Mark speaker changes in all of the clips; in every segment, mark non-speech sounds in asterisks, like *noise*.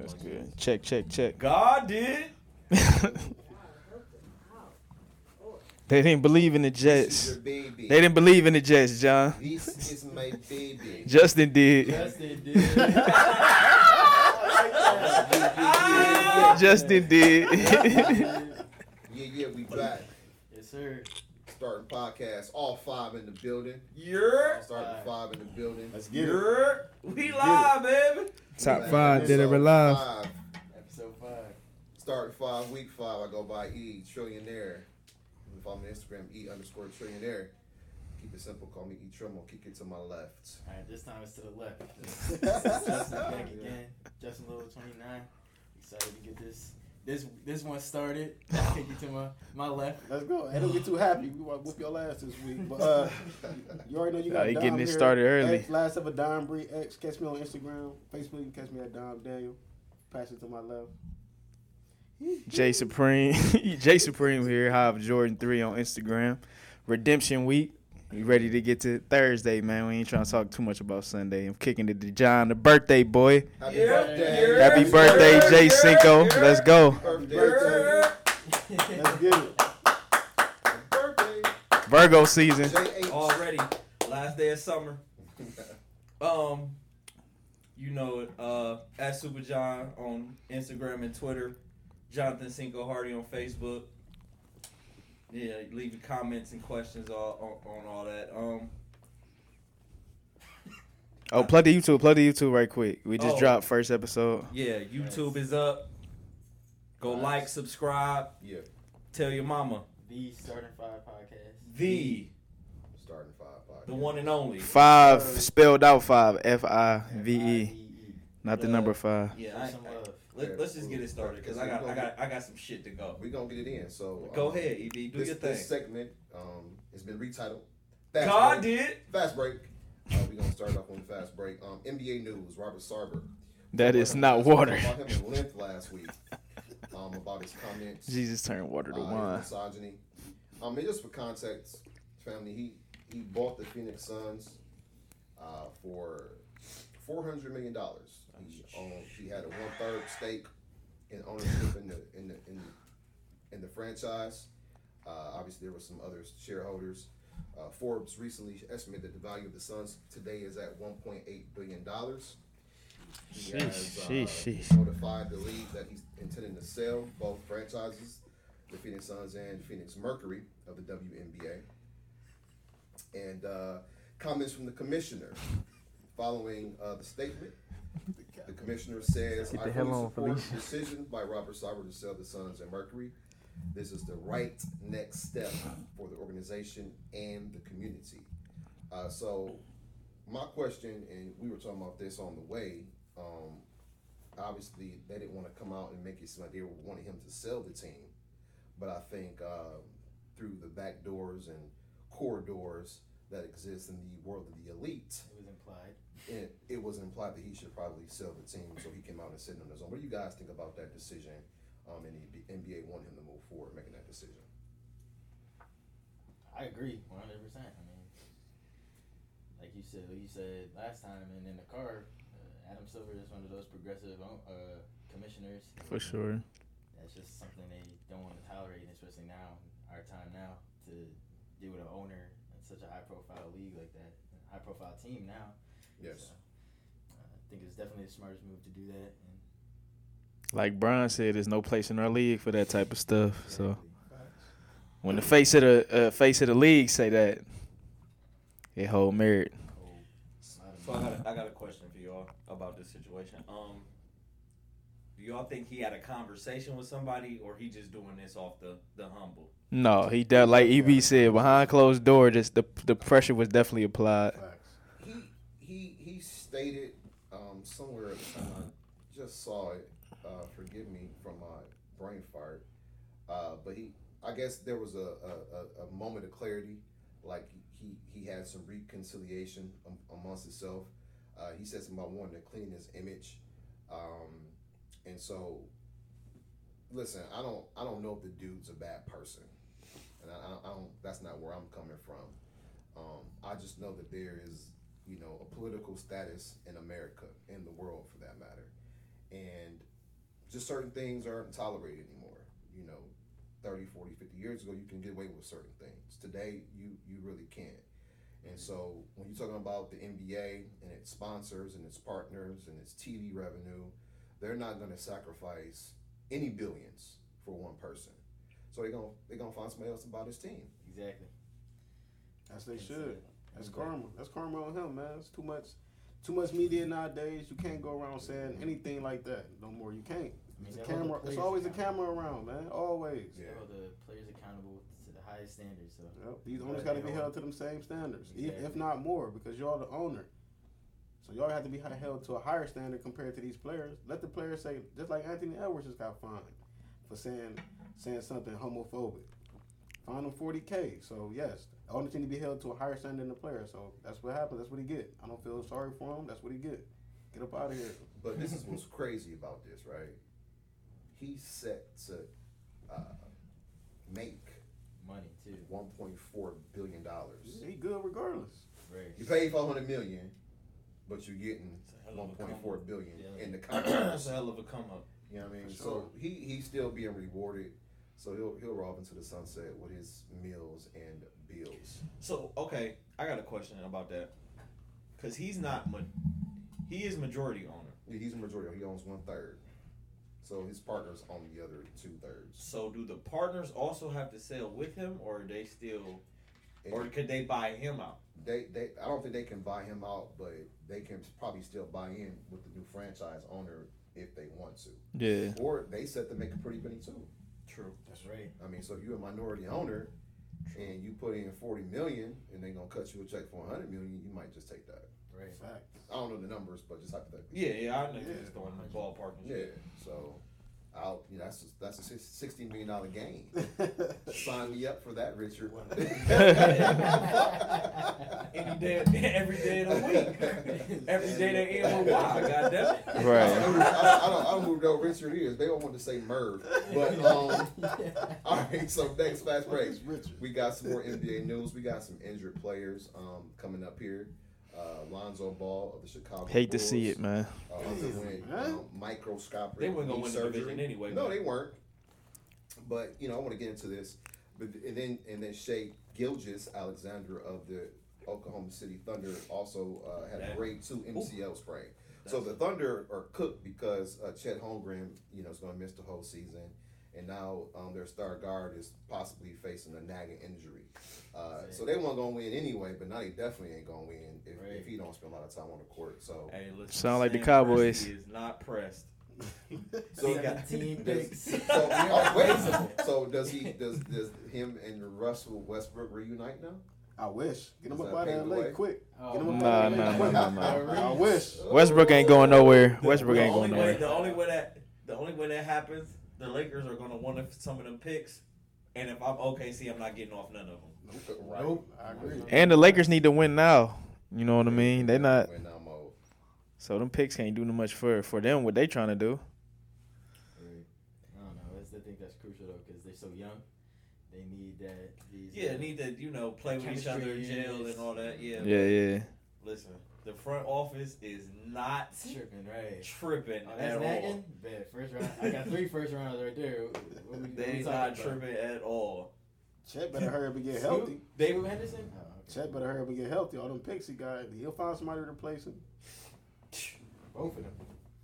Speaker 1: That's good. Check, check, check. *laughs*
Speaker 2: God did.
Speaker 1: They didn't believe in the
Speaker 3: This is
Speaker 1: Jets.
Speaker 3: your baby.
Speaker 1: They didn't believe in the Jets, John.
Speaker 3: This is my baby.
Speaker 1: Justin did. *laughs*
Speaker 4: Yes, they did. *laughs*
Speaker 1: Justin did. *laughs*
Speaker 3: Yeah, yeah, we back.
Speaker 4: yes, sir.
Speaker 3: Starting podcast. All five in the building.
Speaker 2: You're.
Speaker 3: Starting five in the building.
Speaker 4: Let's get it.
Speaker 2: You're. We live, baby.
Speaker 5: Top
Speaker 3: Back
Speaker 5: five, did it
Speaker 3: episode
Speaker 5: live.
Speaker 3: five.
Speaker 4: Episode five.
Speaker 3: Starting five, week five. I go by E Trillionaire. You can follow me on Instagram, E underscore Trillionaire. Keep it simple. Call me E Trumbo. Kick it to my left.
Speaker 4: All right, this time it's to the left. Justin
Speaker 2: *laughs*
Speaker 4: back again. Justin Little, 29. Excited to get this this this
Speaker 2: *laughs*
Speaker 4: one started. Take you to my my left.
Speaker 6: *laughs*
Speaker 4: *laughs*
Speaker 6: Let's go. Hey, don't get too happy. We want to whoop your ass this week. But uh, you already know you
Speaker 1: Nah,
Speaker 6: got
Speaker 1: he
Speaker 6: Dom
Speaker 1: getting it
Speaker 6: here.
Speaker 1: started early.
Speaker 6: X, last of a Dom Bree X. Catch me on Instagram, Facebook. You can catch me at Dom Daniel. Pass it to my left.
Speaker 1: Jay Supreme. *laughs* Jay Supreme here. Hive Jordan 3 on Instagram. Redemption week. We ready to get to Thursday, man. We ain't trying to talk too much about Sunday. I'm kicking it to John, the birthday boy.
Speaker 3: *laughs* Happy
Speaker 2: Yeah,
Speaker 3: birthday.
Speaker 2: yeah.
Speaker 1: Happy birthday, Jay Cinco. Let's go.
Speaker 3: Birthday.
Speaker 2: You're.
Speaker 6: Let's get it.
Speaker 3: Birthday.
Speaker 1: Virgo season.
Speaker 3: J H.
Speaker 2: Already. Last day of summer. Um, you know it. Uh, at Super John on Instagram and Twitter, Jonathan Cinco Hardy on Facebook. Yeah, leave your comments and questions all on, on all that. Um,
Speaker 1: Oh, plug the YouTube. Plug the YouTube right quick. We just
Speaker 2: Oh.
Speaker 1: dropped first episode.
Speaker 2: yeah, YouTube is up. Go
Speaker 4: Nice.
Speaker 2: like, subscribe,
Speaker 3: Yeah,
Speaker 2: tell your mama.
Speaker 4: The Starting Five podcast.
Speaker 2: The
Speaker 3: *laughs* starting five. Podcast.
Speaker 2: the one and only.
Speaker 1: Five spelled out five. F I V E.
Speaker 4: V-E.
Speaker 1: Not the number five.
Speaker 2: Yeah,
Speaker 4: Show
Speaker 2: I,
Speaker 4: some uh,
Speaker 2: I-
Speaker 4: love.
Speaker 2: let, us just get it started because I got I got I got some shit to go.
Speaker 3: We gonna get it in. So
Speaker 2: Go
Speaker 3: um,
Speaker 2: ahead, Ed. Do
Speaker 3: this,
Speaker 2: your thing.
Speaker 3: This segment um, has been retitled. Fast
Speaker 2: God
Speaker 3: break.
Speaker 2: did.
Speaker 3: Fast break. Uh, we're gonna start off on the fast break. Um, NBA news. Robert Sarver.
Speaker 1: That is not
Speaker 3: We
Speaker 1: water.
Speaker 3: talked About him in length last week. Um, about his comments.
Speaker 1: Jesus turned water to
Speaker 3: uh, his
Speaker 1: wine.
Speaker 3: misogyny. Um, and just for context, family, he he bought the Phoenix Suns uh, for four hundred million dollars. He owned, he had a one third stake in ownership in the in the in the, in the franchise. Uh, obviously, there were some other shareholders. Uh, Forbes recently estimated that the value of the Suns today is at one point eight billion dollars. He
Speaker 1: Sheesh,
Speaker 3: has, uh,
Speaker 1: sheesh, sheesh.
Speaker 3: notified the league that he's intending to sell both franchises, the Phoenix Suns and Phoenix Mercury of the WNBA. And uh, comments from the commissioner following uh, the statement. The commissioner says,
Speaker 1: Get
Speaker 3: "I
Speaker 1: the hell
Speaker 3: fully
Speaker 1: on,
Speaker 3: support the decision by Robert Sauber to sell the Suns and Mercury. This is the right next step for the organization and the community." Uh, so, my question, and we were talking about this on the way. Um, obviously, they didn't want to come out and make it seem like they wanted him to sell the team, but I think um, through the back doors and corridors that exist in the world of the elite
Speaker 4: It was implied.
Speaker 3: it, it was implied that he should probably sell the team, so he came out and said on his own. What do you guys think about that decision? Um, and the NBA wanted him to move forward, making that decision.
Speaker 4: I agree, one hundred percent. I mean, like you said, you said last time, and in the car, uh, Adam Silver is one of those progressive um, uh, commissioners.
Speaker 1: For sure.
Speaker 4: That's just something they don't want to tolerate, and especially now, our time now, to deal with an owner in such a high-profile league like that, a high-profile team now.
Speaker 3: Yes.
Speaker 4: So, uh, I think it's definitely the smartest move to do that. And
Speaker 1: Like Brian said, there's no place in our league for that type of stuff. So
Speaker 4: Exactly.
Speaker 1: when the face of the uh, face of the league say that, it hold merit.
Speaker 4: Cold. Lot of
Speaker 2: So I
Speaker 4: money.
Speaker 2: got, a, I got a question for y'all about this situation. Um, do y'all think he had a conversation with somebody, or he just doing this off the the humble?
Speaker 1: No, he de- like EB said behind closed door. Just the the pressure was definitely applied.
Speaker 3: He he he stated um, somewhere at the time I just saw it. Uh, forgive me from my brain fart, uh, but he I guess there was a, a, a, a moment of clarity, like he he had some reconciliation am- amongst himself. Uh, he said something about wanting to clean his image, um, and so listen, I don't I don't know if the dude's a bad person, and I, I, I don't. That's not where I'm coming from. Um, I just know that there is, you know, a political status in America, in the world for that matter. And just certain things aren't tolerated anymore. You know, 30, 40, 50 years ago, you can get away with certain things. Today, you you really can't. And so when you're talking about the NBA and its sponsors and its partners and its TV revenue, they're not going to sacrifice any billions for one person. So they're going to they're going to find somebody else to buy this team.
Speaker 4: Exactly.
Speaker 6: As they
Speaker 4: That's
Speaker 6: should.
Speaker 4: it.
Speaker 6: That's karma. That's karma on him, man. It's too much, too much media nowadays. You can't go around saying anything like that no more. You can't.
Speaker 4: I
Speaker 6: It's
Speaker 4: mean,
Speaker 6: a
Speaker 4: they hold the
Speaker 6: camera. It's
Speaker 4: players
Speaker 6: always a
Speaker 4: accountable.
Speaker 6: camera around, man. Always.
Speaker 3: Yeah.
Speaker 4: They hold the players accountable to the highest standards. So
Speaker 6: Yep. These owners got to be held to them same standards, if, if not more, because y'all the owner. So y'all have to be hi- held to a higher standard compared to these players. Let the players say, just like Anthony Edwards just got fined for saying saying something homophobic. Fine him forty k. So yes, the owner need to be held to a higher standard than the player. So that's what happened. That's what he get. I don't feel sorry for him. That's what he get. Get up out of here.
Speaker 3: But this
Speaker 2: *laughs*
Speaker 3: is what's crazy about this, right? He's set to uh, make
Speaker 4: money too.
Speaker 3: 1.4 billion dollars.
Speaker 6: He good regardless.
Speaker 4: Right.
Speaker 3: You pay 400 million, but you're getting
Speaker 2: It's a hell of a come up.
Speaker 3: 1.4 billion
Speaker 4: Yeah.
Speaker 3: in the
Speaker 2: That's *coughs*
Speaker 3: contract.
Speaker 2: a hell of a come up.
Speaker 3: you know what I mean?
Speaker 6: For
Speaker 3: So he he's still being rewarded. So he'll he'll rob into the sunset with his meals and bills.
Speaker 2: So okay, I got a question about that, because he's not, ma- he is majority owner.
Speaker 3: He's a majority. He owns one third. So his partners own the other two thirds.
Speaker 2: So do the partners also have to sell with him, or are they still, or could they buy him out?
Speaker 3: They they I don't think they can buy him out, but they can probably still buy in with the new franchise owner if they want to.
Speaker 1: Yeah.
Speaker 3: Or they set to make a pretty penny too.
Speaker 2: True.
Speaker 4: That's right.
Speaker 3: I mean, so if you're a minority owner and you put in forty million and they gonna cut you a check for hundred million, you might just take that.
Speaker 4: Right.
Speaker 6: *laughs* Fact.
Speaker 3: I don't know the numbers, but just hypothetically.
Speaker 2: Yeah, yeah, I know
Speaker 6: Yeah.
Speaker 2: you're just throwing the ballpark. And
Speaker 3: Yeah.
Speaker 2: shit.
Speaker 3: So, I'll you know, that's a, that's a six- sixty million dollar gain.
Speaker 6: *laughs* That's
Speaker 3: Sign me up for that, Richard.
Speaker 2: Any day, every day of
Speaker 3: *laughs*
Speaker 2: the week,
Speaker 4: *laughs*
Speaker 2: every day they end with why. God damn it.
Speaker 3: I, *laughs*
Speaker 1: Right.
Speaker 3: moved- I, I don't, I moved over Richard ears. They don't want to say Merv, but um, all right. So next fast
Speaker 6: *laughs*
Speaker 3: break.
Speaker 6: Richard.
Speaker 3: We got some more NBA news. We got some injured players um, coming up here. Uh, Lonzo Ball of the Chicago.
Speaker 1: Hate to
Speaker 3: Bulls,
Speaker 1: see it, man.
Speaker 3: Uh, underwent
Speaker 6: Damn,
Speaker 3: um, microscopic
Speaker 2: They weren't gonna
Speaker 3: knee
Speaker 2: win the
Speaker 3: surgery.
Speaker 2: division anyway.
Speaker 3: No,
Speaker 2: but-
Speaker 3: they weren't. But you know, I want to get into this. But and then and then Shea Gilgis Alexander of the Oklahoma City Thunder also uh, had a
Speaker 2: That-
Speaker 3: grade two MCL sprain. So
Speaker 2: That's-
Speaker 3: the Thunder are cooked because uh, Chet Holmgren, you know, is going to miss the whole season, and now um, their star guard is possibly facing a nagging injury. Uh, so they weren't going to win anyway, but now they definitely ain't going to win if,
Speaker 4: Right.
Speaker 3: if he don't spend a lot of time on the court. So
Speaker 2: Hey, listen,
Speaker 1: Sound like the
Speaker 2: Sam
Speaker 1: Cowboys.
Speaker 2: Presti Is not pressed.
Speaker 6: *laughs*
Speaker 3: So-
Speaker 2: He got-
Speaker 4: *laughs* Seventeen
Speaker 3: Does-
Speaker 4: picks.
Speaker 3: so, oh, wait a second. So does he? Does does him and Russell Westbrook reunite now?
Speaker 6: I wish. Get him
Speaker 3: Is
Speaker 6: up
Speaker 3: that
Speaker 6: out
Speaker 3: paved
Speaker 6: of LA
Speaker 3: way?
Speaker 6: quick.
Speaker 4: Oh,
Speaker 6: Get him up
Speaker 1: Nah,
Speaker 6: out of
Speaker 1: nah,
Speaker 6: LA quick.
Speaker 1: nah,
Speaker 3: *laughs*
Speaker 1: nah,
Speaker 6: I wish.
Speaker 1: Westbrook ain't going nowhere. Westbrook
Speaker 2: the
Speaker 1: ain't going
Speaker 2: only way,
Speaker 1: nowhere.
Speaker 2: the only way that the only way that happens, the Lakers are gonna want some of them picks, and if I'm OKC, I'm not getting off none of them.
Speaker 3: Right.
Speaker 6: Nope, I agree.
Speaker 1: And the Lakers need to win now. You know what I mean? They not
Speaker 3: Win now mode.
Speaker 1: so them picks can't do no much for for them what they trying to do.
Speaker 4: I don't know. That's, I think that's crucial though, because they're so young. They need that. These,
Speaker 2: Yeah,
Speaker 4: *laughs*
Speaker 2: need to you know play with each other in
Speaker 4: Chemistry
Speaker 2: jail
Speaker 4: is-
Speaker 2: and all that. Yeah.
Speaker 1: Yeah, yeah.
Speaker 2: Listen, the front office is not
Speaker 4: tripping, right?
Speaker 2: tripping
Speaker 4: Oh,
Speaker 2: at
Speaker 4: that's
Speaker 2: all.
Speaker 4: nagging. Bet first round. I got three first rounders right there.
Speaker 2: *laughs*
Speaker 4: What we- what we
Speaker 2: They
Speaker 4: talking
Speaker 2: not
Speaker 4: about?
Speaker 2: tripping at all.
Speaker 6: Chet better hurry up and get
Speaker 4: Scoot?
Speaker 6: healthy.
Speaker 2: They
Speaker 4: Scoot Henderson. Oh, okay.
Speaker 6: Chet better hurry up and get healthy. All them picks he got, he'll find somebody to replace him.
Speaker 4: Both of them.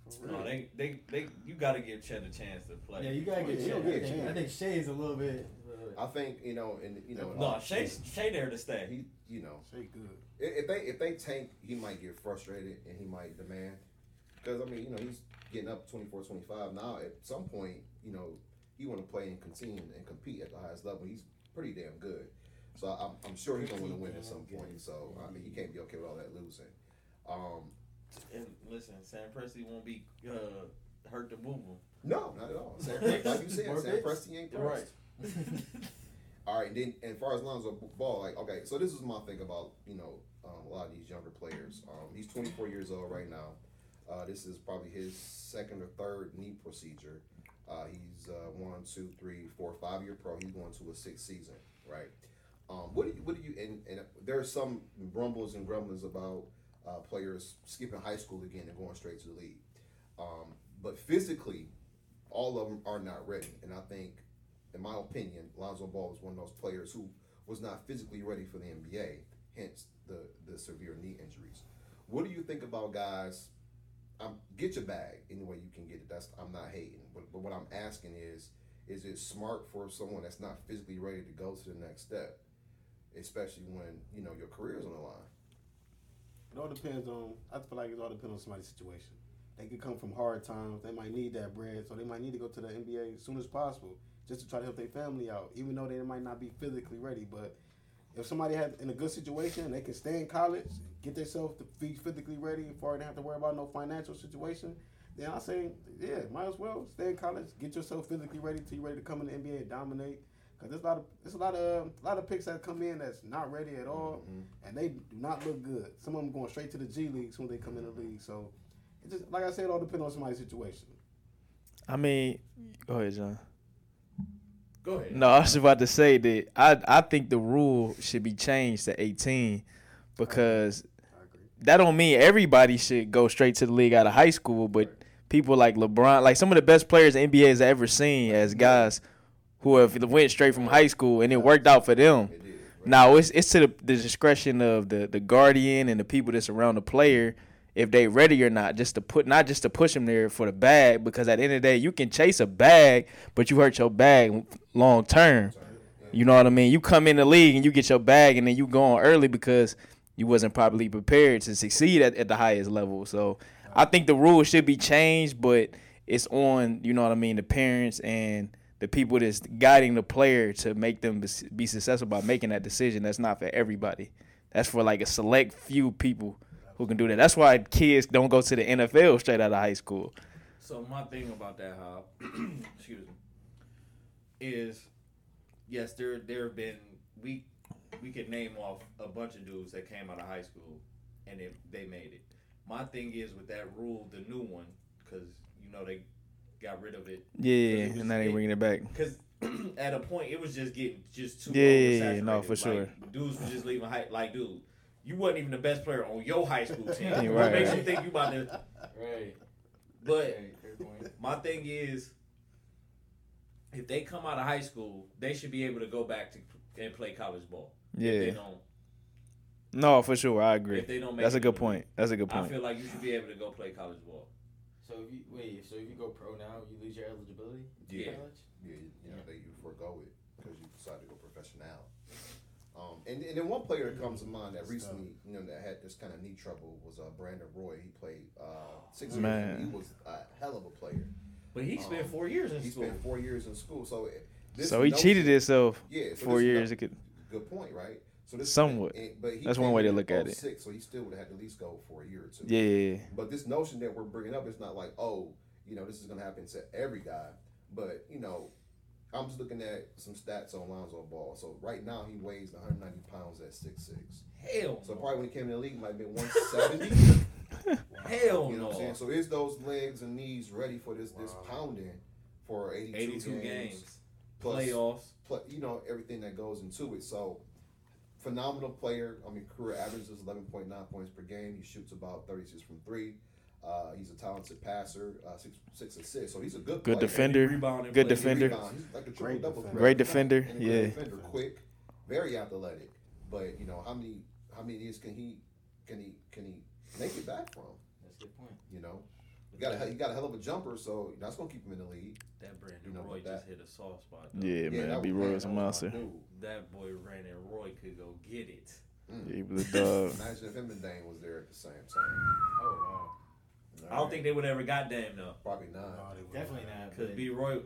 Speaker 6: For real.
Speaker 2: no, they they they you gotta give Chet a chance to play.
Speaker 4: yeah, you gotta
Speaker 6: Oh,
Speaker 4: get
Speaker 6: yeah, he'll
Speaker 4: Chet. I
Speaker 6: get
Speaker 4: think-
Speaker 6: Chet.
Speaker 4: I think Shay's a little bit. uh,
Speaker 3: I think you know, and you know,
Speaker 4: Oh,
Speaker 2: no, Shay Shay there to stay.
Speaker 3: He, you know,
Speaker 6: Shea good.
Speaker 3: i- if they if they tank, he might get frustrated and he might demand. Because I mean, you know, he's getting up 24, 25 now. At some point, you know, he want to play and continue and compete at the highest level. He's pretty damn good. So I'm, I'm sure he's gonna want to win at some point. So I mean, he can't be okay with all that losing. Um,
Speaker 2: And listen, Sam Presti won't be uh, hurt to move him.
Speaker 3: No, not at all. Sam, Pre- like you said,
Speaker 4: More
Speaker 3: Sam
Speaker 4: bits?
Speaker 3: Presti ain't pressed.
Speaker 2: Right.
Speaker 3: All right, and then and as far as Lonzo Ball, like okay, so this is my thing about you know um, a lot of these younger players. Um, he's 24 years old right now. Uh, this is probably his second or third knee procedure. Uh, he's uh, one, two, three, four, five year pro. He's going to a sixth season, right? Um, what do you, what do you and, and there are some rumbles and grumblings about uh, players skipping high school again and going straight to the league. Um, but physically, all of them are not ready. And I think, in my opinion, Lonzo Ball was one of those players who was not physically ready for the NBA, hence the, the severe knee injuries. What do you think about guys? Um, get your bag any way you can get it. That's I'm not hating, but, but what I'm asking is, is it smart for someone that's not physically ready to go to the next step, especially when you know your career's on the line?
Speaker 6: It all depends on. I feel like it all depends on somebody's situation. They could come from hard times. They might need that bread, so they might need to go to the NBA as soon as possible just to try to help their family out, even though they might not be physically ready. But if somebody has in a good situation, they can stay in college, get themselves to be physically ready before they have to worry about no financial situation. Then I say, yeah, might as well stay in college, get yourself physically ready till you're ready to come in the NBA and dominate. Cause there's a lot of there's a lot of a lot of picks that come in that's not ready at all and they do not look good. Some of them going straight to the G League when they come in the league. So it just like I said, it all depends on somebody's situation.
Speaker 1: I mean, go ahead, John.
Speaker 4: Go ahead.
Speaker 1: No, I was about to say that I I think the rule should be changed to 18 because
Speaker 6: I agree.
Speaker 1: that don't mean everybody should go straight to the league out of high school, but people like LeBron, like some of the best players the NBA has ever seen as guys who have went straight from high school and it worked out for them.
Speaker 3: It is. right?
Speaker 1: Now it's it's to the, the discretion of the, the guardian and the people that's around the player if they ready or not. Just to put not just to push them there for the bag because at the end of the day you can chase a bag, but you hurt your bag long term. You know what I mean? You come in the league and you get your bag and then you go on early because you wasn't properly prepared to succeed at, at the highest level. So I think the rule should be changed, but it's on you know what I mean the parents and the people that's guiding the player to make them bes- be successful by making that decision. That's not for everybody. That's for like a select few people who can do that. That's why kids don't go to the NFL straight out of high school.
Speaker 2: So my thing about that, Hob, *clears throat* excuse me, is yes, there there have been we we could name off a bunch of dudes that came out of high school and they they made it. My thing is with that rule, the new one, because you know they got rid of it
Speaker 1: Yeah, and now they bringing it back.
Speaker 2: because *clears throat* at a point it was just getting just too
Speaker 1: Yeah, yeah, yeah,
Speaker 2: oversaturated.
Speaker 1: no, for
Speaker 2: Like,
Speaker 1: sure.
Speaker 2: dudes was just leaving high like dude you wasn't even the best player on your high school team
Speaker 1: Yeah,
Speaker 2: what
Speaker 1: *laughs* right,
Speaker 2: makes
Speaker 1: right.
Speaker 2: you think you about to
Speaker 4: *laughs* Right.
Speaker 2: but
Speaker 4: Okay, fair point.
Speaker 2: my thing is if they come out of high school they should be able to go back to and play college ball if they
Speaker 1: Yeah,
Speaker 2: don't
Speaker 1: no, for sure, I agree.
Speaker 2: if they don't make
Speaker 1: That's a
Speaker 2: it
Speaker 1: good
Speaker 2: to-
Speaker 1: point. That's a good
Speaker 2: I
Speaker 1: point.
Speaker 2: feel like you should be able to go play college ball
Speaker 4: So if you wait, so if you go pro now, you lose your eligibility. to
Speaker 2: Yeah.
Speaker 4: college?
Speaker 3: you, you know, that you forego it because you decided to go professional. Um, and, and then one player that comes to mind that recently, you know, that had this kind of knee trouble was uh, Brandon Roy. He played uh, six years.
Speaker 1: Man.
Speaker 3: He was a hell of a player.
Speaker 2: but he spent
Speaker 3: Um,
Speaker 2: four years in
Speaker 3: He
Speaker 2: school
Speaker 3: spent four years in school, so it- this
Speaker 1: So he
Speaker 3: notion-
Speaker 1: cheated himself
Speaker 3: Yeah, so
Speaker 1: four
Speaker 3: this
Speaker 1: years.
Speaker 3: no-
Speaker 1: It could
Speaker 3: good point, right? So this
Speaker 1: Somewhat.
Speaker 3: and- but he
Speaker 1: That's one
Speaker 3: came
Speaker 1: way to
Speaker 3: in
Speaker 1: look at it.
Speaker 3: 06, so he still would have had to at least go for a year or two.
Speaker 1: yeah.
Speaker 3: But this notion that we're bringing up is not like, oh, you know, this is going to happen to every guy. But, you know, I'm just looking at some stats on Lonzo Ball. So right now he weighs 190 pounds at 6'6.
Speaker 2: hell
Speaker 3: So
Speaker 2: Oh, no.
Speaker 3: probably when he came in the league, he might
Speaker 2: *laughs*
Speaker 3: have been 170.
Speaker 2: hell
Speaker 3: you know what I'm
Speaker 2: Oh, no
Speaker 3: saying? So is those legs and knees ready for this, this
Speaker 6: Wow.
Speaker 3: pounding for 82,
Speaker 2: 82
Speaker 3: games,
Speaker 2: games
Speaker 3: plus
Speaker 2: playoffs
Speaker 3: pl- you know everything that goes into it. So phenomenal player. I mean, career averages eleven point nine points per game. He shoots about thirty six from three. Uh, he's a talented passer, uh, six six assists. So he's a good
Speaker 1: Good
Speaker 3: player.
Speaker 1: defender.
Speaker 2: Rebound and
Speaker 1: Good
Speaker 2: play.
Speaker 3: He
Speaker 1: defender.
Speaker 3: rebound. He's like a
Speaker 6: Great
Speaker 3: triple-double
Speaker 6: defender.
Speaker 3: threat.
Speaker 1: Great defender,
Speaker 3: And a great
Speaker 1: yeah.
Speaker 3: defender, quick, very athletic. But you know how many how many of these can he can he can he make it back from?
Speaker 4: That's a good point.
Speaker 3: You know. He got, a, he got a hell of a jumper, so that's gonna keep him in the league.
Speaker 2: That
Speaker 3: You
Speaker 2: Brandon
Speaker 3: know,
Speaker 2: Roy
Speaker 3: but
Speaker 2: just hit a soft spot. Though.
Speaker 1: Yeah,
Speaker 3: that
Speaker 1: man, B
Speaker 3: was-
Speaker 1: Roy is a
Speaker 3: that was my
Speaker 1: monster.
Speaker 3: dude.
Speaker 2: That boy Brandon Roy could go get it.
Speaker 1: Yeah, he
Speaker 3: *laughs*
Speaker 1: was a dog. *laughs*
Speaker 3: Imagine if him and Dane was there at the same time.
Speaker 4: Oh wow.
Speaker 2: I don't think they would ever goddamn though,
Speaker 3: Probably
Speaker 6: No,
Speaker 3: Uh, not.
Speaker 6: they wouldn't.
Speaker 4: Definitely not.
Speaker 2: because
Speaker 4: but-
Speaker 2: B Roy,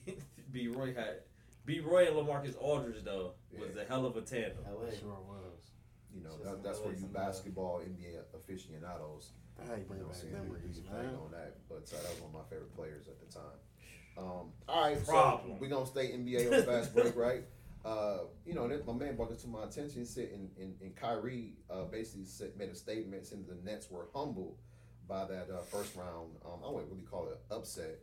Speaker 2: *laughs* B Roy had, B Roy and Lamarcus Aldridge though was
Speaker 3: Yeah.
Speaker 2: a hell of a tandem.
Speaker 4: LA.
Speaker 6: Sure was.
Speaker 3: You know,
Speaker 4: It's just
Speaker 3: that, that's where you
Speaker 4: amazing, uh,
Speaker 3: basketball NBA aficionados.
Speaker 6: How you bring
Speaker 3: you know,
Speaker 6: back
Speaker 3: saying who-
Speaker 6: memories,
Speaker 3: who's playing
Speaker 6: man?
Speaker 3: on that. But uh, that was one of my favorite players at the time. Um, all right, so
Speaker 2: Problem.
Speaker 3: we're gonna stay NBA on
Speaker 2: *laughs*
Speaker 3: fast break, right? Uh, you know, that, my man brought it to my attention. He said, and, and, and Kyrie uh, basically said, made a statement saying the Nets were humbled by that uh, first round. Um, I wouldn't really call it upset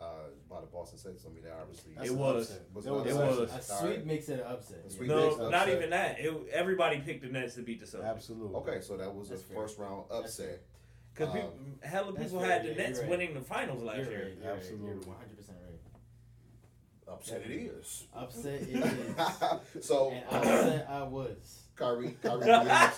Speaker 3: uh, by the Boston Celtics. I mean, they obviously
Speaker 6: That's
Speaker 2: It
Speaker 6: an
Speaker 2: was.
Speaker 6: upset.
Speaker 3: Was
Speaker 6: That
Speaker 3: an
Speaker 2: It was.
Speaker 3: upset.
Speaker 4: A
Speaker 3: All
Speaker 4: sweep
Speaker 3: right.
Speaker 4: makes it an upset.
Speaker 3: A
Speaker 4: yeah.
Speaker 3: sweep
Speaker 2: No,
Speaker 3: Big upset.
Speaker 2: not even that. It, everybody picked the Nets to beat the Celtics.
Speaker 6: *laughs* Absolutely.
Speaker 3: Okay, so that was
Speaker 4: That's
Speaker 3: a
Speaker 4: fair.
Speaker 3: first round
Speaker 4: That's
Speaker 3: upset.
Speaker 2: Because
Speaker 3: Um,
Speaker 2: people, hella
Speaker 4: that's
Speaker 2: people
Speaker 4: right,
Speaker 2: had the
Speaker 4: yeah, you're
Speaker 2: Nets
Speaker 4: right.
Speaker 2: winning the finals last
Speaker 4: You're
Speaker 2: year.
Speaker 4: right, you're
Speaker 6: Absolutely.
Speaker 4: absolutely, right. one hundred percent right.
Speaker 3: Upset it is.
Speaker 4: Upset it is,
Speaker 3: *laughs* so
Speaker 4: and
Speaker 3: um,
Speaker 4: uh, upset I was.
Speaker 3: Kyrie,
Speaker 4: *laughs*
Speaker 3: Kyrie Williams.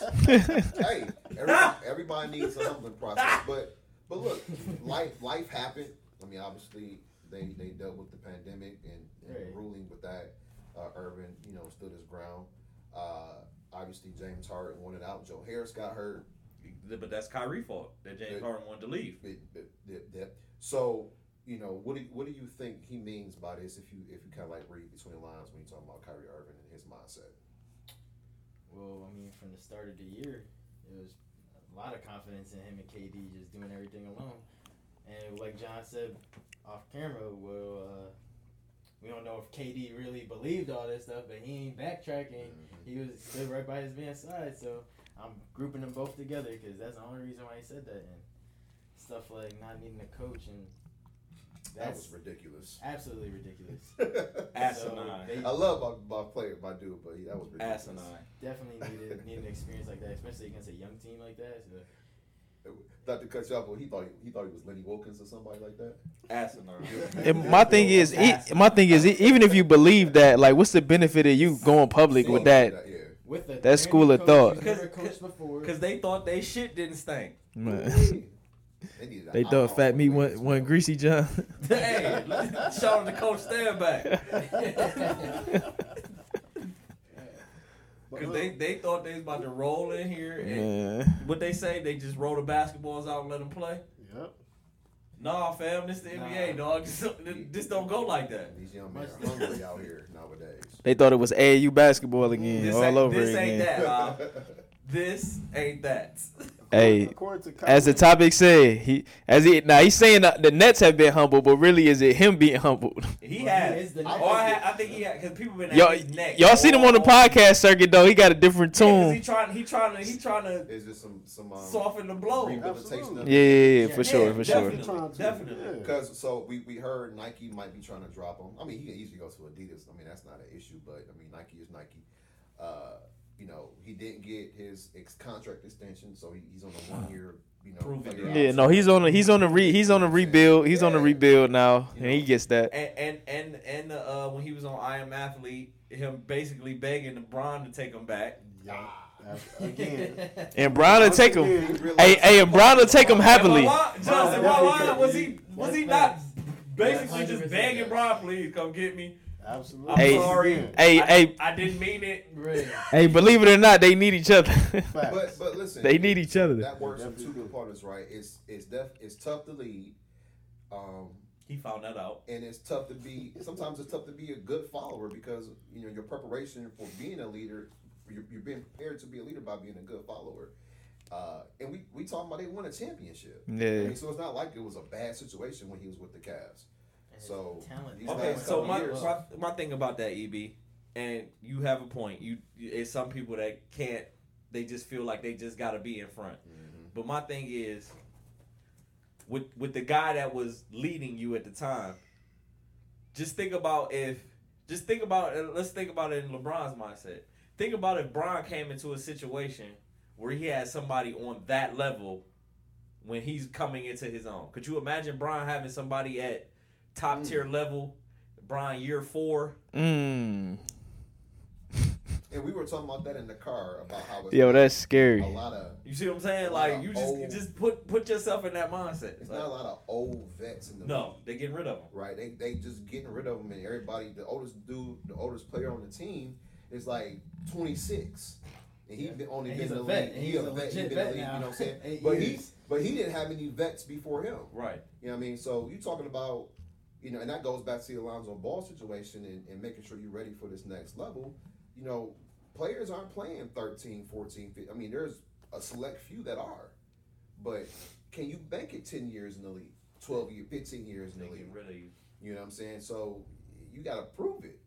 Speaker 3: hey, everybody, everybody needs a humbling process. But but look, life life happened. I mean, obviously they, they dealt with the pandemic and, and
Speaker 4: Right.
Speaker 3: ruling with that. Uh, Irvin, you know, stood his ground. Uh, obviously, James Harden wanted out. Joe Harris got hurt.
Speaker 2: But that's Kyrie's fault that James
Speaker 3: Yeah.
Speaker 2: Harden wanted to leave.
Speaker 3: It, it, it- that- So you know, what do what do you think he means by this? If you if you kind of like read between the lines when you talking about Kyrie Irvin and his mindset.
Speaker 4: Well, I mean, from the start of the year, there was a lot of confidence in him and KD just doing everything alone. And like John said off camera, well, uh, we don't know if KD really believed all this stuff, but he ain't backtracking.
Speaker 3: Mm-hmm.
Speaker 4: He was stood right by his man's side, so I'm grouping them both together because that's the only reason why he said that. And stuff like not needing a coach and
Speaker 3: That
Speaker 4: that's
Speaker 3: was *laughs* ridiculous.
Speaker 4: absolutely ridiculous.
Speaker 2: Asinine.
Speaker 4: So they
Speaker 3: I love my, my player, my dude, but he, that was ridiculous.
Speaker 2: Asinine.
Speaker 4: definitely needed need an experience like that, especially against a young team like that. So
Speaker 3: Not to cut you off, but he thought he, he thought he was Lenny Wilkins or somebody like that.
Speaker 2: Asinine.
Speaker 1: And my thing is, e my thing is, e- even if you believe that, like, what's the benefit of you going public with that?
Speaker 3: Yeah.
Speaker 4: with the
Speaker 1: That's school of thought.
Speaker 4: Because
Speaker 2: Cause-
Speaker 4: coached before.
Speaker 2: Because they thought they shit didn't stink. *laughs*
Speaker 1: Man.
Speaker 3: needed
Speaker 1: *laughs* They
Speaker 3: an
Speaker 1: thought
Speaker 3: eye
Speaker 1: Fat
Speaker 3: on
Speaker 1: Me
Speaker 3: the
Speaker 1: one
Speaker 3: Lakers,
Speaker 1: one
Speaker 3: man.
Speaker 1: greasy John. *laughs*
Speaker 2: hey, shout out to Coach Standback.
Speaker 4: *laughs*
Speaker 6: But uh,
Speaker 2: Because
Speaker 6: look,
Speaker 2: they, they thought they was about to roll in here. And
Speaker 1: Man.
Speaker 2: what they say, they just roll the basketballs out and let them play.
Speaker 6: Yep.
Speaker 2: Nah, fam, this the NBA, dog. *laughs* This, this don't go like that.
Speaker 3: *laughs* These young men are hungry out here nowadays.
Speaker 1: They thought it was AAU basketball again,
Speaker 2: This ain't-
Speaker 1: all over
Speaker 2: this ain't
Speaker 1: again.
Speaker 2: that. This ain't that. *laughs*
Speaker 1: Hey,
Speaker 6: According to
Speaker 1: As the
Speaker 6: Kyrie-
Speaker 1: topic said, he as he now he's saying that the Nets have been humbled, but really is it him being humbled?
Speaker 2: He
Speaker 4: Well,
Speaker 2: had.
Speaker 4: he is the
Speaker 2: or
Speaker 4: next-
Speaker 2: I, had, I think he had because people been at
Speaker 1: Y'all,
Speaker 2: his neck.
Speaker 1: y'all seen him on the podcast circuit though. He got a different
Speaker 2: Yeah, 'cause he
Speaker 1: tune.
Speaker 2: trying. He trying to. He trying to
Speaker 3: *laughs* It's just some some um,
Speaker 2: soften the blow.
Speaker 3: rehabilitation.
Speaker 6: Absolutely.
Speaker 1: Yeah, yeah, yeah,
Speaker 4: Yeah,
Speaker 1: for sure, for sure.
Speaker 2: definitely.
Speaker 6: Trying to,
Speaker 2: Definitely.
Speaker 6: yeah.
Speaker 3: Because so we, we heard Nike might be trying to drop him. I mean, he can easily go to Adidas. I mean, that's not an issue. But I mean, Nike is Nike. Uh, you know, he didn't get his ex- contract extension, so he, he's on a one year. You know,
Speaker 2: Prove it.
Speaker 3: player
Speaker 1: Yeah,
Speaker 3: option.
Speaker 1: no, he's on a, he's on a re, he's on a rebuild. He's on a
Speaker 3: Yeah.
Speaker 1: rebuild now,
Speaker 3: You
Speaker 1: and he
Speaker 3: know.
Speaker 1: gets that.
Speaker 2: And and and and the, uh, when he was on I Am Athlete, him basically begging LeBron to take him back. *laughs*
Speaker 6: Ab- Again.
Speaker 1: And Brown will
Speaker 6: Once
Speaker 1: take him.
Speaker 6: again,
Speaker 1: Hey, hey, and Brown will take him
Speaker 2: Am
Speaker 1: happily.
Speaker 2: I lying? Just, am I lying? Was he was he not basically
Speaker 4: That's
Speaker 2: just
Speaker 4: 100%
Speaker 2: begging
Speaker 3: yes.
Speaker 2: Bron, please come get me?
Speaker 6: Absolutely.
Speaker 2: I'm
Speaker 1: Hey.
Speaker 2: sorry.
Speaker 6: Again,
Speaker 1: Hey,
Speaker 2: I,
Speaker 1: hey,
Speaker 2: I didn't mean it.
Speaker 4: Right.
Speaker 1: hey, believe it or not, they need each other. *laughs*
Speaker 6: facts.
Speaker 3: But but listen,
Speaker 1: they need each other.
Speaker 3: that works in two
Speaker 6: Definitely do.
Speaker 3: components, right? It's it's def, it's tough to lead, um,
Speaker 2: He found that out.
Speaker 3: and it's tough to be. Sometimes it's tough to be a good follower because you know your preparation for being a leader, you're, you're being prepared to be a leader by being a good follower. Uh, and we we talking about they won a championship. I
Speaker 1: Yeah.
Speaker 3: mean, so it's not like it was a bad situation when he was with the Cavs. So,
Speaker 4: talent.
Speaker 3: these
Speaker 2: Okay,
Speaker 3: last
Speaker 2: so
Speaker 3: couple
Speaker 2: my,
Speaker 3: years.
Speaker 2: my my thing about that EB, and you have a point. You you- it's some people that can't. They just feel like they just got to be in front.
Speaker 3: Mm-hmm.
Speaker 2: But my thing is, with with the guy that was leading you at the time, just think about if just think about uh, let's think about it in LeBron's mindset. Think about if Bron came into a situation where he had somebody on that level when he's coming into his own. Could you imagine Bron having somebody at top
Speaker 3: Mm.
Speaker 2: tier level? Bron year four.
Speaker 1: Mm.
Speaker 3: And we were talking about that in the car about how it's
Speaker 1: Yo,
Speaker 3: not
Speaker 1: that's
Speaker 3: a
Speaker 1: scary.
Speaker 3: lot of
Speaker 2: You see what I'm saying?
Speaker 3: Wow.
Speaker 2: Like you just you
Speaker 3: Oh.
Speaker 2: just put put yourself in that mindset.
Speaker 3: it's
Speaker 2: Like,
Speaker 3: not a lot of old vets in the league.
Speaker 2: no, they're getting rid of him.
Speaker 3: right? They they just getting rid of him, and everybody, the oldest dude, the oldest player on the team, is like 26, and he
Speaker 4: Yeah.
Speaker 3: been only
Speaker 4: And
Speaker 3: been
Speaker 4: he's
Speaker 3: in the
Speaker 4: a vet.
Speaker 3: league.
Speaker 4: And
Speaker 3: He
Speaker 4: he's
Speaker 3: a
Speaker 4: a
Speaker 3: vet. He
Speaker 4: legit
Speaker 3: been in the
Speaker 4: vet
Speaker 3: league. You know what I'm saying?
Speaker 4: now. *laughs* Eight
Speaker 3: but he
Speaker 4: years.
Speaker 3: but he didn't have any vets before him.
Speaker 2: Right.
Speaker 3: You know what I mean? So you talking about, you know, and that goes back to the Alonzo Ball situation and, and making sure you're ready for this next level. You know, players aren't playing 13, 14, 15. I mean, there's a select few that are. But can you bank it 10 years in the league, 12 years, 15 years in
Speaker 2: They're
Speaker 3: the league?
Speaker 2: getting rid of you.
Speaker 3: You know what I'm saying? So you got to prove it.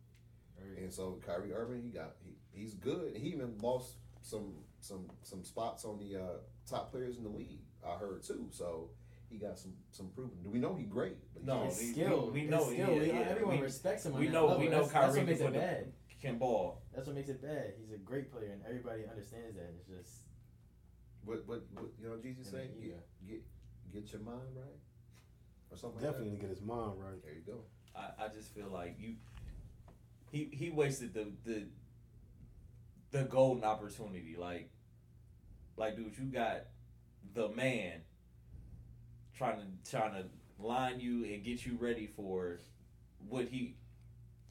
Speaker 4: Right.
Speaker 3: And so Kyrie Irving, he got he, he's good. He even lost some some some spots on the uh, top players in the league. I heard too. So he got some some proven. We know he great, but
Speaker 2: No,
Speaker 4: His
Speaker 2: we-
Speaker 4: skill.
Speaker 2: we- we
Speaker 4: his
Speaker 2: know it,
Speaker 4: skill.
Speaker 2: yeah,
Speaker 4: We-
Speaker 2: yeah.
Speaker 4: Everyone
Speaker 2: We-
Speaker 4: respects him. on
Speaker 2: we
Speaker 4: that
Speaker 2: know- we
Speaker 4: level.
Speaker 2: know
Speaker 4: That's- that's
Speaker 2: Kyrie
Speaker 4: what makes
Speaker 2: can
Speaker 4: it
Speaker 2: put the-
Speaker 4: bad.
Speaker 2: Can ball.
Speaker 4: That's what makes it bad. He's a great player, and everybody understands that. It's just
Speaker 3: What what, what you know? Jesus
Speaker 4: And
Speaker 3: say,
Speaker 4: an
Speaker 3: get,
Speaker 4: ego.
Speaker 3: get get your mind right, or something.
Speaker 6: Definitely to
Speaker 3: Like
Speaker 6: get his mind right.
Speaker 3: that. There you go.
Speaker 2: I, I just feel like you he he wasted the the the golden opportunity. Like like dude, you got the man trying to trying to line you and get you ready for what he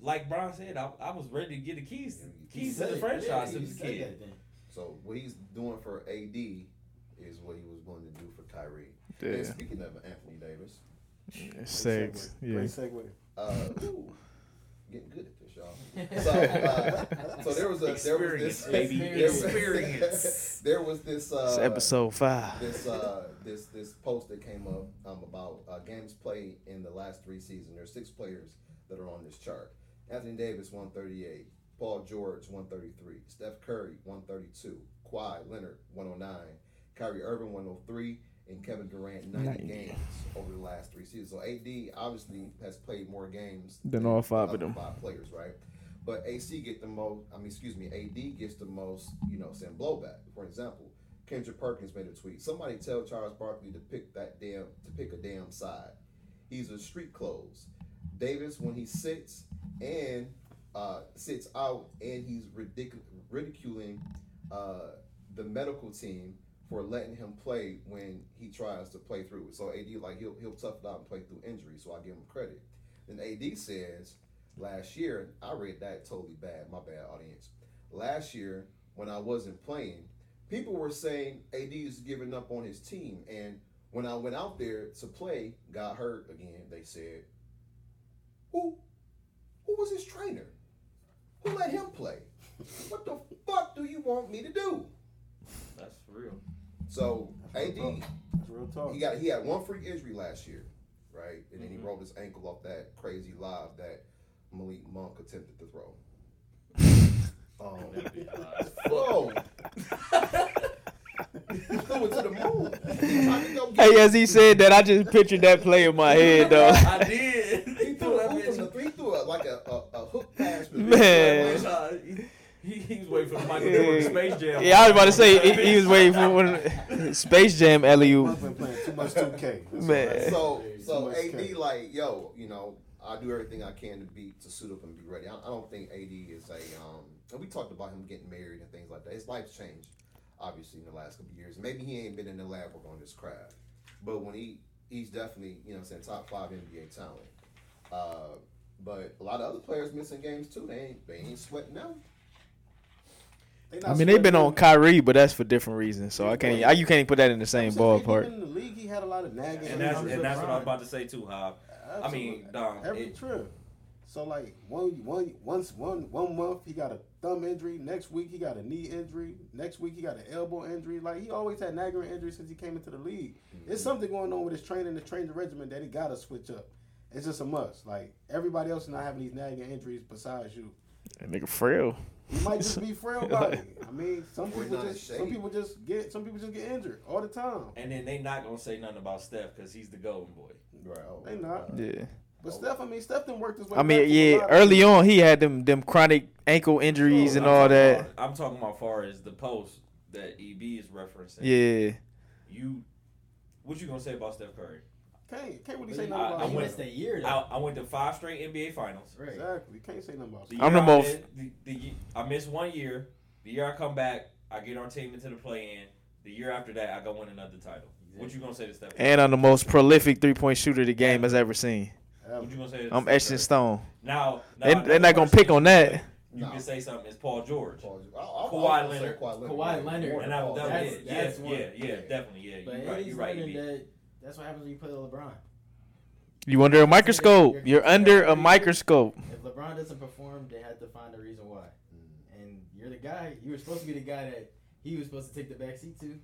Speaker 2: like Brian said, I, I was ready to get the keys
Speaker 3: Yeah, he
Speaker 2: keys to the
Speaker 4: said-
Speaker 2: franchise
Speaker 4: yeah,
Speaker 2: to
Speaker 4: he
Speaker 2: this
Speaker 4: said
Speaker 2: kid.
Speaker 4: that then.
Speaker 3: So what he's doing for AD is what he was going to do for Kyrie. And
Speaker 1: Yeah.
Speaker 3: speaking of Anthony Davis,
Speaker 6: Great
Speaker 1: Sex.
Speaker 6: segue.
Speaker 1: Yeah.
Speaker 6: Great segue.
Speaker 3: uh, ooh, getting good at this, y'all. So, uh, *laughs* so there was a there was
Speaker 2: Experience,
Speaker 3: this
Speaker 2: baby.
Speaker 3: *laughs* there was-
Speaker 2: Experience.
Speaker 3: *laughs* there was this uh,
Speaker 1: It's episode five.
Speaker 3: this uh, this this post that came up um, about uh, games played in the last three seasons. There's six players that are on this chart. Anthony Davis 138, Paul George 133, Steph Curry 132, Kawhi Leonard 109, Kyrie Irving 103, and Kevin Durant 90
Speaker 1: Ninety.
Speaker 3: games over the last three seasons. So AD obviously has played more games
Speaker 1: Then all five
Speaker 3: other
Speaker 1: of them.
Speaker 3: Five players, right? But AC get the most. I mean, excuse me, AD gets the most. You know, saying blowback. For example, Kendrick Perkins made a tweet. Somebody tell Charles Barkley to pick that damn to pick a damn side. He's a street clothes. Davis when he sits and uh, sits out and he's ridic- ridiculing uh, the medical team for letting him play when he tries to play through it. So AD like he'll he'll tough it out and play through injury. So I give him credit. Then AD says last year I read that totally bad. My bad audience. Last year when I wasn't playing, people were saying AD is giving up on his team. And when I went out there to play, got hurt again. They said, who who was his trainer? Who let him play? What the fuck do you want me to do?
Speaker 2: That's real.
Speaker 3: So AD,
Speaker 6: That's *laughs* real talk.
Speaker 3: he got he had one freak injury last year, right? And then he
Speaker 2: Mhm.
Speaker 3: rolled his ankle off that crazy lob that Malik Monk attempted to throw. Um, whoa! Threw it to the moon. He tried to go get-
Speaker 1: Hey, as he said that, I just pictured that play in my head,
Speaker 2: *laughs*
Speaker 1: though. *laughs*
Speaker 2: I did. *laughs*
Speaker 3: He threw a
Speaker 2: that
Speaker 3: hoop
Speaker 2: bitch
Speaker 3: from the three, threw a, like a, a, a hook pass. from the-
Speaker 1: Man.
Speaker 2: He, he was waiting for the Michael
Speaker 1: Yeah.
Speaker 2: Jordan Space Jam.
Speaker 1: Yeah, I was about to say he, he was waiting for one of- *laughs* Space Jam LU.
Speaker 6: Must been playing too much 2K. That's
Speaker 1: Man.
Speaker 3: so
Speaker 4: There's
Speaker 3: so
Speaker 6: too much
Speaker 3: AD
Speaker 6: care.
Speaker 3: like yo, you know, I do everything I can to be to suit up and be ready. I, I don't think AD is a um, and we talked about him getting married and things like that. His life's changed, obviously, in the last couple of years. Maybe he ain't been in the lab work on this craft, but when he he's definitely you know what I'm saying top five NBA talent. Uh, but a lot of other players missing games too. They ain't they ain't sweating now.
Speaker 6: They not
Speaker 1: I mean, they've been
Speaker 6: sweating.
Speaker 1: on Kyrie, but that's for different reasons. So I can't, I, you can't put that in the same
Speaker 6: Since AD
Speaker 1: ballpark.
Speaker 6: been In the league, he had a lot of nagging.
Speaker 2: And that's,
Speaker 6: injuries.
Speaker 2: and that's what I was about to say too, Hob. I mean,
Speaker 6: Absolutely.
Speaker 2: dog,
Speaker 6: every
Speaker 2: it-
Speaker 6: trip. So like one one once one one month he got a thumb injury. Next week he got a knee injury. Next week he got an elbow injury. Like he always had nagging injuries since he came into the league.
Speaker 2: Mm-hmm.
Speaker 6: It's something going on with his training, the training regimen that he got to switch up. It's just a must. Like everybody else is not having these nagging injuries besides you.
Speaker 1: That nigga frail.
Speaker 6: You might just be frail body. I mean, some
Speaker 3: We're
Speaker 6: people
Speaker 3: not
Speaker 6: just some
Speaker 3: ashamed.
Speaker 6: people just get some people just get injured all the time.
Speaker 2: And then they not gonna say nothing about Steph because he's the golden boy.
Speaker 3: Right. Oh,
Speaker 6: They not.
Speaker 1: Yeah.
Speaker 6: But Steph, I mean, Steph didn't work this way.
Speaker 1: I
Speaker 6: back
Speaker 1: mean,
Speaker 6: to a
Speaker 1: yeah.
Speaker 6: lot of
Speaker 1: Early on, he had them them chronic ankle injuries and
Speaker 2: I'm
Speaker 1: all
Speaker 2: talking
Speaker 1: that.
Speaker 2: about- I'm talking about far as the post that EB is referencing.
Speaker 1: Yeah.
Speaker 2: You, what you gonna say about Steph Curry?
Speaker 6: Can't can't really
Speaker 4: But
Speaker 6: say
Speaker 4: he-
Speaker 6: nothing
Speaker 2: I-
Speaker 6: about
Speaker 4: I
Speaker 6: him.
Speaker 2: went-
Speaker 4: missed that year.
Speaker 2: I,
Speaker 4: though.
Speaker 2: I went to five straight NBA finals.
Speaker 4: Right.
Speaker 6: Exactly. You can't say nothing about
Speaker 2: The
Speaker 6: him.
Speaker 1: I'm the
Speaker 2: year I
Speaker 1: most-
Speaker 2: missed- the, the, ye- I missed one year. The year I come back, I get our team into the play in. The year after that, I go win another title. What you gonna say to Steph? Curry?
Speaker 1: And I'm the most prolific three point shooter the game has ever seen.
Speaker 2: What you gonna say? To
Speaker 1: I'm
Speaker 2: Steph
Speaker 1: etched in
Speaker 2: Curry?
Speaker 1: stone.
Speaker 2: Now, now
Speaker 1: They,
Speaker 2: another
Speaker 1: they're not gonna
Speaker 2: person
Speaker 1: pick on that.
Speaker 2: You
Speaker 3: No.
Speaker 2: can say something. It's Paul George.
Speaker 3: Paul- I- I-
Speaker 2: Kawhi
Speaker 3: I would say
Speaker 2: Leonard.
Speaker 4: Kawhi Leonard.
Speaker 3: More
Speaker 2: And
Speaker 3: than
Speaker 2: I'm
Speaker 3: Paul
Speaker 2: done.
Speaker 4: that's-
Speaker 2: with it.
Speaker 4: that's
Speaker 2: yeah,
Speaker 4: one.
Speaker 2: yeah, yeah, definitely.
Speaker 4: But
Speaker 2: Yeah,
Speaker 4: you
Speaker 2: you're right. You're right. EB.
Speaker 4: That, that's what happens when you play with LeBron.
Speaker 1: You under a microscope. You're under a microscope.
Speaker 4: If LeBron doesn't perform, they have to find a reason why. And you're the guy. You were supposed to be the guy that he was supposed to take the back seat to. and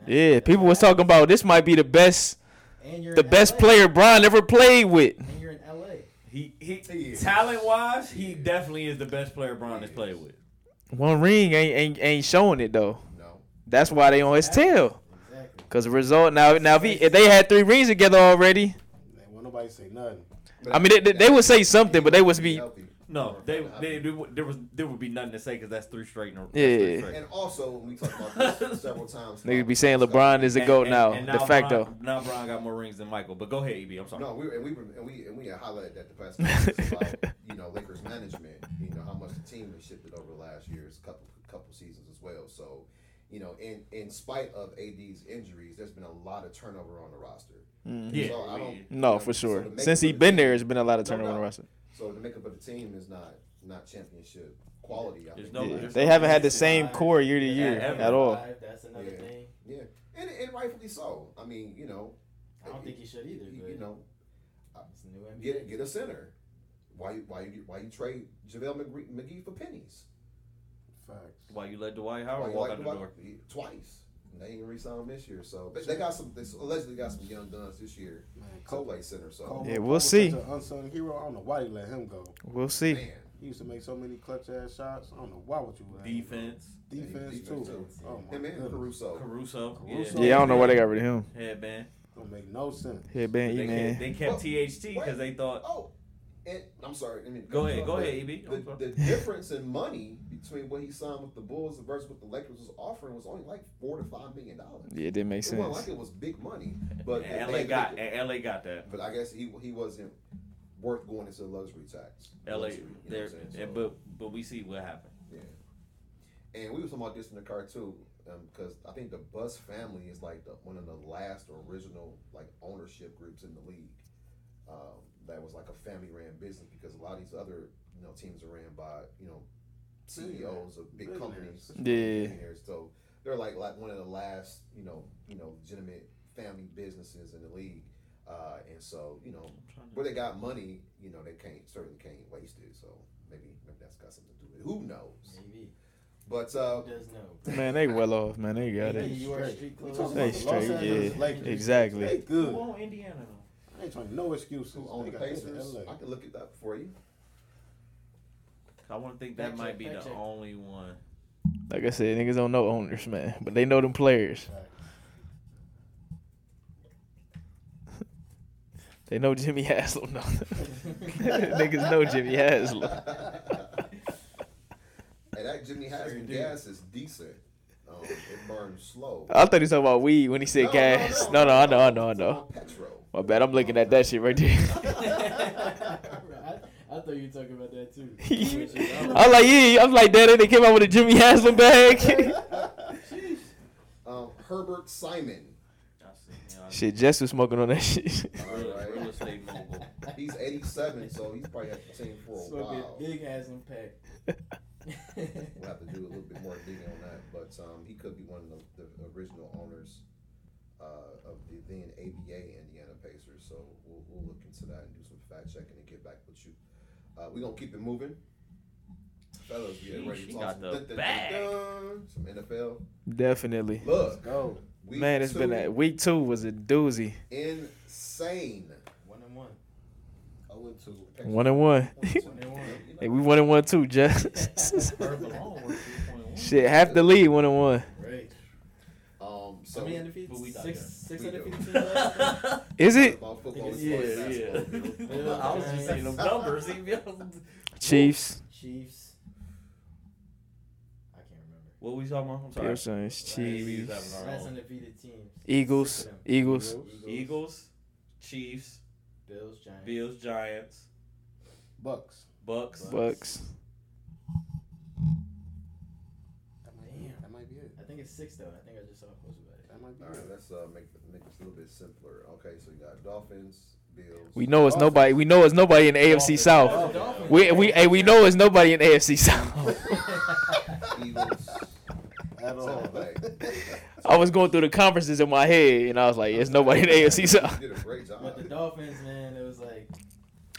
Speaker 4: that's-
Speaker 1: Yeah.
Speaker 4: that's
Speaker 1: People
Speaker 4: what
Speaker 1: was talking
Speaker 4: happened.
Speaker 1: about this might be the best,
Speaker 4: And you're
Speaker 1: the
Speaker 4: in
Speaker 1: best
Speaker 4: LA,
Speaker 1: player Brian ever played with.
Speaker 4: And you're in LA.
Speaker 2: He he,
Speaker 3: He is.
Speaker 2: talent wise, he
Speaker 3: He is.
Speaker 2: definitely is the best player Bron
Speaker 3: He
Speaker 2: has
Speaker 3: is.
Speaker 2: played with.
Speaker 1: One ring ain't ain't, ain't showing it though.
Speaker 3: No.
Speaker 1: That's why they on his tail.
Speaker 4: Exactly.
Speaker 1: Cause the result now now if, he, if they had three rings together already,
Speaker 6: They won't nobody say nothing.
Speaker 1: I mean they, they, they would say something, but they would be
Speaker 3: Healthy.
Speaker 2: No, they, they, they would- there was there would be nothing to say because that's three straight. In a, that's three
Speaker 1: Yeah.
Speaker 2: straight.
Speaker 3: And also, we talked about
Speaker 4: *laughs*
Speaker 3: this several times. Um,
Speaker 1: Niggas be saying LeBron is the
Speaker 2: And-
Speaker 1: GOAT
Speaker 2: and-
Speaker 1: now,
Speaker 2: and
Speaker 1: de facto.
Speaker 2: Bron, now Bron got more rings than Michael. But go ahead, EB. I'm sorry.
Speaker 3: No, we and we and we and we had highlighted that the past couple of years
Speaker 1: *laughs*
Speaker 3: about you know Lakers management, you know how much the team has shifted over the last year's couple couple seasons as well. So, you know, in in spite of AD's injuries, there's been a lot of turnover on the roster.
Speaker 2: Yeah.
Speaker 3: So I don't-
Speaker 1: Mm-hmm. No,
Speaker 3: so
Speaker 1: for
Speaker 3: the
Speaker 1: sure.
Speaker 3: makeup
Speaker 1: Since he
Speaker 3: of the
Speaker 1: been
Speaker 3: team-
Speaker 1: there, it's been a lot of
Speaker 3: No,
Speaker 1: turnover on
Speaker 3: no.
Speaker 1: the roster.
Speaker 3: So the makeup of the team is not not championship quality. I
Speaker 2: There's
Speaker 3: think.
Speaker 2: no-
Speaker 1: Yeah.
Speaker 2: there's
Speaker 1: They
Speaker 2: no
Speaker 1: haven't had the
Speaker 2: consistency.
Speaker 1: same core year to
Speaker 4: Yeah,
Speaker 1: year
Speaker 2: ever.
Speaker 1: at all.
Speaker 4: That's another
Speaker 3: Yeah.
Speaker 4: thing.
Speaker 3: yeah, and and rightfully so. I mean, you know,
Speaker 4: I don't think he should either.
Speaker 3: you,
Speaker 4: But
Speaker 3: you know,
Speaker 4: it's the new NBA.
Speaker 3: get get a center. Why you why you why you trade JaVale McGree- McGee for pennies?
Speaker 6: Facts.
Speaker 2: Why you let Dwight
Speaker 3: Why
Speaker 2: Howard
Speaker 3: you
Speaker 2: walk
Speaker 3: like
Speaker 2: out the
Speaker 3: Dwight-
Speaker 2: door?
Speaker 3: he- twice. And They ain't gonna resign him this year, so but they got some. They allegedly got some young guns this year.
Speaker 6: Man, Cole,
Speaker 3: Coldplay center, so
Speaker 6: Cole,
Speaker 1: Yeah,
Speaker 6: Cole
Speaker 1: we'll
Speaker 6: was
Speaker 1: see.
Speaker 6: Such an unsung hero. I don't know why you let him go.
Speaker 1: We'll see.
Speaker 3: man,
Speaker 6: He used to make so many clutch ass shots. I don't know why would you let him go.
Speaker 2: Defense,
Speaker 6: Defense,
Speaker 3: Defense
Speaker 6: too.
Speaker 3: too.
Speaker 6: Oh my
Speaker 3: him and
Speaker 6: goodness.
Speaker 3: Caruso.
Speaker 2: Caruso.
Speaker 6: Caruso.
Speaker 1: Yeah, I don't know why they got rid of him.
Speaker 2: Yeah. Headband.
Speaker 6: Don't make no sense.
Speaker 1: Headband E
Speaker 2: They kept,
Speaker 1: man.
Speaker 2: they kept
Speaker 3: Well,
Speaker 2: THT because
Speaker 3: wait.
Speaker 2: they thought.
Speaker 3: Oh, and I'm sorry. I mean,
Speaker 2: Go ahead, go
Speaker 3: but
Speaker 2: ahead, EB. I'm
Speaker 3: The,
Speaker 2: sorry.
Speaker 3: the difference in money between what he signed with the Bulls versus what the Lakers was offering was only like four to five million dollars.
Speaker 1: Yeah, it didn't make
Speaker 3: It wasn't like
Speaker 1: sense.
Speaker 3: it was big money, but
Speaker 2: and
Speaker 3: they-
Speaker 2: LA
Speaker 3: they-
Speaker 2: got and LA got that.
Speaker 3: But I guess he he wasn't worth going into the luxury tax.
Speaker 2: LA,
Speaker 3: Luxury, you know
Speaker 2: there,
Speaker 3: what I'm saying?
Speaker 2: and-
Speaker 3: So,
Speaker 2: but but we see what happened.
Speaker 3: yeah. And we were talking about this in the car too, because I think the Bus family is like the, one of the last original like ownership groups in the league. Um, that was like a family ran business because a lot of these other you know teams are ran by you know CEOs of big companies.
Speaker 1: Yeah.
Speaker 3: billionaires. So they're like like one of the last you know you know legitimate family businesses in the league. Uh, and so you know where they got money, you know, they can't certainly can't waste it. So maybe maybe that's got something to do with it. Who knows?
Speaker 4: Maybe.
Speaker 3: But uh,
Speaker 4: Who does know?
Speaker 1: Man,
Speaker 3: *laughs*
Speaker 1: they well off, man. They got
Speaker 4: Maybe
Speaker 1: it.
Speaker 4: you are
Speaker 6: Straight.
Speaker 4: street
Speaker 6: We
Speaker 4: clothes.
Speaker 6: talking
Speaker 1: They
Speaker 6: about the Los
Speaker 1: straight,
Speaker 6: Angeles
Speaker 1: yeah.
Speaker 6: Lakers. They
Speaker 1: Exactly.
Speaker 6: good.
Speaker 2: Who on Indiana? though?
Speaker 6: I ain't trying to no excuses.
Speaker 3: who owned
Speaker 6: They
Speaker 3: the
Speaker 6: got this in
Speaker 3: Pacers?
Speaker 6: LA.
Speaker 3: I can look it up for you.
Speaker 2: I want to think that
Speaker 4: Fact
Speaker 2: might
Speaker 4: check,
Speaker 2: be
Speaker 4: fact
Speaker 2: the
Speaker 4: check.
Speaker 2: only one.
Speaker 1: Like I said, niggas don't know owners, man, but they know them players. *laughs* They know Jimmy Haslam. No. *laughs* *laughs* niggas know Jimmy Haslam.
Speaker 3: *laughs* And that Jimmy Haslam
Speaker 4: do.
Speaker 3: gas is decent. Um, it burns slow.
Speaker 1: I thought he was talking about weed when he said gas. No, no, I know, I know, I
Speaker 3: It's
Speaker 1: know.
Speaker 3: on Petrol.
Speaker 1: My bad. I'm looking at that shit right there. *laughs*
Speaker 4: *laughs*
Speaker 6: *laughs*
Speaker 4: I, I thought you were talking about that too.
Speaker 1: *laughs* I'm like, yeah. I'm like, daddy, they came out with a Jimmy Haslam bag. *laughs*
Speaker 3: Um, Herbert Simon.
Speaker 2: I see. Yeah, *laughs* I-
Speaker 1: shit, Jess was smoking on that shit. *laughs*
Speaker 2: Real,
Speaker 3: Alright.
Speaker 2: real estate mogul.
Speaker 3: He's 87, so he's probably at the team for a
Speaker 4: Smoking
Speaker 3: while.
Speaker 4: big ass impact. *laughs*
Speaker 1: *laughs*
Speaker 3: We'll have to do a little bit more digging on that, but um, he could be one of the, the original owners uh, of the then ABA Indiana Pacers. So we'll, we'll look into that and do some fact checking and get back with you. Uh, we gonna keep it moving, fellas. Get
Speaker 2: Sheesh,
Speaker 3: ready to
Speaker 2: she
Speaker 3: talk
Speaker 2: got
Speaker 3: some,
Speaker 2: the
Speaker 3: dun, dun, dun,
Speaker 2: bag.
Speaker 3: dun, some NFL.
Speaker 1: Definitely.
Speaker 3: Look,
Speaker 6: Go.
Speaker 3: week
Speaker 1: Man, it's been
Speaker 3: two,
Speaker 1: a week two was a doozy.
Speaker 3: insane.
Speaker 4: One and one.
Speaker 3: I went to
Speaker 1: One and one.
Speaker 4: One and one.
Speaker 1: *laughs* Hey, we one and one too, Jess. *laughs*
Speaker 2: Her alone was 3.1.
Speaker 1: shit, half the lead one and one.
Speaker 4: Right.
Speaker 3: Um,
Speaker 4: So
Speaker 3: so
Speaker 4: many undefeated?
Speaker 2: But we not
Speaker 4: Six,
Speaker 2: there.
Speaker 4: six
Speaker 3: We do.
Speaker 4: undefeated *laughs* teams last year?
Speaker 1: Is it
Speaker 3: about football,
Speaker 4: Yeah,
Speaker 3: sports,
Speaker 4: yeah.
Speaker 3: basketball, you
Speaker 2: *laughs*
Speaker 3: know.
Speaker 4: Yeah,
Speaker 2: I was just seeing them numbers. even though-
Speaker 1: Chiefs?
Speaker 4: Chiefs. I can't remember.
Speaker 2: what we talking about? I'm sorry.
Speaker 1: Pearson's
Speaker 2: Chiefs.
Speaker 1: Chiefs.
Speaker 4: Last undefeated teams. Six
Speaker 1: Eagles.
Speaker 4: of them.
Speaker 1: Eagles.
Speaker 2: Eagles, Chiefs,
Speaker 4: Bills, Giants.
Speaker 2: Bills, Giants,
Speaker 6: Bucks.
Speaker 2: Bucks.
Speaker 1: Bucks.
Speaker 6: That
Speaker 4: Damn.
Speaker 6: That might be it.
Speaker 4: I think it's six though. I think I just saw a post about it.
Speaker 6: That might be
Speaker 3: All right, let's uh, make make this a little bit simpler. Okay, so you got Dolphins, Bills.
Speaker 1: We know it's nobody. We know it's nobody in the AFC
Speaker 2: Dolphins.
Speaker 1: South.
Speaker 4: Oh, Dolphins.
Speaker 1: We we hey, we know it's nobody in the AFC South.
Speaker 3: *laughs*
Speaker 1: *laughs*
Speaker 3: Eagles.
Speaker 6: At all.
Speaker 3: Tampa
Speaker 1: *laughs*
Speaker 3: Bay. *laughs*
Speaker 1: I was going through the conferences in my head, and I was like, "It's nobody in the AFC South."
Speaker 3: You did a great job.
Speaker 4: But the Dolphins, man, it was like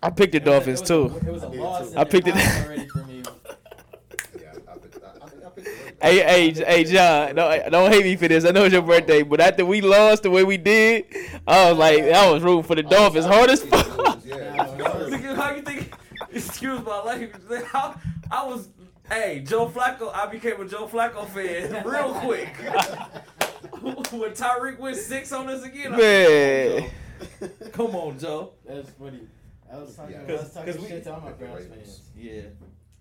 Speaker 1: I picked the
Speaker 4: it was a-
Speaker 1: Dolphins
Speaker 4: it was
Speaker 1: too.
Speaker 4: a- It was a
Speaker 6: I did,
Speaker 4: loss.
Speaker 6: too.
Speaker 4: in
Speaker 1: I
Speaker 4: the
Speaker 1: picked it-
Speaker 4: house already for me.
Speaker 3: Yeah, I, picked, I, I think I picked the right guy.
Speaker 1: Hey, hey, J- hey, John! No, hey, don't hate me for this. I know it's your birthday, but after we lost the way we did, I was like, I was rooting for the Dolphins hard as *laughs* fuck.
Speaker 3: Yeah,
Speaker 4: Nah,
Speaker 3: *laughs* it's hard.
Speaker 2: Nigga, How you think? *laughs* Excuse my language. nigga, I, I was, hey, Joe Flacco. I became a Joe Flacco fan *laughs* real quick. when Tyreek went six on us again, I was like,
Speaker 1: Man,
Speaker 2: come on, Joe.
Speaker 4: That's funny. I was talking,
Speaker 3: Yeah.
Speaker 4: I was
Speaker 2: Cause-
Speaker 4: talking
Speaker 2: cause we-
Speaker 4: shit to all my Browns
Speaker 3: Ravens.
Speaker 4: fans.
Speaker 2: Yeah,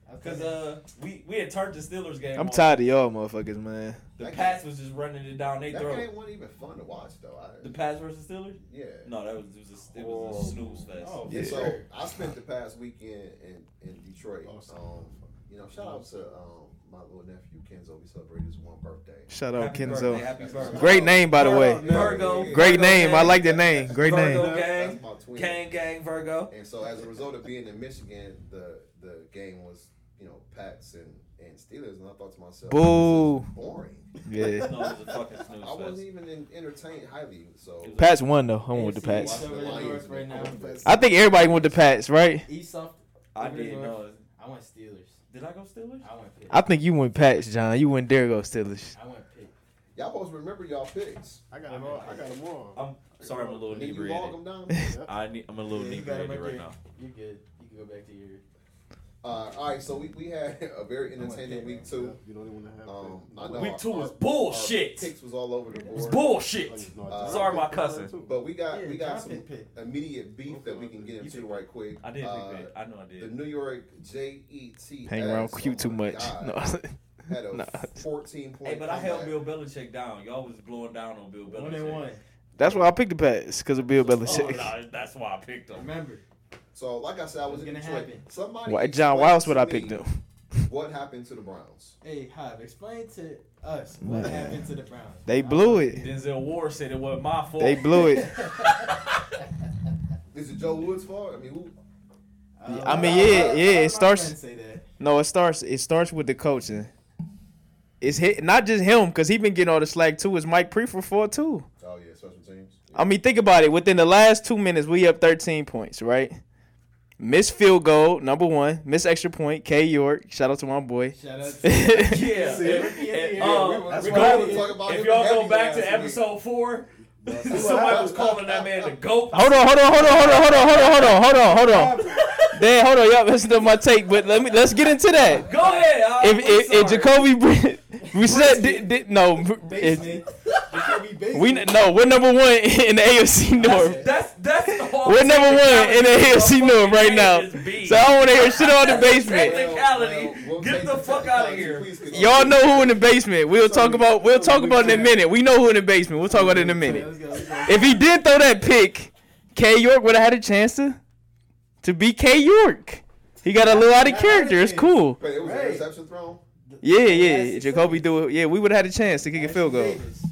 Speaker 4: I was
Speaker 2: because
Speaker 4: talking-
Speaker 2: uh, we we had turned the Steelers game.
Speaker 1: I'm
Speaker 2: on.
Speaker 1: tired of y'all motherfuckers, man.
Speaker 2: The
Speaker 3: That
Speaker 2: Pats was just running it down their
Speaker 3: That
Speaker 2: throat.
Speaker 3: game wasn't even fun to watch though. I,
Speaker 2: The Pats versus Steelers?
Speaker 3: yeah.
Speaker 2: No, that was it was a, it was a
Speaker 4: Oh.
Speaker 2: snooze fest.
Speaker 4: Oh,
Speaker 1: Yeah.
Speaker 4: yeah.
Speaker 3: So
Speaker 4: sure.
Speaker 3: I spent the past weekend in, in Detroit.
Speaker 6: Awesome.
Speaker 3: Um, you know, shout out to um, my little nephew Kenzo. We celebrated his one birthday.
Speaker 1: Shout out
Speaker 2: Happy
Speaker 1: Kenzo.
Speaker 2: birthday, happy birthday.
Speaker 1: Great name, by the way.
Speaker 2: Virgo,
Speaker 3: Yeah.
Speaker 1: Great name. I
Speaker 2: gang,
Speaker 1: like the name. Great
Speaker 2: Virgo
Speaker 1: name.
Speaker 2: gang,
Speaker 3: That's my twin.
Speaker 2: gang, gang, Virgo.
Speaker 3: And so as a result of being in Michigan, the the game was you know Pats and, and Steelers, and I thought to myself,
Speaker 1: Boo.
Speaker 3: this is boring.
Speaker 1: Yeah.
Speaker 2: No, it was a fucking
Speaker 1: *laughs*
Speaker 2: snooze
Speaker 3: I wasn't
Speaker 2: fest.
Speaker 3: even in, entertained highly. So
Speaker 1: Pats won though. I went with the
Speaker 4: AFC
Speaker 1: Pats.
Speaker 4: East over the North right now.
Speaker 1: I think everybody went with the Pats, right?
Speaker 4: East off.
Speaker 2: I
Speaker 4: over the
Speaker 2: didn't
Speaker 4: North.
Speaker 2: know. it.
Speaker 4: I went Steelers.
Speaker 2: Did I go Steelers?
Speaker 4: I went Pitt.
Speaker 1: I think you went Pats, John. You went Dergo Steelers.
Speaker 4: I went Pitt.
Speaker 3: y'all both remember y'all picks.
Speaker 6: I got them all. I got them all.
Speaker 2: I'm sorry, I'm a little
Speaker 3: And then you log
Speaker 2: inebriated.
Speaker 3: them down.
Speaker 2: I need, I'm a little
Speaker 4: Yeah, you got
Speaker 2: inebriated right
Speaker 4: him right
Speaker 2: now.
Speaker 4: You're good. You can go back to your.
Speaker 3: Uh, all right, so we, we had *laughs* a very entertaining week two.
Speaker 6: You don't even want to have.
Speaker 3: Um,
Speaker 6: kids.
Speaker 3: I know
Speaker 2: Week
Speaker 3: our-
Speaker 2: two
Speaker 3: our-
Speaker 2: was bullshit.
Speaker 3: Our picks was all over the
Speaker 2: It's
Speaker 3: board,
Speaker 6: Oh,
Speaker 2: bullshit.
Speaker 6: you know,
Speaker 3: Uh,
Speaker 2: Sorry, my
Speaker 6: I-
Speaker 2: cousin.
Speaker 3: but we got
Speaker 4: yeah,
Speaker 3: we got
Speaker 4: John
Speaker 3: some
Speaker 4: Pitt Pitt.
Speaker 3: immediate beef that we can get into right quick.
Speaker 2: I did
Speaker 3: Uh,
Speaker 2: pick that. I know I
Speaker 3: The
Speaker 2: did.
Speaker 3: New York JET
Speaker 1: Hang around
Speaker 3: oh
Speaker 1: Q too
Speaker 3: my
Speaker 1: much.
Speaker 3: God,
Speaker 1: *laughs*
Speaker 2: oh
Speaker 1: No.
Speaker 3: had a
Speaker 1: Nah.
Speaker 3: 14 point.
Speaker 2: Hey, but I held
Speaker 3: comeback.
Speaker 2: Bill Belichick down. Y'all was blowing down on Bill Belichick.
Speaker 4: One and one.
Speaker 1: That's why I picked the Pats, because of Bill
Speaker 2: Oh,
Speaker 1: Belichick.
Speaker 2: nah, that's why I picked him.
Speaker 4: Remember,
Speaker 3: So, like I said, I was
Speaker 4: It's
Speaker 3: in
Speaker 4: gonna
Speaker 3: Detroit.
Speaker 4: happen.
Speaker 3: Somebody,
Speaker 1: Why, John, why else would I
Speaker 3: explain
Speaker 1: pick
Speaker 3: to
Speaker 1: them?
Speaker 3: me What happened to the Browns?
Speaker 4: hey Hob, explain to us what
Speaker 1: Man.
Speaker 4: happened to the Browns. Oh,
Speaker 1: They
Speaker 4: *laughs*
Speaker 1: blew it.
Speaker 2: Denzel Ward said it wasn't my fault.
Speaker 1: They blew it.
Speaker 3: Is it Joe Woods' fault? I mean, who,
Speaker 4: Uh,
Speaker 1: I mean,
Speaker 4: why-
Speaker 1: yeah,
Speaker 4: why-
Speaker 1: yeah,
Speaker 4: why
Speaker 1: it
Speaker 4: my
Speaker 1: starts-
Speaker 4: friends Say that.
Speaker 1: No, it starts. It starts with the coaching. It's hit, not just him because he been getting all the slack too. It's Mike Prefer for it, too.
Speaker 3: oh yeah, special teams.
Speaker 1: I mean, think about it. Within the last two minutes, we up 13 points, right? Miss field goal, number one. Miss extra point, K York. Shout out to my boy. *laughs*
Speaker 4: Shout out.
Speaker 2: *laughs*
Speaker 4: To, *laughs*
Speaker 2: yeah.
Speaker 6: See?
Speaker 2: And,
Speaker 4: Yeah,
Speaker 2: uh,
Speaker 4: we
Speaker 3: were- that's
Speaker 2: we
Speaker 3: why
Speaker 2: go-
Speaker 3: we were talking about
Speaker 2: if
Speaker 3: him
Speaker 2: y'all
Speaker 3: heavy
Speaker 2: go back
Speaker 3: last
Speaker 2: to
Speaker 3: week.
Speaker 2: episode four, *laughs*
Speaker 6: what
Speaker 2: somebody was calling that man the goat.
Speaker 1: Hold on, hold on, hold on, hold on, hold on, hold on, hold on, hold on, hold on. Dad, hold on, y'all. That's not my take, but let me let's get into that.
Speaker 2: Go ahead. I-
Speaker 1: If
Speaker 2: I'm
Speaker 1: if, if
Speaker 2: sorry.
Speaker 1: Jacoby, Bri- *laughs* we said di, di, no, if,
Speaker 4: Basement. It could be basement.
Speaker 1: we no, we're number one *laughs* in the AFC North.
Speaker 2: That's that's the whole.
Speaker 1: We're number one in the AFC North right now, so I don't want to hear shit
Speaker 4: *laughs*
Speaker 1: on the basement.
Speaker 2: Technicality. Get
Speaker 3: take
Speaker 2: the fuck outta here.
Speaker 3: Please continue.
Speaker 1: Y'all know who in the basement. We'll talk about we'll talk about it in a minute. We know who in the basement. We'll talk about it in a minute.
Speaker 4: Let's go, let's go.
Speaker 1: If he did throw that pick, K York would have had a chance to to be K York. He got a little out of character. It's cool.
Speaker 3: But it was an
Speaker 4: Right.
Speaker 3: interception thrown.
Speaker 1: Yeah, yeah. Jacoby do it. Yeah, we would have had a chance to kick a field goal.
Speaker 4: Davis.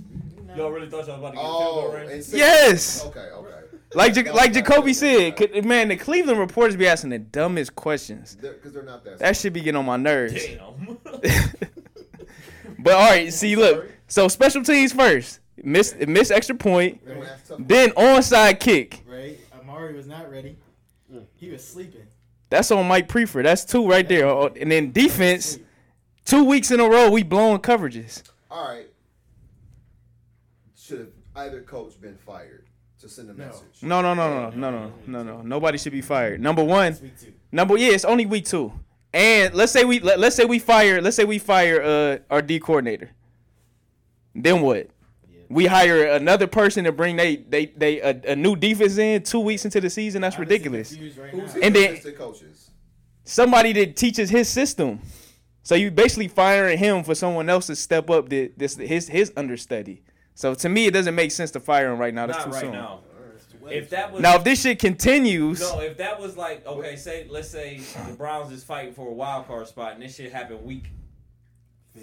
Speaker 2: Y'all really thought y'all was about to get a
Speaker 3: Oh,
Speaker 2: field goal range?
Speaker 3: and six-
Speaker 1: Yes.
Speaker 3: Okay, okay.
Speaker 1: Like Ja- like Jacoby said, could, man, the Cleveland reporters be asking the dumbest questions.
Speaker 3: because they're not that.
Speaker 1: That should be getting on my nerves.
Speaker 2: Damn.
Speaker 1: *laughs* But all right, see, look. So special teams first. Miss miss extra point.
Speaker 3: They don't ask tough
Speaker 1: Then onside kick.
Speaker 4: Right, Amari was not ready.
Speaker 2: Mm.
Speaker 4: He was sleeping.
Speaker 1: That's on Mike Prefer. That's two right there. Oh, And then defense. Two weeks in a row, we blowing coverages.
Speaker 3: All right. Should have either coach been fired to send a
Speaker 4: No.
Speaker 3: message?
Speaker 1: No, no, no, no, no, no, no, no. Nobody should be fired. Number one,
Speaker 4: That's week two.
Speaker 1: number yeah, it's only week two. And let's say we let, let's say we fire let's say we fire uh our D coordinator. Then what? We hire another person to bring they they they a, a new defense in two weeks into the season. That's
Speaker 4: I'm just
Speaker 1: ridiculous.
Speaker 4: confused Right
Speaker 3: Who's
Speaker 4: now.
Speaker 3: the
Speaker 1: And then-
Speaker 3: assistant coaches?
Speaker 1: Somebody that teaches his system. So you basically firing him for someone else to step up the, this his his understudy. So to me, it doesn't make sense to fire him right now. That's
Speaker 2: Not
Speaker 1: too
Speaker 2: right
Speaker 1: soon.
Speaker 2: now. If that was
Speaker 1: Now, if this shit continues,
Speaker 2: No, if that was like okay, say let's say the Browns is fighting for a wild card spot and this shit happened week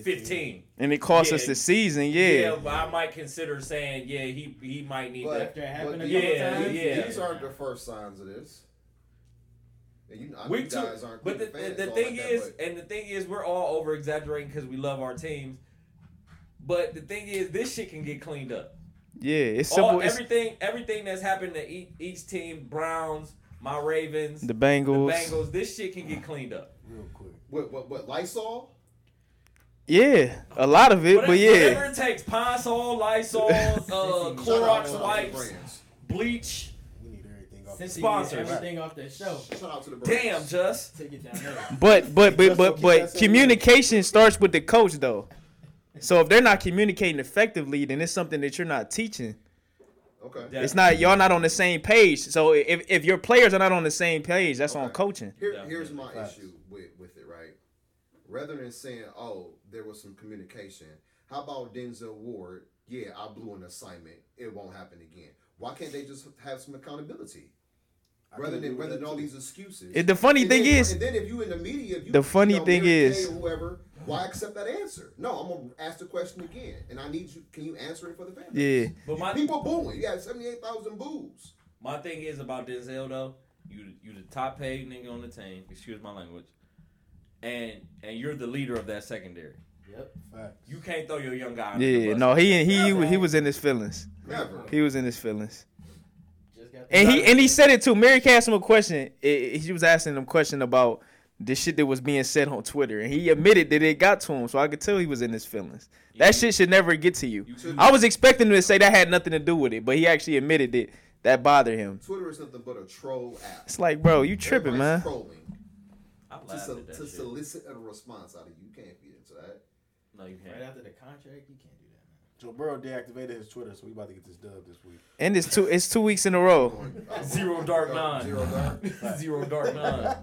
Speaker 2: fifteen.
Speaker 1: and it costs
Speaker 2: Yeah.
Speaker 1: us the season, yeah.
Speaker 2: but I might consider saying yeah, he he might need
Speaker 3: But-
Speaker 2: that.
Speaker 4: After it happened
Speaker 3: but
Speaker 4: a
Speaker 3: yeah,
Speaker 4: couple times.
Speaker 2: yeah.
Speaker 3: These aren't the first signs of this. And you, I know
Speaker 2: We
Speaker 3: you
Speaker 2: too,
Speaker 3: guys aren't
Speaker 2: but the,
Speaker 3: Cleveland
Speaker 2: the, the
Speaker 3: fans, all
Speaker 2: thing
Speaker 3: like that,
Speaker 2: is,
Speaker 3: but
Speaker 2: and the thing is, we're all over exaggerating because we love our teams. But the thing is, this shit can get cleaned up.
Speaker 1: Yeah, it's
Speaker 2: All,
Speaker 1: simple. it's
Speaker 2: everything, everything that's happened to each, each team, Browns, my Ravens,
Speaker 1: the
Speaker 2: the
Speaker 1: Bengals.
Speaker 2: Bengals, this shit can get cleaned up.
Speaker 6: Real quick.
Speaker 3: what, what, what, Lysol?
Speaker 1: Yeah, a lot of it,
Speaker 2: Whatever,
Speaker 1: but
Speaker 2: whatever
Speaker 1: yeah.
Speaker 2: it takes, Ponsol,
Speaker 1: *laughs*
Speaker 2: Lysol, uh,
Speaker 4: Shout
Speaker 3: Shout out
Speaker 2: Clorox
Speaker 3: to all the
Speaker 2: wipes,
Speaker 3: brands.
Speaker 2: bleach.
Speaker 6: We need everything off.
Speaker 4: Since
Speaker 6: the-
Speaker 4: he
Speaker 2: Sponsors.
Speaker 4: Sponsors. everything off that show,
Speaker 3: Shout out to the brands.
Speaker 2: Damn, just
Speaker 4: take it down there.
Speaker 1: But but but
Speaker 6: Just
Speaker 1: but
Speaker 6: keep that
Speaker 1: but
Speaker 6: same
Speaker 1: communication starts with the coach though. So if they're not communicating effectively, then it's something that you're not teaching.
Speaker 3: Okay.
Speaker 1: It's not y'all not on the same page. So if, if your players are not on the same page, that's on
Speaker 3: Okay.
Speaker 1: coaching.
Speaker 3: Here,
Speaker 2: Definitely.
Speaker 3: here's my
Speaker 6: Facts.
Speaker 3: issue with, with it, right? Rather than saying, oh, there was some communication, how about Denzel Ward? Yeah, I blew an assignment. It won't happen again. Why can't they just have some accountability?
Speaker 6: I
Speaker 3: Rather
Speaker 6: can agree
Speaker 3: than
Speaker 6: with
Speaker 3: rather
Speaker 6: that
Speaker 3: than all
Speaker 6: too.
Speaker 3: these excuses.
Speaker 1: And the funny
Speaker 3: And
Speaker 1: thing
Speaker 3: then-
Speaker 1: is,
Speaker 3: and then if you in the media, if you,
Speaker 1: The funny
Speaker 3: you know,
Speaker 1: thing
Speaker 3: Mary
Speaker 1: is-
Speaker 3: Kay or whoever, why accept that answer? No, I'm gonna ask the question again, and I need you. Can you answer it for the family?
Speaker 1: yeah,
Speaker 2: But my
Speaker 3: People booing. You got seventy eight thousand boos.
Speaker 2: My thing is about Denzel though. You you the top paid nigga on the team. Excuse my language. And and you're the leader of that secondary.
Speaker 4: Yep.
Speaker 6: Facts.
Speaker 2: You can't throw your young guy. under the
Speaker 1: yeah.
Speaker 2: bus.
Speaker 1: No, he he he was in his feelings.
Speaker 3: Never.
Speaker 1: He was in his feelings.
Speaker 4: Just got
Speaker 1: And he and he said it too. Mary asked him a question. I- I- She was asking him a question about the shit that was being said on Twitter, and he admitted that it got to him. So I could tell he was in his feelings.
Speaker 2: You-
Speaker 1: That shit should never get to you.
Speaker 2: you- you-
Speaker 1: I was expecting him to say that had nothing to do with it, but he actually admitted that that bothered him.
Speaker 3: Twitter is nothing but a troll app.
Speaker 1: It's like, bro, you tripping,
Speaker 3: Everybody's
Speaker 1: man.
Speaker 3: Trolling
Speaker 2: I laughed
Speaker 3: to,
Speaker 2: at
Speaker 3: sol-
Speaker 2: that
Speaker 3: to
Speaker 2: shit.
Speaker 3: solicit a response out of you. You can't be into that.
Speaker 2: No, you
Speaker 4: right
Speaker 2: can't.
Speaker 4: after the contract, you can't do that, man.
Speaker 6: Joe Burrow deactivated his Twitter, so we about to get this dub this week.
Speaker 1: And it's two it's two weeks in a row.
Speaker 3: Going-
Speaker 2: *laughs*
Speaker 3: oh,
Speaker 2: Zero dark
Speaker 3: oh,
Speaker 2: nine. *laughs*
Speaker 3: Zero dark.
Speaker 2: Zero dark nine.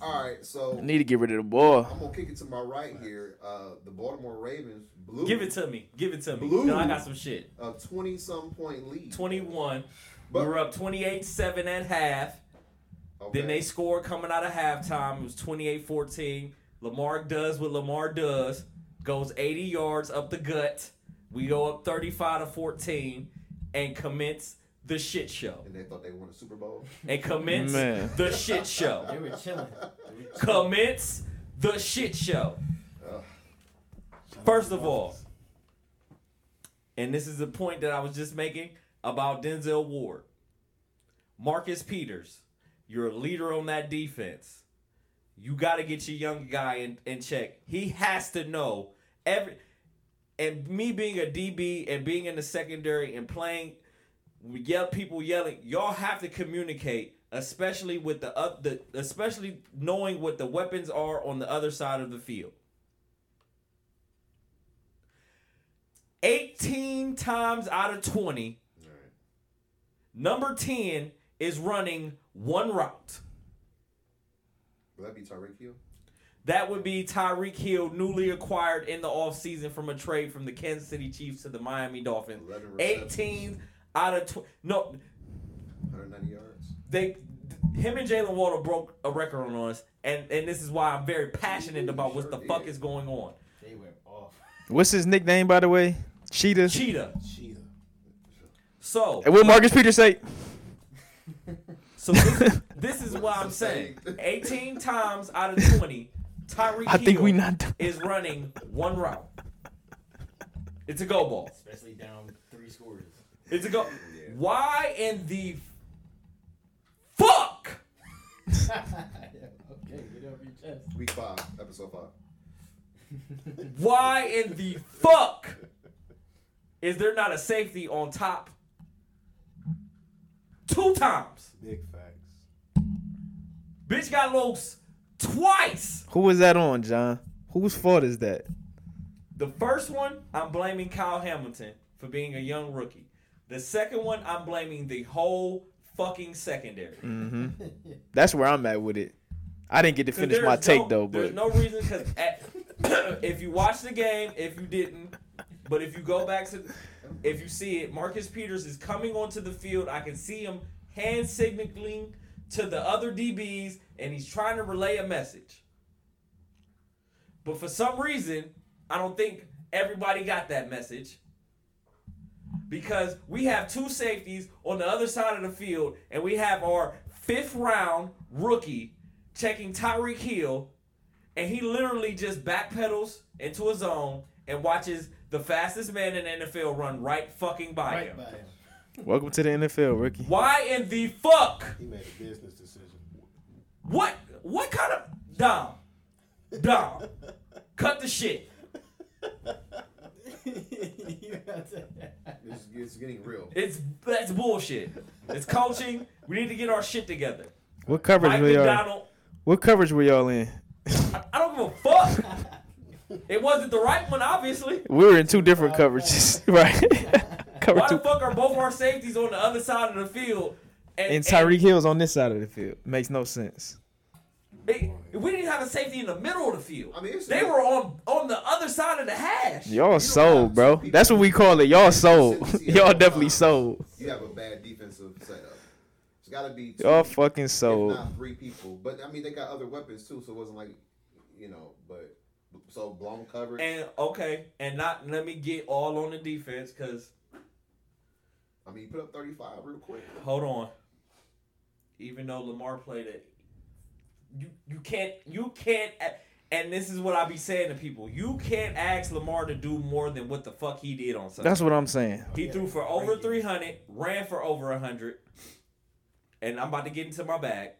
Speaker 3: All right, so
Speaker 1: Need to get rid of the ball.
Speaker 3: I'm gonna kick it to my right here. Uh, the Baltimore Ravens blew
Speaker 2: Give it to me. Give it to me.
Speaker 3: Blue.
Speaker 2: No, I got some shit.
Speaker 3: a twenty some point lead.
Speaker 2: 21.
Speaker 3: But-
Speaker 2: we were up 28-7 at half.
Speaker 3: Okay.
Speaker 2: Then they scored coming out of halftime. It was 28-14. Lamar does what Lamar does. Goes 80 yards up the gut. We go up 35 to 14 and commence the shit show.
Speaker 3: and they thought they won a Super Bowl.
Speaker 2: And commence
Speaker 1: Man.
Speaker 2: *laughs* the shit show.
Speaker 4: They were chilling. They were chilling.
Speaker 2: commence the shit show.
Speaker 3: Ugh.
Speaker 2: First of all, and this is the point that I was just making about Denzel Ward. Marcus Peters, you're a leader on that defense. You got to get your young guy in, in check. He has to know every. And me being a DB and being in the secondary and playing, we yell people yelling. Y'all have to communicate, especially with the up the especially knowing what the weapons are on the other side of the field. 18 times out of 20,
Speaker 3: All right.
Speaker 2: number 10 is running one route.
Speaker 3: Will that be Tyreek Hill?
Speaker 2: That would be Tyreek Hill, newly acquired in the offseason from a trade from the Kansas City Chiefs to the Miami Dolphins.
Speaker 3: 11 receptions,
Speaker 2: 18 out of 20. No,
Speaker 3: 190 yards.
Speaker 2: they him and Jalen Water broke a record on us, and, and this is why I'm very passionate about what the fuck is going on.
Speaker 4: *laughs* They went off.
Speaker 1: What's his nickname, by the way? Cheetah.
Speaker 2: Cheetah.
Speaker 6: Cheetah.
Speaker 2: So
Speaker 1: And what Marcus Peters say?
Speaker 2: so this, this is what I'm saying. 18 times out of 20, Tyreek
Speaker 1: I think
Speaker 2: Hill
Speaker 1: we not. done.
Speaker 2: is running one route. It's a go ball.
Speaker 4: Especially down three scores. *laughs*
Speaker 2: It's a go. Why in the fuck?
Speaker 4: okay, get off your chest.
Speaker 3: Week five, episode five.
Speaker 2: Why in the fuck is there not a safety on top? Two times.
Speaker 6: Big facts.
Speaker 2: Bitch got loose twice.
Speaker 1: Who was that on, John? Whose fault is that?
Speaker 2: The first one, I'm blaming Kyle Hamilton for being a young rookie. The second one, I'm blaming the whole fucking secondary.
Speaker 1: hmm That's where I'm at with it. I didn't get to finish my
Speaker 2: There's no-
Speaker 1: take though,
Speaker 2: there's
Speaker 1: but
Speaker 2: no reason because *coughs* if you watch the game, if you didn't, but if you go back to, if you see it, Marcus Peters is coming onto the field. I can see him hand signaling to the other DBs, and he's trying to relay a message. But for some reason, I don't think everybody got that message. Because we have two safeties on the other side of the field, and we have our fifth round rookie checking Tyreek Hill, and he literally just backpedals into his zone and watches the fastest man in the NFL run right fucking by
Speaker 4: Right
Speaker 2: him.
Speaker 4: by him.
Speaker 1: welcome to the NFL, rookie.
Speaker 2: Why in the fuck?
Speaker 6: He made a business decision.
Speaker 2: What? What kind of Dom? Dom, cut the shit.
Speaker 4: *laughs* You got to- *laughs*
Speaker 3: It's, it's getting real.
Speaker 2: It's that's bullshit. It's coaching. We need to get our shit
Speaker 1: *laughs*
Speaker 2: together.
Speaker 1: What coverage
Speaker 2: Mike
Speaker 1: were y'all?
Speaker 2: McDonald.
Speaker 1: What coverage were y'all in?
Speaker 2: I, I don't give a fuck. It wasn't the right one, obviously.
Speaker 1: we were in two different coverages, *laughs* right? cover
Speaker 2: Why
Speaker 1: two.
Speaker 2: the fuck are both our safeties on the other side of the field?
Speaker 1: And Tyreek Hill's on this side of the field. Makes no sense.
Speaker 2: They- we didn't have a safety in the middle of the field.
Speaker 3: I mean, it's-
Speaker 2: they were on on the other side of the hash.
Speaker 1: Y'all sold,
Speaker 3: have
Speaker 1: bro.
Speaker 3: two people-
Speaker 1: That's what we call it. Y'all sold. *laughs*
Speaker 3: Consistency
Speaker 1: Y'all
Speaker 3: at all
Speaker 1: definitely
Speaker 3: times.
Speaker 1: sold.
Speaker 3: You have a bad defensive setup. It's got to be two,
Speaker 1: Y'all fucking
Speaker 3: if
Speaker 1: sold.
Speaker 3: not three people. But I mean, they got other weapons too, so it wasn't like you know. But so blown coverage.
Speaker 2: And okay, and not let me get all on the defense because
Speaker 3: I mean, you put up thirty five real quick.
Speaker 2: hold on. Even though Lamar played it, you you can't you can't. a- And this is what I be saying to people: you can't ask Lamar to do more than what the fuck he did on Sunday.
Speaker 1: That's what I'm saying.
Speaker 2: He
Speaker 4: Yeah,
Speaker 2: threw for over
Speaker 4: crazy.
Speaker 2: 300, ran for over 100, and I'm about to get into my bag.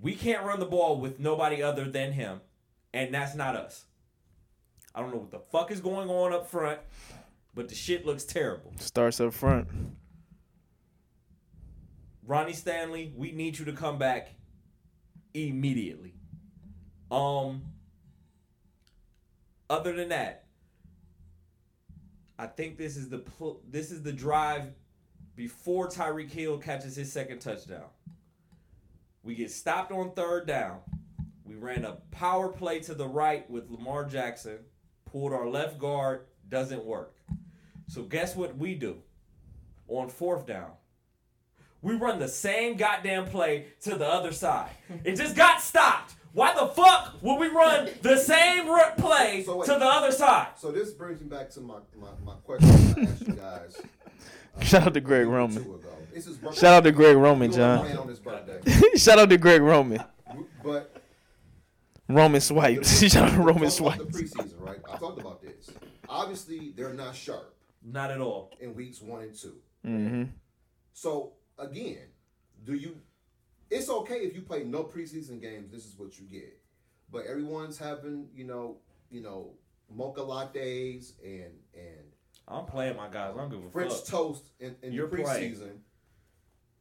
Speaker 2: We can't run the ball with nobody other than him, and that's not us. I don't know what the fuck is going on up front, but the shit looks terrible.
Speaker 1: Starts up front.
Speaker 2: Ronnie Stanley, we need you to come back immediately. Um other than that, I think this is the pl- this is the drive before Tyreek Hill catches his second touchdown. We get stopped on third down. We ran a power play to the right with Lamar Jackson, pulled our left guard, doesn't work. So guess what we do on fourth down? We run the same goddamn play to the other
Speaker 3: *laughs*
Speaker 2: side. It just got stopped. Why the fuck would we run the same ru- play
Speaker 3: So wait.
Speaker 2: to the other side?
Speaker 3: So this brings me back to my my, my question I asked
Speaker 1: *laughs*
Speaker 3: you guys. uh,
Speaker 1: Shout out to
Speaker 3: a
Speaker 1: Greg
Speaker 3: week or
Speaker 1: Roman.
Speaker 3: two ago. This is
Speaker 1: Shout out to Greg Roman,
Speaker 3: You are a
Speaker 1: John. *laughs*
Speaker 3: man on his birthday.
Speaker 1: Shout out to Greg Roman.
Speaker 3: But
Speaker 1: *laughs* Roman Swipes. *laughs* Shout out to Roman
Speaker 3: Talk about
Speaker 1: Swipes.
Speaker 3: The preseason, right? I talked about this. Obviously, they're not sharp
Speaker 2: Not at all.
Speaker 3: in weeks one and two.
Speaker 1: Mm-hmm.
Speaker 3: So again, do you? It's okay if you play no preseason games. This is what you get. But everyone's having, you know, you know, mocha lattes and and
Speaker 2: I'm playing my guys. I don't give a
Speaker 3: French
Speaker 2: fuck.
Speaker 3: toast in, in the
Speaker 2: You're playing.
Speaker 3: preseason.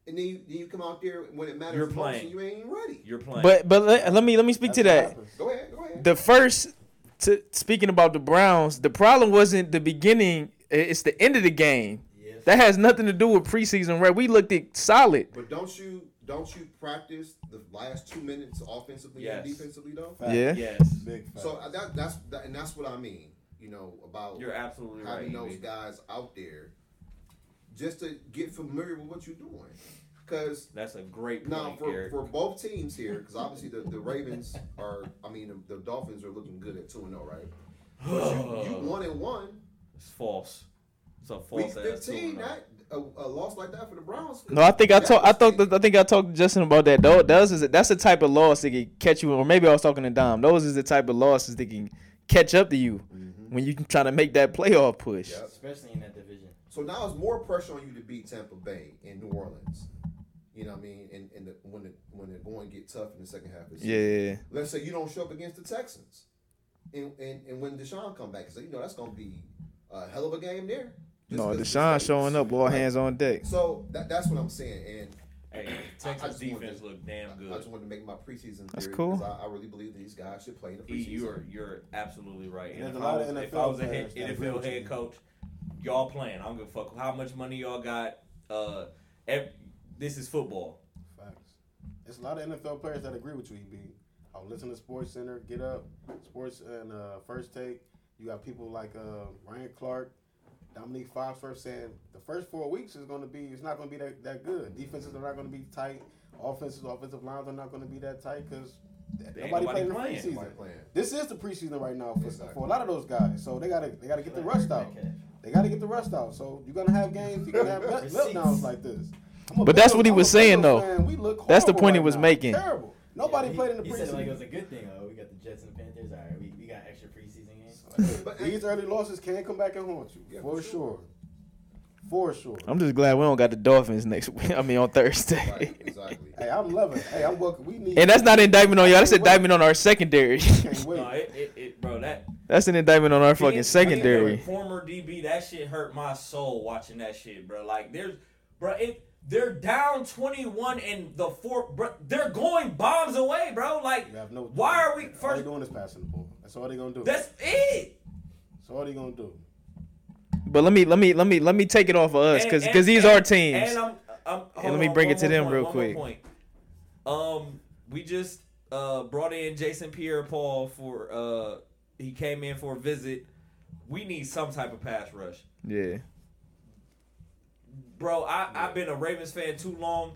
Speaker 3: And then you, then you come out there when it matters
Speaker 2: You're
Speaker 3: most,
Speaker 2: playing.
Speaker 3: and you ain't ready.
Speaker 2: You're playing.
Speaker 1: But but let, let me let me speak to
Speaker 6: That's what
Speaker 1: that.
Speaker 6: happens.
Speaker 3: Go ahead, go ahead.
Speaker 1: The first, to, speaking about the Browns, the problem wasn't the beginning. i- It's the end of the game.
Speaker 4: Yes.
Speaker 1: That has nothing to do with preseason, right? We looked at solid.
Speaker 3: but don't you don't you practice the last two minutes offensively and
Speaker 2: Yes.
Speaker 3: defensively though?
Speaker 6: Fact.
Speaker 1: Yeah.
Speaker 2: yes,
Speaker 6: Big fact.
Speaker 3: So uh, that, that's that, and that's what I mean, you know, about
Speaker 2: you're absolutely right.
Speaker 3: having those
Speaker 2: EB.
Speaker 3: guys out there just to get familiar with what you're doing. Because
Speaker 2: That's a great point,
Speaker 3: now for,
Speaker 2: Eric. *sighs*
Speaker 3: for both teams here, because obviously the, the Ravens are, I mean, the, the Dolphins are looking good at two and zero, right? But you, you one and one,
Speaker 2: it's false. It's a false ass
Speaker 3: week
Speaker 2: oh.
Speaker 3: fifteen,
Speaker 2: going on.
Speaker 3: that a, a loss like that for the Browns. could-
Speaker 1: No, I think I
Speaker 3: that
Speaker 1: talked. I
Speaker 3: was
Speaker 1: thought.
Speaker 3: it.
Speaker 1: that- I think I talked to Justin about that. Though those is that's the type of loss that can catch you, or maybe I was talking to Dom. Those is the type of losses that can catch up to you when you trying to make that playoff push.
Speaker 3: Yep.
Speaker 4: Especially in that division.
Speaker 3: So now it's more pressure on you to beat Tampa Bay in New Orleans. You know what I mean? And, and the, when the when the going get tough in the second half of the season.
Speaker 1: Yeah,
Speaker 3: Let's say you don't show up against the Texans, and and, and when Deshaun come back, so you know that's gonna be a hell of a game there. Just
Speaker 1: no,
Speaker 3: 'cause of
Speaker 1: Deshaun
Speaker 3: mistakes.
Speaker 1: showing up, all
Speaker 3: Right.
Speaker 1: hands on deck.
Speaker 3: So that, that's what I'm saying,
Speaker 2: Hey,
Speaker 3: I
Speaker 2: Texas
Speaker 3: just wanted-
Speaker 2: defense looked damn
Speaker 3: and I- I
Speaker 2: good. E,
Speaker 3: just wanted to make my preseason.
Speaker 1: That's
Speaker 3: theory
Speaker 1: cool.
Speaker 3: because I, I really believe these guys should play in the
Speaker 2: E, you
Speaker 3: preseason.
Speaker 2: are you're absolutely right. And
Speaker 6: There's
Speaker 2: if,
Speaker 6: a
Speaker 2: I
Speaker 6: lot
Speaker 2: was,
Speaker 6: of
Speaker 2: if
Speaker 6: NFL
Speaker 2: I was a head,
Speaker 6: players that agree
Speaker 2: NFL
Speaker 6: with
Speaker 2: head
Speaker 6: you.
Speaker 2: coach, y'all playing. I don't give a fuck how much money y'all got. Uh, ev- this is football.
Speaker 6: Facts. It's a lot of NFL players that agree with you, E EB. I'll listen to Sports Center, Get Up, Sports and uh, First Take. You got people like uh, Ryan Clark, Dominique Foxworth saying the first four weeks is going to be, it's not going to be that, that good. Defenses are not going to be tight. Offenses, offensive lines are not going to be that tight because
Speaker 2: ain't
Speaker 6: nobody,
Speaker 2: nobody
Speaker 6: played
Speaker 2: playing.
Speaker 6: in the
Speaker 2: *laughs*
Speaker 3: Nobody
Speaker 1: *laughs*
Speaker 6: preseason.
Speaker 3: playing.
Speaker 6: This is the preseason right now for,
Speaker 3: Exactly.
Speaker 6: for a lot of those guys. So they got to they got to get the rust out. They got to get the rust out. So you're going to have games, you're going to have melt-
Speaker 4: Receipts.
Speaker 6: meltdowns like this. I'm a
Speaker 1: But that's
Speaker 6: Bengals-
Speaker 1: what he
Speaker 6: I'm
Speaker 1: was
Speaker 6: a
Speaker 1: saying,
Speaker 6: Bengals
Speaker 1: though.
Speaker 6: fan. We look
Speaker 1: That's the
Speaker 6: horrible
Speaker 1: point he
Speaker 6: right
Speaker 1: was
Speaker 6: now.
Speaker 1: making.
Speaker 6: Terrible. Nobody
Speaker 4: Yeah, he-
Speaker 6: played in the
Speaker 4: He said it like it was
Speaker 6: preseason.
Speaker 4: a good thing. Oh, we got the Jets and the Panthers. All right, we, we got extra preseason games.
Speaker 3: But-
Speaker 6: These early losses can come back and haunt you,
Speaker 3: Yeah,
Speaker 6: for
Speaker 3: for
Speaker 6: sure.
Speaker 3: sure.
Speaker 6: for sure.
Speaker 1: I'm just glad we don't got the Dolphins next week. *laughs* I mean on Thursday. *laughs*
Speaker 3: Right, exactly.
Speaker 6: hey, I'm loving. it. Hey, I'm welcome. We need.
Speaker 1: And that's not indictment on y'all. That's indictment on our secondary. *laughs*
Speaker 6: *laughs* Can't wait.
Speaker 2: No, it, it, it bro, that
Speaker 1: that's an indictment on our
Speaker 2: Being-
Speaker 1: fucking
Speaker 2: being a
Speaker 1: secondary.
Speaker 2: Former DB, that shit hurt my soul watching that shit, bro. Like there's, bro, it they're down twenty one in the fourth, bro. They're going bombs away, bro. Like
Speaker 6: You have no.
Speaker 2: why are we
Speaker 6: All they
Speaker 2: first?
Speaker 6: doing is passing the ball. That's all they're gonna do.
Speaker 2: That's it.
Speaker 6: That's all they're gonna do.
Speaker 1: But let me let me let me let me take it off of us because
Speaker 2: And-
Speaker 1: because these
Speaker 2: and-
Speaker 1: are teams.
Speaker 2: And uh, I'm, I'm, hold
Speaker 1: let me
Speaker 2: on,
Speaker 1: bring
Speaker 2: one
Speaker 1: it to
Speaker 2: more
Speaker 1: them
Speaker 2: point,
Speaker 1: real
Speaker 2: one more
Speaker 1: quick.
Speaker 2: point. Um, we just uh brought in Jason Pierre-Paul for uh he came in for a visit. We need some type of pass rush,
Speaker 1: yeah,
Speaker 2: bro. I I've been a Ravens fan too long.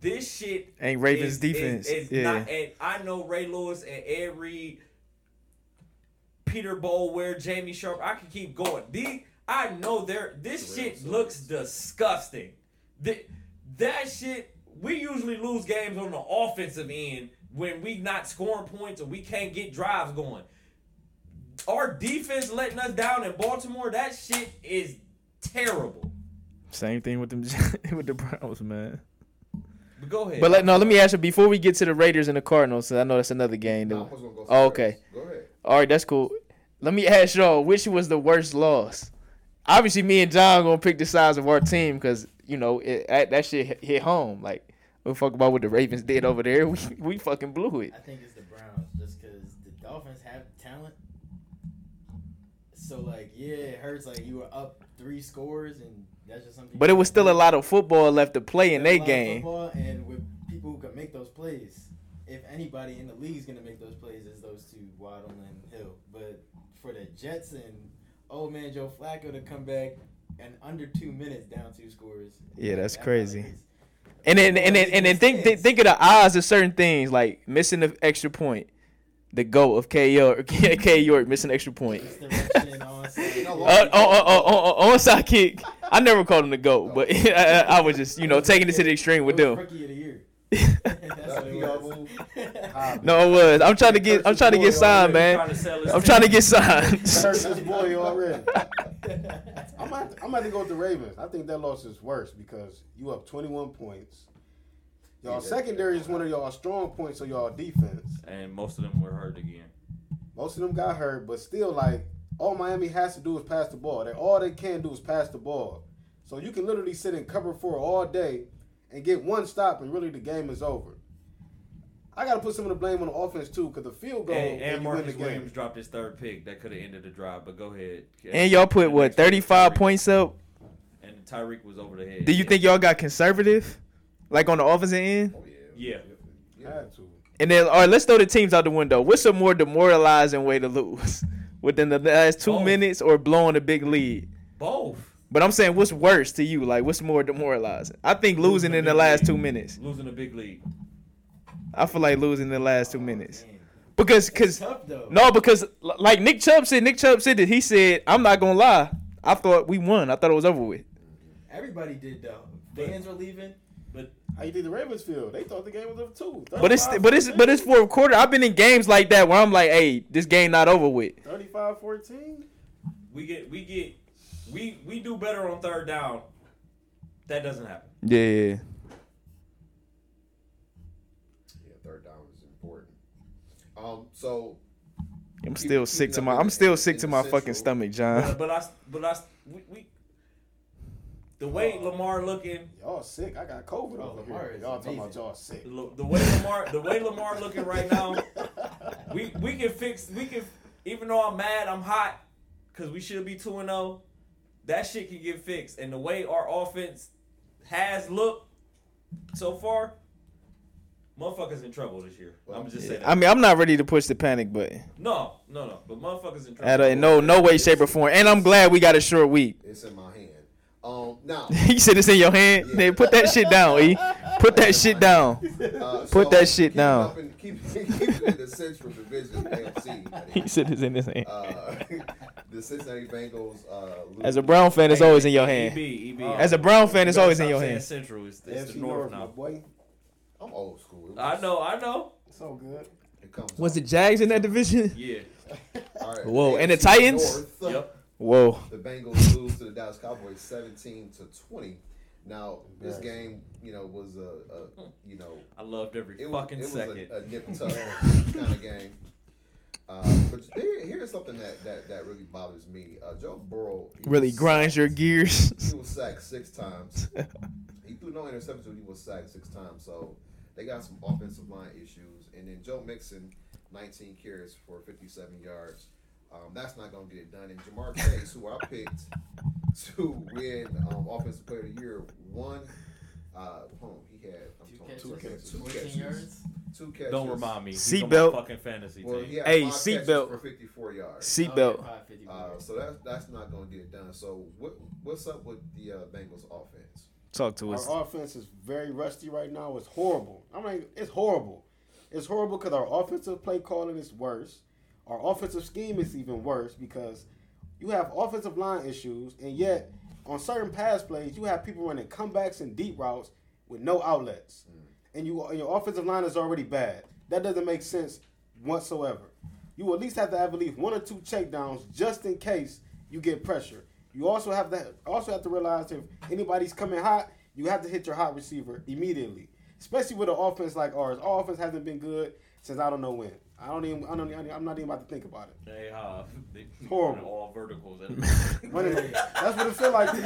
Speaker 2: This shit
Speaker 1: ain't
Speaker 2: is-
Speaker 1: Ravens
Speaker 2: is-
Speaker 1: defense.
Speaker 2: is
Speaker 1: yeah,
Speaker 2: not- and I know Ray Lewis and every Peter Bowler, Jamie Sharp. I can keep going. The I know there. This
Speaker 3: The
Speaker 2: shit
Speaker 3: Rams
Speaker 2: looks disgusting. Th- that shit. We usually lose games on the offensive end when we not scoring points or we can't get drives going. Our defense letting us down in Baltimore. That shit is terrible.
Speaker 1: same thing with them *laughs* with the Browns, man.
Speaker 2: But go ahead.
Speaker 1: But let, no, let me ask you before we get to the Raiders and the Cardinals. 'cause I know that's another game.
Speaker 3: I
Speaker 1: That,
Speaker 3: was gonna go
Speaker 1: Oh,
Speaker 3: first.
Speaker 1: okay.
Speaker 3: Go ahead.
Speaker 1: all right, that's cool. Let me ask y'all which was the worst loss. Obviously, me and John gonna pick the size of our team because you know it, that, that shit hit- hit home. Like we fuck about what the Ravens did over there. *laughs* We we fucking blew it.
Speaker 4: I think it's the Browns just because the Dolphins have talent. So like, yeah, it hurts. Like you were up three scores, and that's just something.
Speaker 1: But it was still a lot of football left to play in
Speaker 4: There's
Speaker 1: their
Speaker 4: a lot of
Speaker 1: game.
Speaker 4: football And with people who can make those plays, if anybody in the league's gonna make those plays, it's those two, Waddle and Hill. But for the Jets and old man Joe Flacco to come back and under two minutes down two scores.
Speaker 1: Yeah, that's
Speaker 4: that
Speaker 1: crazy.
Speaker 4: is-
Speaker 1: And then and then, and then think think think of the odds of certain things like missing the extra point, the goal of K York, *laughs* K York missing extra point.
Speaker 4: Misdirection, onside.
Speaker 3: No,
Speaker 1: *laughs* Uh, oh, oh, oh, oh, oh, onside kick. I never called him the goat, but *laughs* I, I- I was just, you know, taking it to the extreme with
Speaker 4: It was
Speaker 1: them. *laughs*
Speaker 4: Rookie of the year. *laughs*
Speaker 1: no,
Speaker 4: That's what it was.
Speaker 1: it
Speaker 4: *laughs*
Speaker 1: was. I'm trying to get. I'm trying to get signed,
Speaker 2: Trying
Speaker 1: man.
Speaker 2: to sell his
Speaker 1: I'm trying to
Speaker 2: team.
Speaker 1: get signed.
Speaker 6: Hurt this boy already.
Speaker 4: *laughs*
Speaker 6: I'm
Speaker 4: I'm
Speaker 6: about, to, I'm about to go with the Ravens. I think that loss is worse because you up 21 points. Y'all
Speaker 3: Yeah.
Speaker 6: secondary is one of y'all strong points of y'all defense.
Speaker 2: And most of them were hurt again.
Speaker 6: Most of them got hurt, but still, like all Miami has to do is pass the ball. They all they can do is pass the ball. So you can literally sit in cover four all day and get one stop, and really the game is over. I got to put some of the blame on the offense too, because the field goal
Speaker 2: And, and
Speaker 6: you win the
Speaker 2: Marcus
Speaker 6: game.
Speaker 2: Williams dropped his third pick. That could have ended the drive, but go ahead.
Speaker 1: *laughs* And y'all put what 35 points up.
Speaker 2: And Tyreek was over the head.
Speaker 1: Do you think y'all got conservative, like on the offensive end?
Speaker 3: Oh yeah.
Speaker 2: Yeah.
Speaker 3: Yeah.
Speaker 6: Had to.
Speaker 1: And then, all right, let's throw the teams out the window. What's a more demoralizing way to lose? *laughs* Within the last two
Speaker 2: Both.
Speaker 1: minutes or blowing a big lead?
Speaker 2: both
Speaker 1: But I'm saying, what's worse to you? Like, what's more demoralizing? I think losing in the last two minutes.
Speaker 2: losing a big lead?
Speaker 1: I feel like losing in the last two minutes because, cause
Speaker 4: Tough though.
Speaker 1: no, because l- like Nick Chubb said, Nick Chubb said that he said, "I'm not gonna lie, I thought we won. I thought it was over with."
Speaker 4: Everybody did though. Fans were leaving.
Speaker 6: How you think the Ravens feel? They thought the game was over too.
Speaker 1: But it's but it's but it's fourth quarter. I've been in games like that where I'm like, "Hey, this game not over with."
Speaker 6: 35-14?
Speaker 2: We get we get we we do better on third down. That doesn't happen.
Speaker 1: Yeah,
Speaker 3: Yeah, third down is important. Um, so
Speaker 1: I'm still sick to my I'm still sick to my fucking stomach,
Speaker 2: But,
Speaker 1: John.
Speaker 2: but I but I we, we the way
Speaker 6: Uh.
Speaker 2: Lamar looking
Speaker 6: Y'all sick. I got COVID
Speaker 4: Oh,
Speaker 6: over
Speaker 4: Lamar
Speaker 6: here.
Speaker 4: is
Speaker 6: Y'all talking about
Speaker 4: amazing.
Speaker 6: y'all sick. *laughs*
Speaker 2: the way Lamar the way Lamar looking right now. we we can fix we can even though I'm mad, I'm hot cuz we should be 2 and 0. That shit can get fixed and the way our offense has looked so far motherfuckers in trouble this year. I'm just saying.
Speaker 1: I
Speaker 2: that.
Speaker 1: mean, I'm not ready to push the panic button
Speaker 2: No, no, no. But motherfuckers
Speaker 6: Oh,
Speaker 2: in
Speaker 1: at
Speaker 2: trouble.
Speaker 1: a, in no no way, shape, or form. And I'm glad we got a short week. *laughs*
Speaker 3: it's in my hand. Um, now
Speaker 1: he said it's in your hand.
Speaker 3: Yeah.
Speaker 1: Then put that shit down, E. Put that shit down.
Speaker 3: uh,
Speaker 1: Put
Speaker 3: so
Speaker 1: that shit
Speaker 3: keep it
Speaker 1: down.
Speaker 3: up in- Keep keep it *laughs* in the Central
Speaker 1: *laughs*
Speaker 3: Division
Speaker 1: *laughs* He
Speaker 3: AFC.
Speaker 1: said it's in his hand.
Speaker 3: Uh, *laughs* the Cincinnati Bengals. Uh, lose-
Speaker 1: As a Brown fan, it's always in
Speaker 2: E
Speaker 1: your hand.
Speaker 2: EB,
Speaker 6: uh,
Speaker 3: Uh,
Speaker 2: EB.
Speaker 1: As a Brown fan, it's
Speaker 2: You better
Speaker 1: always in
Speaker 2: stop
Speaker 1: your
Speaker 2: saying
Speaker 1: hand.
Speaker 2: Central is
Speaker 6: AFC
Speaker 2: the north
Speaker 6: my
Speaker 2: now.
Speaker 6: boy.
Speaker 3: I'm old school. It
Speaker 2: I
Speaker 3: was-
Speaker 2: know, I know.
Speaker 6: It's all good.
Speaker 3: It comes
Speaker 1: Was
Speaker 3: up.
Speaker 1: it Jags in that division?
Speaker 2: Yeah.
Speaker 3: All right,
Speaker 1: Whoa, and the
Speaker 3: AFC
Speaker 1: Titans?
Speaker 3: North, uh,
Speaker 2: Yep.
Speaker 1: *laughs* Whoa.
Speaker 3: The Bengals lose to the Dallas Cowboys 17 to 20. Now this game, you know, was a, a you know
Speaker 2: I loved every
Speaker 3: it was,
Speaker 2: fucking
Speaker 3: it was
Speaker 2: second.
Speaker 3: a, a nip and tuck
Speaker 2: *laughs*
Speaker 3: kind of game. Uh, but here, here's something that, that, that really bothers me. Uh, Joe Burrow he
Speaker 1: Really
Speaker 3: was
Speaker 1: grinds your gears. *laughs*
Speaker 3: sacked- He was sacked six times. he threw no interceptions, but he was sacked six times. So they got some offensive line issues. And then Joe Mixon, 19 carries for 57 yards. Um, that's not going to get it done. And Jamar Chase, who I picked to win um, Offensive Player of the Year. One, uh, hold on, he had I'm
Speaker 4: Two
Speaker 3: talking
Speaker 4: catches,
Speaker 3: two catches, two
Speaker 4: 14
Speaker 3: catches,
Speaker 4: yards.
Speaker 3: two catches.
Speaker 2: Don't remind me. He's on my
Speaker 1: Seatbelt.
Speaker 2: Fucking fantasy
Speaker 3: Well,
Speaker 2: team.
Speaker 3: he had
Speaker 1: Hey,
Speaker 3: five catches
Speaker 1: seatbelt.
Speaker 3: for 54 yards.
Speaker 4: Okay,
Speaker 1: Seatbelt.
Speaker 4: five fifty
Speaker 3: Uh,
Speaker 4: yards.
Speaker 3: so that's that's not going to get it done. So what what's up with the uh, Bengals offense?
Speaker 1: Talk to us.
Speaker 6: Our offense is very rusty right now. It's horrible. I mean, it's horrible. It's horrible because our offensive play calling is worse. Our offensive scheme is even worse because you have offensive line issues, and yet on certain pass plays, you have people running comebacks and deep routes with no outlets,
Speaker 4: Mm.
Speaker 6: and you and your offensive line is already bad. That doesn't make sense whatsoever. You at least have to have at least one or two checkdowns just in case you get pressure. You also have to also have to realize if anybody's coming hot, you have to hit your hot receiver immediately. Especially with an offense like ours. Our offense hasn't been good since I don't know when. I don't even I don't I'm not even about to think about it.
Speaker 2: They uh, *laughs* they
Speaker 6: Horrible.
Speaker 2: all verticals.
Speaker 6: Running- that's what it feel like to me.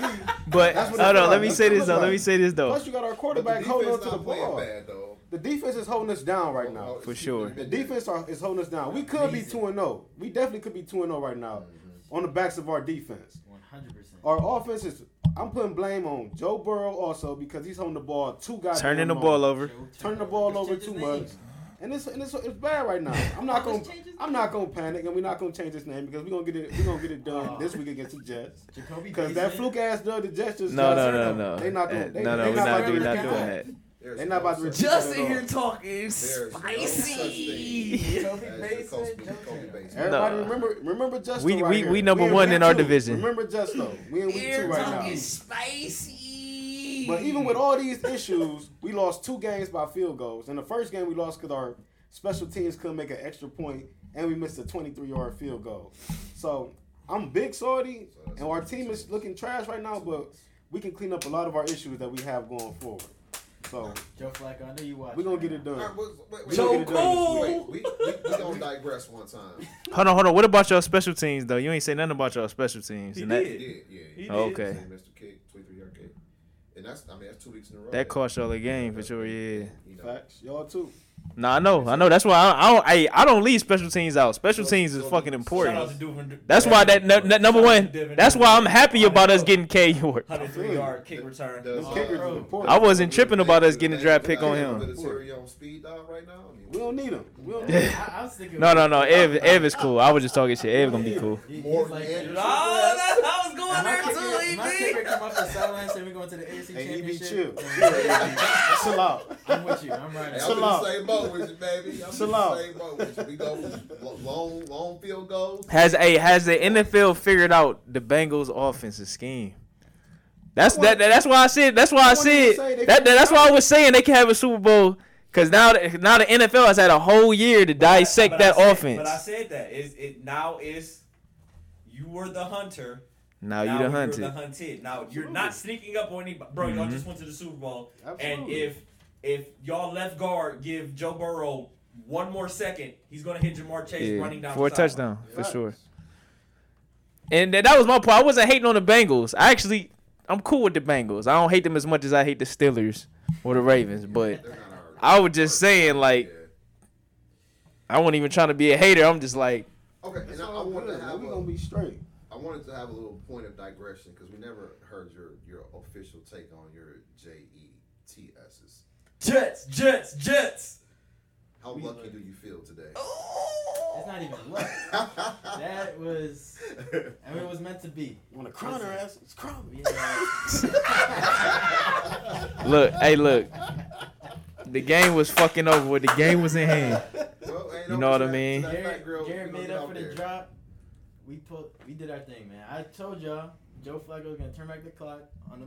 Speaker 1: But
Speaker 6: That's
Speaker 1: hold
Speaker 6: what it
Speaker 1: on,
Speaker 6: feel
Speaker 1: let
Speaker 6: like.
Speaker 1: me
Speaker 6: That's
Speaker 1: say
Speaker 6: what it
Speaker 1: this
Speaker 6: look
Speaker 1: though. Let me
Speaker 6: like.
Speaker 1: say this though.
Speaker 6: Plus you got our
Speaker 3: But
Speaker 6: quarterback holding on to the
Speaker 3: not playing
Speaker 6: ball.
Speaker 3: bad though.
Speaker 6: The defense is holding us down right now.
Speaker 3: Oh,
Speaker 1: For
Speaker 3: excuse
Speaker 1: sure.
Speaker 3: me,
Speaker 6: The defense are, is holding us down. We could be
Speaker 4: Amazing.
Speaker 6: two and zero. We definitely could be two and zero right now
Speaker 3: Mm-hmm.
Speaker 6: on the backs of our defense.
Speaker 4: One hundred percent.
Speaker 6: Our offense is. I'm putting blame on Joe Burrow also because he's holding the ball too goddamn
Speaker 1: Turning the
Speaker 6: long.
Speaker 1: ball over.
Speaker 6: turning the ball over too much. And it's, and it's, it's bad right now. I'm not gonna
Speaker 4: Let's change his
Speaker 6: I'm not gonna panic, and we're not gonna change his name because we're gonna get it we're gonna get it done
Speaker 4: Aw.
Speaker 6: this week against the *laughs* Jets.
Speaker 4: Jacoby
Speaker 6: Because that fluke ass dub the Jets just
Speaker 1: No, no,
Speaker 6: got-
Speaker 1: no, no.
Speaker 6: They not
Speaker 1: Eh,
Speaker 6: gonna, they,
Speaker 1: no, no,
Speaker 6: they
Speaker 1: we're
Speaker 6: not,
Speaker 1: not,
Speaker 6: gonna
Speaker 1: we're
Speaker 6: get
Speaker 1: not
Speaker 6: it
Speaker 1: doing
Speaker 6: done.
Speaker 1: that.
Speaker 3: There's
Speaker 6: They not about to
Speaker 3: no
Speaker 6: return
Speaker 3: such-
Speaker 6: Just in here
Speaker 2: talking
Speaker 3: There's no spicy.
Speaker 4: Jacoby
Speaker 3: as
Speaker 4: Bates.
Speaker 3: Jacoby- Jacoby
Speaker 4: Jacoby
Speaker 3: Bates.
Speaker 6: Everybody
Speaker 1: No.
Speaker 6: remember remember Justo.
Speaker 1: We-
Speaker 6: right
Speaker 1: we-
Speaker 6: here.
Speaker 1: we number
Speaker 6: in
Speaker 1: one
Speaker 6: week
Speaker 1: in our
Speaker 6: two.
Speaker 1: division.
Speaker 6: Remember Justo. We in week two right now.
Speaker 2: spicy.
Speaker 6: But even with all these issues, we lost two games by field goals. In the first game, we lost because our special teams couldn't make an extra point, and we missed a 23-yard field goal. So I'm big salty, and our team is looking trash right now. But we can clean up a lot of our issues that we have going forward. So
Speaker 4: Joe Flacco, I know you watch.
Speaker 6: we're gonna get it
Speaker 3: All right,
Speaker 6: done.
Speaker 3: wait, wait, wait,
Speaker 6: Joe
Speaker 3: wait,
Speaker 6: Cool.
Speaker 3: wait, we, we, we don't digress one
Speaker 6: *laughs*
Speaker 3: time.
Speaker 1: Hold on, hold on. What about your special teams though? You ain't say nothing about your special teams.
Speaker 2: He
Speaker 1: And that
Speaker 2: did.
Speaker 3: Yeah, yeah.
Speaker 2: He
Speaker 3: yeah.
Speaker 1: Oh, did. okay.
Speaker 3: Same Mr. Kick, 23 yard kick. And that's, I mean, that's two weeks in a row.
Speaker 1: that cost y'all a game for sure. Yeah.
Speaker 3: You know,
Speaker 6: Facts, y'all too.
Speaker 1: Nah, I know, I know. That's why I, I don't. I, I don't leave special teams out. Special
Speaker 3: So-
Speaker 1: teams is
Speaker 3: so-
Speaker 1: fucking
Speaker 3: so-
Speaker 2: Shout out
Speaker 1: important.
Speaker 2: to Duvin-
Speaker 1: That's why that, that, that number
Speaker 2: Shout out to
Speaker 1: one.
Speaker 2: Devin
Speaker 1: That's why I'm
Speaker 2: Duvernay.
Speaker 1: happy about us getting K York.
Speaker 2: 103 yard kick return.
Speaker 3: Does,
Speaker 6: Them kickers
Speaker 4: bro.
Speaker 6: is important.
Speaker 1: I wasn't tripping
Speaker 3: the
Speaker 1: about us
Speaker 3: Bengals-
Speaker 1: getting a
Speaker 3: the
Speaker 1: draft
Speaker 3: Bengals
Speaker 1: pick
Speaker 3: got
Speaker 1: on
Speaker 3: him
Speaker 1: him.
Speaker 3: under the Terry on speed dial right now. I mean,
Speaker 6: We don't need them. We don't need 'em.
Speaker 4: I, I was thinking.
Speaker 1: No, no, no. Ev, Ev is cool. I was just talking shit. Ev gonna be cool.
Speaker 4: He, he's
Speaker 3: Morgan
Speaker 4: like,
Speaker 3: Anderson.
Speaker 2: Oh, that's I was going
Speaker 4: Am I
Speaker 2: there
Speaker 4: kicking- am I
Speaker 2: too,
Speaker 4: kicking
Speaker 2: EB.
Speaker 4: him off the sideline saying we're going to the AFC
Speaker 6: Hey, EB,
Speaker 4: Championship?
Speaker 6: chill.
Speaker 4: Yeah,
Speaker 6: *laughs* Chill out.
Speaker 4: I'm with you. I'm right.
Speaker 3: Hey,
Speaker 4: I'm
Speaker 3: I'm in
Speaker 6: Salam.
Speaker 3: the same boat with you, baby. I'm in
Speaker 6: Salam.
Speaker 3: the same boat with you. We go from long, long field goals.
Speaker 1: Has a has the NFL figured out the Bengals offensive scheme? That's that, that's why I said that's why I
Speaker 6: wouldn't even
Speaker 1: said
Speaker 6: say they
Speaker 1: that, that- that's why I was saying they can have a Super Bowl because now the- now the NFL has had a whole year to dissect
Speaker 2: But I
Speaker 1: that
Speaker 2: said- But I
Speaker 1: offense.
Speaker 2: said that. It's, it now is you were the hunter.
Speaker 1: Now you
Speaker 2: now
Speaker 1: the
Speaker 2: we were The
Speaker 1: hunted.
Speaker 2: hunted. Now you're
Speaker 6: Absolutely.
Speaker 2: not sneaking up on anybody, bro. Y'all
Speaker 1: Mhm.
Speaker 2: just went to the Super Bowl, and
Speaker 6: Absolutely.
Speaker 2: if if y'all left guard give Joe Burrow one more second, he's gonna hit Jamar Chase running
Speaker 1: Yeah,
Speaker 2: down
Speaker 1: for a
Speaker 2: the sideline.
Speaker 1: touchdown for
Speaker 6: Facts.
Speaker 1: sure. And that, that was my point. I wasn't hating on the Bengals. I actually I'm cool with the Bengals. I don't hate them as much as I hate the Steelers or the Ravens. But
Speaker 3: They're not our-
Speaker 1: I was just saying, like-
Speaker 3: Yeah.
Speaker 1: I wasn't even trying to be a hater. I'm just like
Speaker 3: Okay,
Speaker 6: It's
Speaker 3: and I, I
Speaker 6: all
Speaker 3: wanted
Speaker 6: good,
Speaker 3: to have
Speaker 6: man. We
Speaker 3: a-
Speaker 6: gonna be straight.
Speaker 3: I wanted to have a little point of digression because we never heard your your official take on your J E T S's.
Speaker 2: Jets, Jets, Jets.
Speaker 3: How
Speaker 4: We
Speaker 3: lucky
Speaker 4: love
Speaker 3: do you feel today? *laughs*
Speaker 4: It's not even luck. That was. I mean, it was meant to be.
Speaker 6: When a crowner
Speaker 4: Listen.
Speaker 6: ass, it's crowner.
Speaker 4: You know,
Speaker 1: Look, hey, look. The game was fucking over with. The game was in hand.
Speaker 3: Well, ain't
Speaker 1: You
Speaker 3: no
Speaker 1: know what I
Speaker 3: trap
Speaker 1: mean?
Speaker 3: to that
Speaker 4: Garrett,
Speaker 3: fat girl,
Speaker 4: Garrett
Speaker 3: you know,
Speaker 4: made
Speaker 3: get
Speaker 4: up
Speaker 3: out
Speaker 4: for the
Speaker 3: there.
Speaker 4: drop. We put, we did our thing, man. I told y'all Joe Flacco was gonna turn back the clock on the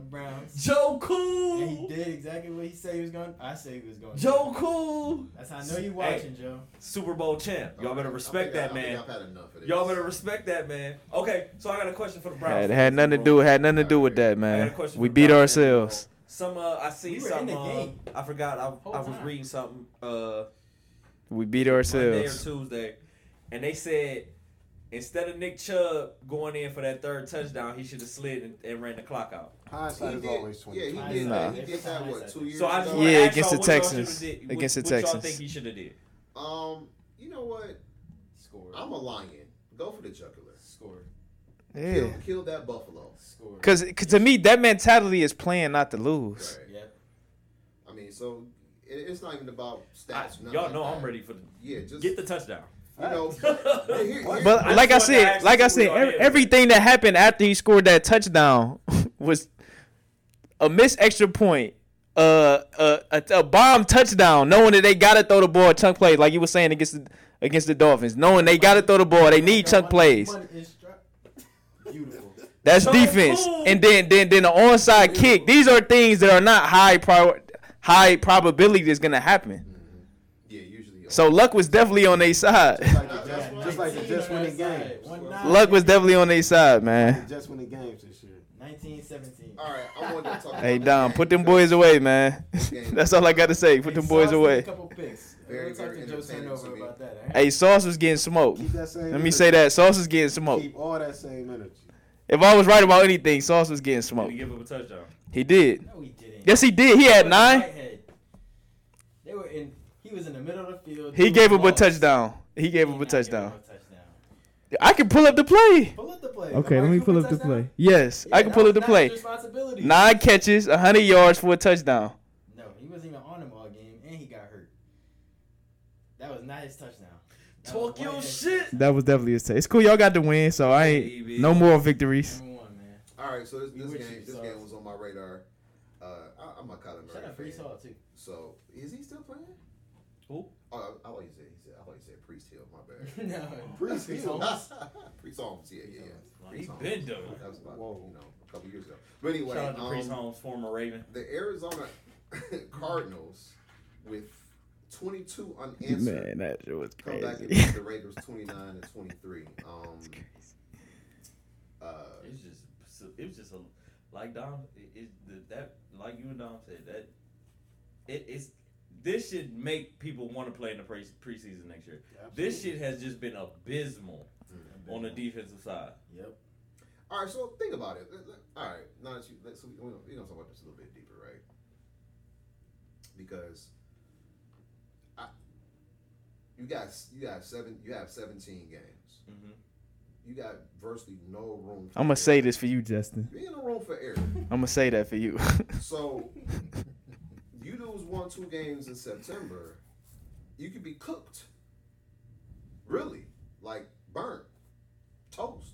Speaker 2: *laughs*
Speaker 4: Browns,
Speaker 2: Joe
Speaker 4: and he
Speaker 2: Cool.
Speaker 4: did exactly what he said he was going. to I said he was going. to
Speaker 2: Joe Cool.
Speaker 4: That's how I know you watching, Joe.
Speaker 2: Super Bowl champ. Y'all better
Speaker 3: I
Speaker 2: respect
Speaker 3: think I-
Speaker 2: that
Speaker 3: I think
Speaker 2: man.
Speaker 3: I've had enough of this.
Speaker 2: Y'all better respect that man. Okay, so I got a question for the Browns.
Speaker 1: Had, had nothing to do. Had nothing to do with that,
Speaker 2: I got a
Speaker 1: man.
Speaker 2: question
Speaker 1: We
Speaker 2: for
Speaker 1: beat
Speaker 2: Browns fans,
Speaker 1: ourselves.
Speaker 2: bro. Some uh, I seen
Speaker 4: We were in
Speaker 2: some.
Speaker 4: the
Speaker 2: uh,
Speaker 4: game.
Speaker 2: I forgot. I,
Speaker 4: Whole
Speaker 2: I was
Speaker 4: time.
Speaker 2: reading something uh,
Speaker 1: We beat
Speaker 2: Monday or
Speaker 1: ourselves.
Speaker 2: Tuesday, and they said instead of Nick Chubb going in for that third touchdown, he should have slid and, and ran the clock out.
Speaker 6: Hindsight
Speaker 3: He
Speaker 6: is
Speaker 3: did,
Speaker 6: always twenty.
Speaker 3: yeah, he
Speaker 4: Hindsight.
Speaker 3: did that. He
Speaker 4: Nah.
Speaker 3: did that what two years
Speaker 2: So I just
Speaker 3: ago.
Speaker 2: wanna
Speaker 1: Yeah,
Speaker 2: ask y'all
Speaker 1: against the
Speaker 2: what y'all
Speaker 1: Texans.
Speaker 2: shoulda did-
Speaker 1: Against
Speaker 2: what,
Speaker 1: the
Speaker 2: What y'all
Speaker 1: Texans.
Speaker 2: think he should have did?
Speaker 3: Um, you know what?
Speaker 4: Score.
Speaker 3: I'm a lion. Go for the jugular.
Speaker 4: Score.
Speaker 1: Yeah.
Speaker 3: Kill, kill that buffalo.
Speaker 4: Score.
Speaker 1: Cause, 'cause to me, that mentality is playing not to lose.
Speaker 3: Right.
Speaker 4: Yep.
Speaker 3: I mean, so it, it's not even about
Speaker 2: I,
Speaker 3: stats. nothing
Speaker 2: y'all
Speaker 3: like
Speaker 2: know I'm
Speaker 3: that.
Speaker 2: ready for the
Speaker 3: Yeah, just
Speaker 2: get the touchdown.
Speaker 3: you know.
Speaker 2: *laughs* But-
Speaker 3: here- here-
Speaker 1: But
Speaker 2: I
Speaker 1: like I
Speaker 2: just wanted to
Speaker 1: said,
Speaker 2: ask
Speaker 1: like
Speaker 2: you
Speaker 1: I
Speaker 2: who we
Speaker 1: said,
Speaker 2: are
Speaker 1: ev-
Speaker 2: here.
Speaker 1: everything that happened after he scored that touchdown *laughs* was a missed extra point, uh, a, a, a bomb touchdown, knowing that they gotta throw the ball chunk plays, like you were saying against the, against the Dolphins, knowing they gotta throw the ball, they need chunk plays.
Speaker 4: Beautiful.
Speaker 1: That's
Speaker 2: So
Speaker 1: defense,
Speaker 2: cool.
Speaker 1: and then then then the onside kick. These are things that are not high prior high probability that's gonna happen.
Speaker 3: yeah, usually.
Speaker 1: So luck was definitely on their side. *laughs*
Speaker 6: Like the
Speaker 3: That's
Speaker 6: Jets-
Speaker 3: why
Speaker 6: *laughs* just like the Jets winning games.
Speaker 1: luck was definitely on their side, man.
Speaker 6: The Jets winning games this year.
Speaker 4: 1917.
Speaker 3: all right, I want to talk. about
Speaker 1: Hey
Speaker 3: that
Speaker 1: Dom,
Speaker 3: game
Speaker 1: put them
Speaker 3: because
Speaker 1: boys away, man. *laughs*
Speaker 3: game-
Speaker 1: That's all I gotta say. Put them boys away.
Speaker 4: Couple picks.
Speaker 3: Very,
Speaker 4: We'll talk
Speaker 3: very
Speaker 4: to Joe
Speaker 3: entertaining
Speaker 4: Turnover
Speaker 3: to me.
Speaker 4: about that.
Speaker 1: Hey, Sauce was getting smoked.
Speaker 6: Keep that same.
Speaker 1: Let me say that Sauce was getting
Speaker 6: energy.
Speaker 1: smoked.
Speaker 6: Keep all that same energy.
Speaker 1: If I was right about anything, Sauce was getting smoked.
Speaker 2: Didn't give up a touchdown.
Speaker 1: He did.
Speaker 4: No, he didn't.
Speaker 1: Yes, he did. He
Speaker 4: He
Speaker 1: had
Speaker 4: was
Speaker 1: nine.
Speaker 4: right-handed. They were in. He was in the middle of the field.
Speaker 1: He
Speaker 4: Dude
Speaker 1: gave up a
Speaker 4: lost.
Speaker 1: touchdown. He
Speaker 4: He
Speaker 1: gave up a
Speaker 4: did not give
Speaker 1: touchdown.
Speaker 4: up a touchdown.
Speaker 1: I can pull up the play.
Speaker 4: Pull up the play.
Speaker 5: Okay, let
Speaker 4: Amari
Speaker 5: me
Speaker 4: Cooper
Speaker 5: pull up the
Speaker 4: touchdown?
Speaker 5: play.
Speaker 1: Yes, I
Speaker 4: Yeah,
Speaker 1: can
Speaker 4: that
Speaker 1: pull
Speaker 4: was
Speaker 1: up the
Speaker 4: not
Speaker 1: play.
Speaker 4: his responsibility.
Speaker 1: Nine catches, 100 yards for a touchdown.
Speaker 4: No, he wasn't even on him all game, and he got hurt. That was not his touchdown. That was
Speaker 2: Talk
Speaker 4: one
Speaker 2: your
Speaker 4: of his
Speaker 2: shit.
Speaker 5: That was definitely his taste. It's cool. Y'all got the win, so I ain't no more victories.
Speaker 4: Number one, man.
Speaker 3: All right, so this,
Speaker 4: You
Speaker 3: this
Speaker 4: wish
Speaker 3: game,
Speaker 4: you
Speaker 3: this
Speaker 4: saw
Speaker 3: game
Speaker 4: us.
Speaker 3: was on my radar. Uh, I, I'm a Kyler
Speaker 4: Shout out
Speaker 3: Murray
Speaker 4: Brees
Speaker 3: fan.
Speaker 4: Hall too. *laughs*
Speaker 3: So is he still playing?
Speaker 2: Who?
Speaker 3: Oh, I, I thought you said he said. I thought you said Priest Hill. My bad.
Speaker 4: no,
Speaker 6: Brees
Speaker 4: Brees
Speaker 6: Hill.
Speaker 4: Hall.
Speaker 3: *laughs* Priest Holmes. Yeah, yeah, yeah.
Speaker 2: He
Speaker 3: Brees Holmes.
Speaker 2: been done.
Speaker 3: That was about
Speaker 6: Whoa.
Speaker 3: you know a couple years ago. But anyway,
Speaker 2: Shout out to Priest
Speaker 3: um,
Speaker 2: Holmes, former Raven.
Speaker 3: the Arizona *laughs* Cardinals with 22 unanswered
Speaker 5: Man, that shit was
Speaker 3: come back and
Speaker 5: crazy.
Speaker 1: *laughs*
Speaker 3: beat the Raiders 29 and 23. Um, uh,
Speaker 2: It was just, so- it was just a, like Dom, it, it the, that like you and Dom said that, it is. This should make people want to play in the pre- preseason next year. This shit has just been abysmal on the defensive side.
Speaker 4: Yep.
Speaker 3: all right, so think about it. All right, now that you let's we we we gonna talk about this a little bit deeper, right? Because I, you got you got seven you have 17 games.
Speaker 2: Mhm.
Speaker 3: You got virtually no room. for
Speaker 1: I'm going to
Speaker 3: error.
Speaker 1: say this for you, Justin.
Speaker 3: You ain't no room for error.
Speaker 1: I'm going to say that for you. *laughs*
Speaker 3: So *laughs* you lose one, two games in September, you could be cooked. Really, like burnt, toast.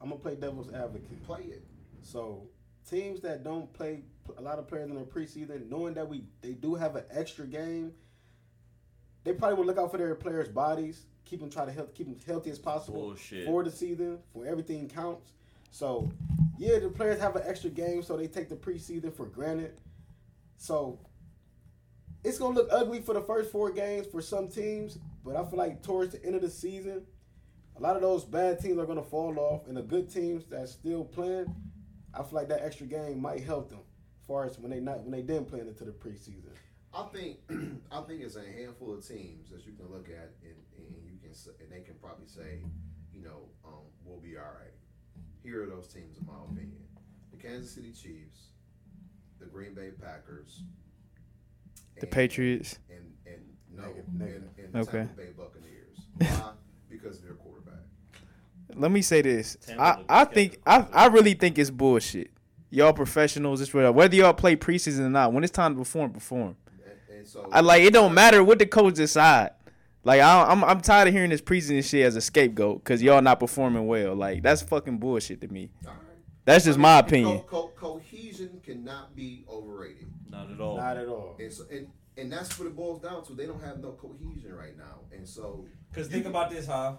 Speaker 6: I'm gonna play devil's advocate.
Speaker 3: Play it.
Speaker 6: So teams that don't play a lot of players in their preseason, knowing that we they do have an extra game, they probably will look out for their players' bodies, keep them try to help keep them healthy as possible
Speaker 2: Bullshit.
Speaker 6: for the season, for everything counts. So yeah, the players have an extra game, so they take the preseason for granted. So it's gonna look ugly for the first four games for some teams, but I feel like towards the end of the season, a lot of those bad teams are gonna fall off, and the good teams that's still playing, I feel like that extra game might help them. As far as when they not when they didn't play into the preseason,
Speaker 3: I think *clears throat* I think it's a handful of teams that you can look at and, and you can s- and they can probably say, you know, um, we'll be all right. Here are those teams, in my opinion: the Kansas City Chiefs, the Green Bay Packers,
Speaker 1: the
Speaker 3: and-
Speaker 1: Patriots.
Speaker 3: and and no,
Speaker 6: Negative,
Speaker 3: and,
Speaker 6: negative.
Speaker 3: and the
Speaker 1: Okay.
Speaker 3: Tampa Bay Buccaneers.
Speaker 1: *laughs*
Speaker 3: Why? because of their quarterback.
Speaker 1: Let me say this.
Speaker 2: Tampa
Speaker 1: I,
Speaker 2: looked
Speaker 1: I
Speaker 2: good.
Speaker 1: think I, I really think it's bullshit. Y'all professionals, it's real. Whether y'all play preseason or not, when it's time to perform, perform.
Speaker 3: And, and so
Speaker 1: I like it. Don't matter what the coach decide. Like I, I'm, I'm tired of hearing this preseason shit as a scapegoat because y'all not performing well. Like that's fucking bullshit to me.
Speaker 3: all right.
Speaker 1: That's just my
Speaker 3: I mean,
Speaker 1: opinion.
Speaker 3: Co- co- cohesion cannot be overrated.
Speaker 2: Not at all.
Speaker 6: not at all.
Speaker 3: And so and and that's what it boils down to. They don't have no cohesion right now. And so
Speaker 2: Because think about this, Hive.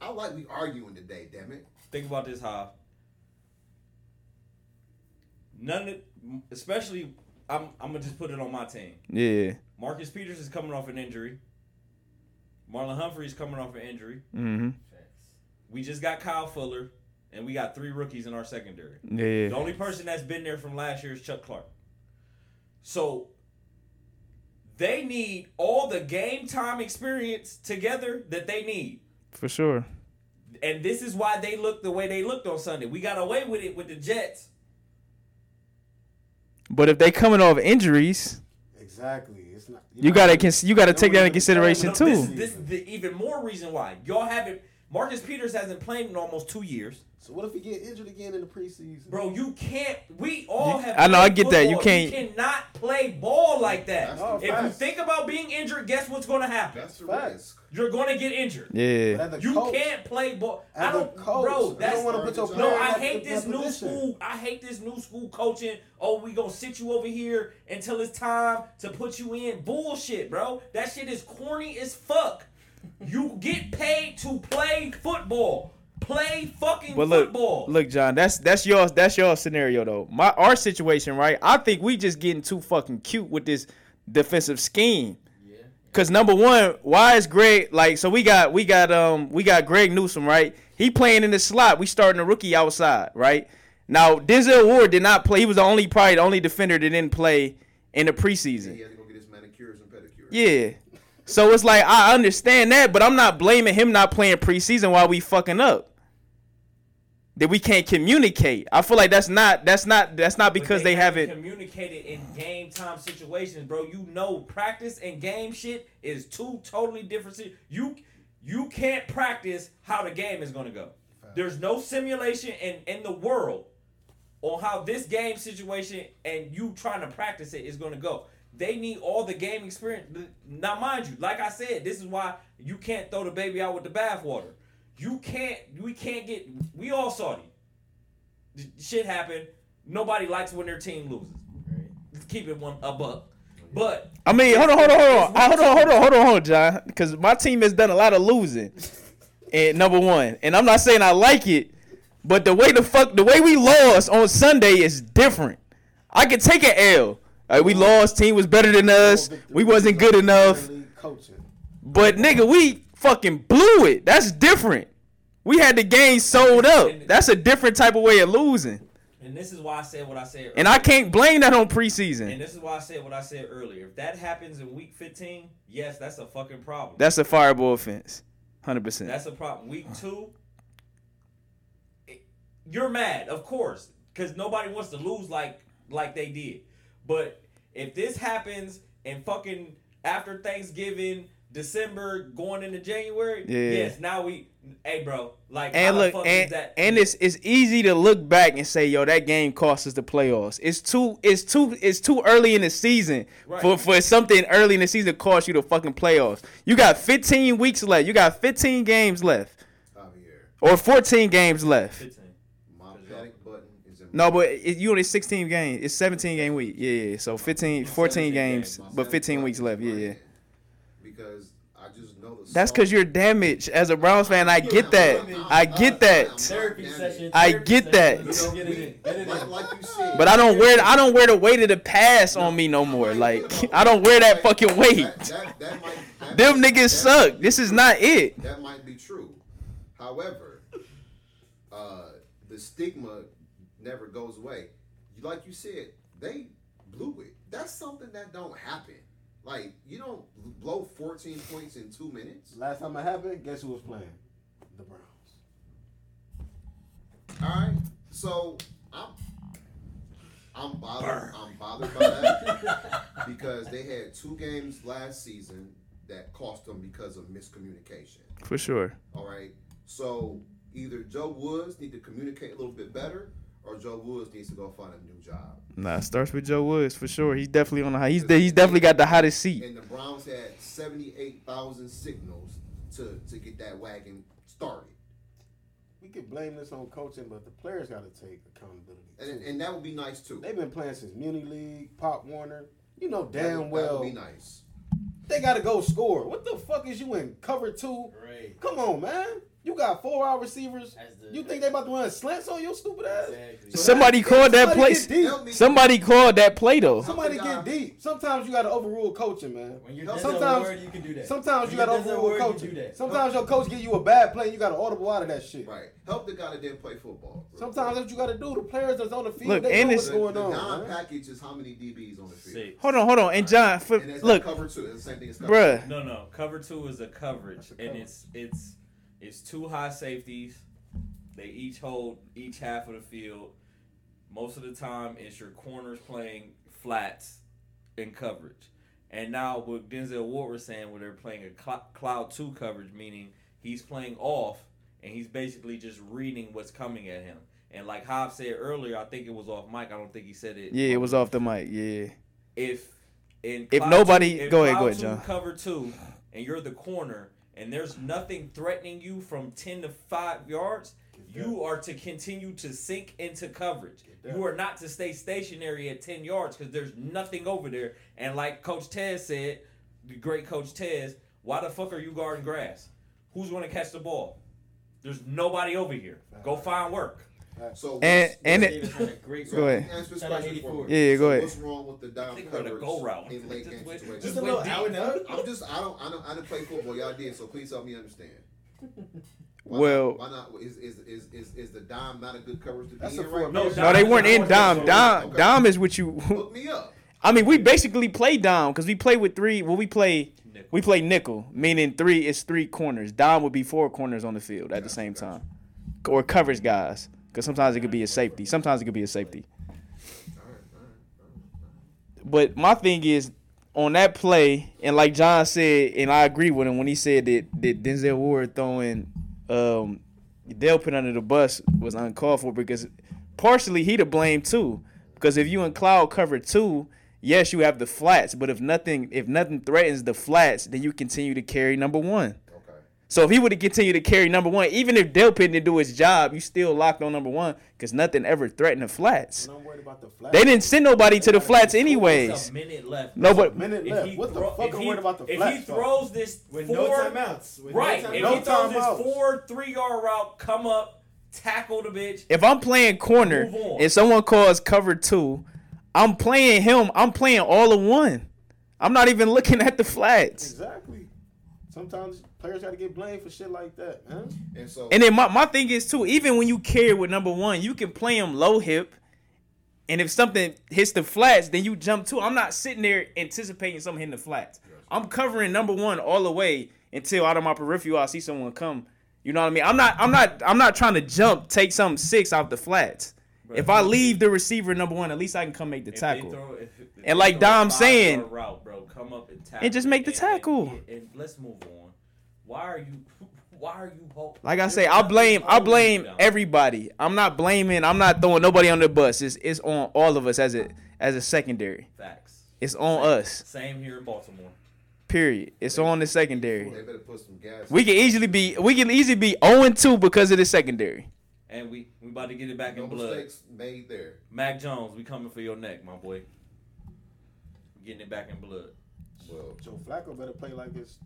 Speaker 3: I like we arguing today, damn it.
Speaker 2: Think about this, Hive. None of, especially, I'm, I'm going to just put it on my team.
Speaker 1: Yeah.
Speaker 2: Marcus Peters is coming off an injury. Marlon Humphrey is coming off an injury.
Speaker 1: Mm-hmm.
Speaker 4: Facts.
Speaker 2: We just got Kyle Fuller, and we got three rookies in our secondary. The
Speaker 1: Yeah.
Speaker 2: only person that's been there from last year is Chuck Clark. So they need all the game time experience together that they need.
Speaker 1: For sure.
Speaker 2: And this is why they looked the way they looked on Sunday. We got away with it with the Jets.
Speaker 1: But if they coming off injuries,
Speaker 6: Exactly. It's not
Speaker 1: you gotta cons- you gotta take that into consideration
Speaker 2: This,
Speaker 1: too.
Speaker 2: this is the even more reason why y'all haven't. Marcus Peters hasn't played in almost two years,
Speaker 6: So what if he get injured again in the preseason?
Speaker 2: bro. You can't. We all have.
Speaker 1: I know, I
Speaker 2: played
Speaker 1: get that. You
Speaker 2: football.
Speaker 1: can't-
Speaker 2: cannot play ball like that.
Speaker 3: That's
Speaker 6: No,
Speaker 3: the
Speaker 2: if you
Speaker 6: facts.
Speaker 2: think about being injured, guess what's going to happen?
Speaker 3: That's the
Speaker 6: Facts.
Speaker 3: risk.
Speaker 2: You're going to get injured.
Speaker 6: But
Speaker 1: Yeah.
Speaker 6: as a
Speaker 2: You
Speaker 6: coach-
Speaker 2: can't play ball. I
Speaker 6: as a
Speaker 2: don't,
Speaker 6: coach,
Speaker 2: bro.
Speaker 6: you
Speaker 2: That's
Speaker 6: don't want to put your
Speaker 2: No,
Speaker 3: No,
Speaker 6: player
Speaker 2: I
Speaker 6: in
Speaker 2: hate
Speaker 6: that-
Speaker 2: this
Speaker 6: that
Speaker 2: new
Speaker 6: position.
Speaker 2: school. I hate this new school coaching. Oh, we gonna sit you over here until it's time to put you in. Bullshit, bro. That shit is corny as fuck. You get paid to play football. Play fucking
Speaker 1: But look,
Speaker 2: football.
Speaker 1: look, John. That's that's your that's your scenario though. My our situation, right? I think we just getting too fucking cute with this defensive scheme.
Speaker 4: Yeah.
Speaker 1: Cause number one, why is Greg like? So we got we got um we got Greg Newsom right. He playing in the slot. We starting a rookie outside right. Now Denzel Ward did not play. He was the only probably the only defender that didn't play in the
Speaker 3: And he
Speaker 1: preseason.
Speaker 3: has to go get his manicures and pedicures.
Speaker 1: Yeah. So it's like I understand that, but I'm not blaming him not playing preseason while we fucking up. That we can't communicate. I feel like that's not that's not that's not
Speaker 2: But
Speaker 1: because they, haven't.
Speaker 2: communicated in game time situations, bro. You know, practice and game shit is two totally different. si- You you can't practice how the game is gonna go. There's no simulation in in the world on how this game situation and you trying to practice it is going to go. They need all the game experience. Now, mind you, like I said, this is why you can't throw the baby out with the bathwater. You can't. We can't get. We all saw it. Th- Shit happened. Nobody likes when their team loses.
Speaker 4: Right.
Speaker 2: Keep it one a buck. But
Speaker 1: I mean, hold on, hold on, hold on,
Speaker 2: It's-
Speaker 1: I, hold on, hold on, hold on, hold on, John, because my team has done a lot of losing. And number one, and I'm not saying I like it, but the way the fuck the way we lost on Sunday is different. I could take an L. Like, we lost, team was better than us, we wasn't good enough,
Speaker 6: League Coaching.
Speaker 1: but nigga, we fucking blew it. That's different. We had the game sold up. That's a different type of way of losing,
Speaker 2: and this is why I said what I said.
Speaker 1: and I
Speaker 2: earlier.
Speaker 1: can't blame that on preseason.
Speaker 2: And this is why I said what I said earlier. If that happens in week 15, yes, that's a fucking problem.
Speaker 1: That's a fireball offense, hundred percent.
Speaker 2: That's a problem. Week two, it- you're mad, of course, because nobody wants to lose like like they did. But if this happens and fucking after Thanksgiving, December, going into January,
Speaker 1: Yeah.
Speaker 2: yes, now we, hey, bro, like
Speaker 1: And
Speaker 2: how the
Speaker 1: look,
Speaker 2: fuck is
Speaker 1: and,
Speaker 2: that?
Speaker 1: and it's it's easy to look back and say, yo, that game cost us the playoffs. It's too it's too it's too early in the season
Speaker 2: Right.
Speaker 1: for, for something early in the season to cost you the fucking playoffs. You got 15 weeks left. You got 15 games left
Speaker 3: Javier,
Speaker 1: or 14 games left.
Speaker 2: 15.
Speaker 3: my panic button is in.
Speaker 1: No, but it, you only 16 games. It's 17 game week. Yeah, yeah. So 15, 14
Speaker 2: 17
Speaker 1: games,
Speaker 3: my
Speaker 1: but
Speaker 3: panic
Speaker 1: 15
Speaker 3: button
Speaker 1: weeks
Speaker 3: is
Speaker 1: left. Yeah,
Speaker 3: right
Speaker 1: yeah.
Speaker 3: in. Because I just know the.
Speaker 1: That's because you're damaged as a Browns fan. I get that. I get that.
Speaker 4: Therapy session.
Speaker 1: I
Speaker 4: therapy
Speaker 1: get
Speaker 4: session.
Speaker 1: that.
Speaker 4: Let's Get it in. Get it
Speaker 3: Like,
Speaker 4: in.
Speaker 3: like you said.
Speaker 1: But I don't wear I don't wear the weight of the past on me no more. Like I don't wear that fucking weight.
Speaker 3: That, that, that might, that
Speaker 1: Them
Speaker 3: might-
Speaker 1: niggas
Speaker 3: that-
Speaker 1: suck. This is not it.
Speaker 3: That might be true. However, uh, the stigma never goes away. You- Like you said, they blew it. That's something that don't happen. Like you don't blow 14 points in two minutes.
Speaker 6: Last time it happened, guess who was playing? The Browns.
Speaker 3: All right. So I'm I'm bothered. I'm bothered by that because they had two games last season that cost them because of miscommunication.
Speaker 1: For sure.
Speaker 3: All right. So either Joe Woods need to communicate a little bit better, or Joe Woods needs to go find a new job.
Speaker 1: Nah, it starts with Joe Woods for sure. He's definitely on the high. He's de- he's definitely got the hottest seat.
Speaker 3: And the Browns had seventy-eight thousand signals to to get that wagon started,
Speaker 6: We could blame this on coaching, but the players got to take accountability.
Speaker 3: and
Speaker 6: too.
Speaker 3: and that would be nice too.
Speaker 6: They've been playing since Muni League, Pop Warner. You know
Speaker 3: That
Speaker 6: damn
Speaker 3: would- that
Speaker 6: well
Speaker 3: would be nice.
Speaker 6: they got to go score. What the fuck is you in cover two?
Speaker 1: *laughs*
Speaker 4: Right.
Speaker 6: Come on, man. You got four out receivers.
Speaker 4: As the-
Speaker 6: You think they about to run slants on your stupid ass?
Speaker 4: Exactly.
Speaker 1: Somebody called that
Speaker 6: Somebody
Speaker 1: place.
Speaker 6: get deep.
Speaker 3: Help me.
Speaker 1: Somebody called that play though.
Speaker 6: Somebody get
Speaker 3: God.
Speaker 6: deep. Sometimes you got to overrule coaching, man.
Speaker 4: When you're
Speaker 6: Sometimes-
Speaker 4: sometimes word, you can do that.
Speaker 6: Sometimes you
Speaker 4: When
Speaker 6: got to
Speaker 4: you're done
Speaker 6: overrule
Speaker 4: word, you do
Speaker 6: coaching.
Speaker 4: that.
Speaker 6: Sometimes your coach give you a bad play and you got to audible out of that shit.
Speaker 3: Right. Help the guy that didn't play football. real
Speaker 6: Sometimes
Speaker 3: quick.
Speaker 6: that's what you got to do. The players that's on the field,
Speaker 1: Look,
Speaker 6: they
Speaker 1: and
Speaker 6: know what's
Speaker 1: it's-
Speaker 3: the,
Speaker 6: going
Speaker 3: the
Speaker 6: on. man.
Speaker 3: non-package is how many DBs on the field.
Speaker 2: Six.
Speaker 1: Hold on, hold on. Oh, And John, for,
Speaker 3: And that's
Speaker 1: look,
Speaker 3: not cover two. It's the same thing as cover
Speaker 1: bruh.
Speaker 2: No, no. Cover two is a coverage,
Speaker 6: That's a
Speaker 2: and
Speaker 6: cover.
Speaker 2: it's it's it's two high safeties. They each hold each half of the field. Most of the time, it's your corners playing flats in coverage. And now what Denzel Ward was saying, where they're playing a cl- cloud two coverage, meaning he's playing off and he's basically just reading what's coming at him. And like Hobbs said earlier, I think it was off mic. I don't think he said it.
Speaker 1: Yeah, it was off the mic. Yeah.
Speaker 2: If in
Speaker 1: If
Speaker 2: Cloud
Speaker 1: nobody-
Speaker 2: two- if
Speaker 1: go ahead,
Speaker 2: Cloud
Speaker 1: go ahead,
Speaker 2: two
Speaker 1: John.
Speaker 2: Cover two, and you're the corner, and there's nothing threatening you from ten to five yards. You are to continue to sink into coverage. You are not to stay stationary at ten yards because there's nothing over there. And like Coach Tez said, the great Coach Tez, why the fuck are you guarding grass? Who's going to catch the ball? There's nobody over here. Go find work.
Speaker 3: So
Speaker 1: And
Speaker 3: what's-
Speaker 1: and
Speaker 4: Davis
Speaker 1: it
Speaker 4: had a
Speaker 1: *laughs*
Speaker 4: great
Speaker 1: Go
Speaker 4: run.
Speaker 3: Let me
Speaker 1: ahead.
Speaker 3: ask this
Speaker 4: Shout out
Speaker 3: question for
Speaker 4: 84.
Speaker 3: me.
Speaker 1: Yeah, go
Speaker 3: So
Speaker 1: ahead.
Speaker 3: What's wrong with the
Speaker 2: I
Speaker 3: down
Speaker 2: think we're
Speaker 3: coverage
Speaker 2: gonna go route.
Speaker 3: in late
Speaker 2: Just
Speaker 3: game
Speaker 2: wait-
Speaker 3: situations?
Speaker 4: Just a
Speaker 2: wait
Speaker 4: little
Speaker 2: deep.
Speaker 4: out and up.
Speaker 3: I'm just I don't I don't I didn't play football. Y'all did, so please help
Speaker 2: *laughs*
Speaker 3: me understand. Why
Speaker 1: Well-
Speaker 3: not, why not? Is is is is, is the dime not a good coverage to
Speaker 6: That's
Speaker 3: be
Speaker 6: a
Speaker 3: in
Speaker 6: four.
Speaker 3: right
Speaker 2: No,
Speaker 3: now?
Speaker 2: Dom-
Speaker 1: no, they weren't in Dom. Dom
Speaker 3: Okay.
Speaker 1: Dom is what you. *laughs*
Speaker 3: Hook me up.
Speaker 1: I mean, we basically play Dom because we play with three. Well, we play
Speaker 2: Nickel.
Speaker 1: we play nickel, meaning three is three corners. Dom would be four corners on the field at the same time, or coverage guys. Because sometimes it could be a safety. Sometimes it could be a safety. But my thing is on that play, and like John said, and I agree with him when he said that, that Denzel Ward throwing um, Delpit under the bus was uncalled for because partially he to blame too. Because if you in cloud cover two, yes, you have the flats, but if nothing if nothing threatens the flats, then you continue to carry number one.
Speaker 3: Okay.
Speaker 1: So if he would have continued to carry number one, even if Delpit didn't do his job, you still locked on number one because nothing ever threatened the flats.
Speaker 6: And I'm worried about the flag.
Speaker 1: They didn't send nobody to the flats anyways.
Speaker 2: It's a minute left.
Speaker 1: No, but
Speaker 6: minute
Speaker 2: If
Speaker 6: left.
Speaker 2: he
Speaker 6: What the
Speaker 2: throw-
Speaker 6: fuck?
Speaker 2: if
Speaker 6: I'm
Speaker 2: he-
Speaker 6: worried about the
Speaker 2: If
Speaker 6: flag.
Speaker 2: he throws this
Speaker 4: With
Speaker 2: four,
Speaker 4: no timeouts. With
Speaker 2: right?
Speaker 4: No
Speaker 2: if
Speaker 4: timeouts.
Speaker 2: he throws
Speaker 6: timeouts.
Speaker 2: this four three yard route, come up, tackle the bitch.
Speaker 1: if I'm playing corner
Speaker 2: Move on.
Speaker 1: and someone calls cover two, I'm playing him. I'm playing all of one. I'm not even looking at the flats.
Speaker 6: Exactly. Sometimes players got to get blamed for shit like that, man.
Speaker 3: And so
Speaker 1: And then my, my thing is too, even when you carry with number one, you can play him low hip. And if something hits the flats, then you jump too. I'm not sitting there anticipating something hitting the flats. I'm covering number one all the way until out of my peripheral I see someone come. You know what I mean? I'm not I'm not I'm not trying to jump, take something six off the flats. if I leave the receiver number one, at least I can come make the
Speaker 2: If they
Speaker 1: tackle.
Speaker 2: throw- if- if they
Speaker 1: And like
Speaker 2: throw a
Speaker 1: Dom
Speaker 2: five-yard
Speaker 1: saying-
Speaker 2: route, bro, come up and tackle,
Speaker 1: And just make the
Speaker 2: and-
Speaker 1: tackle.
Speaker 2: And, and let's move on. Why are you? *laughs* Why are you? Hope-
Speaker 1: Like I say, I blame I blame everybody. I'm not blaming. I'm not throwing nobody on the bus. It's it's on all of us as a as a secondary.
Speaker 2: Facts.
Speaker 1: It's on us.
Speaker 2: Same here in Baltimore.
Speaker 1: Period. It's on the secondary.
Speaker 3: they better put some gas.
Speaker 1: We can easily be we can easily be 0 and 2 because of the secondary.
Speaker 2: And we we about to get it back
Speaker 3: no
Speaker 2: in blood.
Speaker 3: mistakes made there.
Speaker 2: Mac Jones, we coming for your neck, my boy. Getting it back in blood.
Speaker 3: Well,
Speaker 6: Joe Flacco better play like it's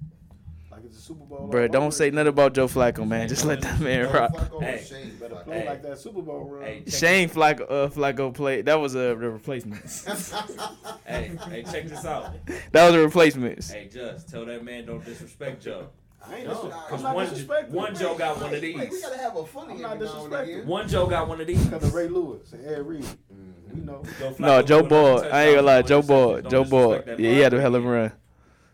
Speaker 6: like it's a Super Bowl.
Speaker 1: Bruh,
Speaker 6: all
Speaker 1: don't
Speaker 6: over.
Speaker 1: say nothing about Joe Flacco, man. Just let that man *laughs* rock.
Speaker 3: Flacco
Speaker 2: Hey.
Speaker 3: was Shane
Speaker 6: Better
Speaker 3: Flacco.
Speaker 6: play
Speaker 2: Hey.
Speaker 6: like that Super Bowl run.
Speaker 2: Hey, check
Speaker 1: Shane Flacco, uh, Flacco played. That was a the replacements.
Speaker 2: Hey,
Speaker 6: *laughs*
Speaker 2: hey, check this out.
Speaker 1: That was the replacements.
Speaker 2: Hey, just tell that man don't disrespect Joe.
Speaker 6: I ain't
Speaker 3: No,
Speaker 6: dis-
Speaker 3: cause
Speaker 6: I'm not
Speaker 2: one-
Speaker 6: disrespecting.
Speaker 2: one
Speaker 6: him.
Speaker 2: Joe got one of
Speaker 3: Hey, wait, We
Speaker 2: these.
Speaker 3: gotta have a funny
Speaker 6: I'm
Speaker 3: every
Speaker 6: not
Speaker 3: now and
Speaker 2: *laughs*
Speaker 1: *laughs*
Speaker 3: again.
Speaker 2: One Joe got one of these.
Speaker 6: Because of Ray Lewis and Ed Reed.
Speaker 2: Mm-hmm.
Speaker 6: You know,
Speaker 2: Joe Flacco
Speaker 1: No, Joe
Speaker 2: threw another
Speaker 1: Ball. I ain't gonna lie, Joe
Speaker 2: touchdown,
Speaker 1: Ball.
Speaker 2: don't
Speaker 1: Joe
Speaker 2: disrespect
Speaker 1: Ball.
Speaker 2: that
Speaker 1: Yeah, he had a
Speaker 2: man.
Speaker 1: hell of a run.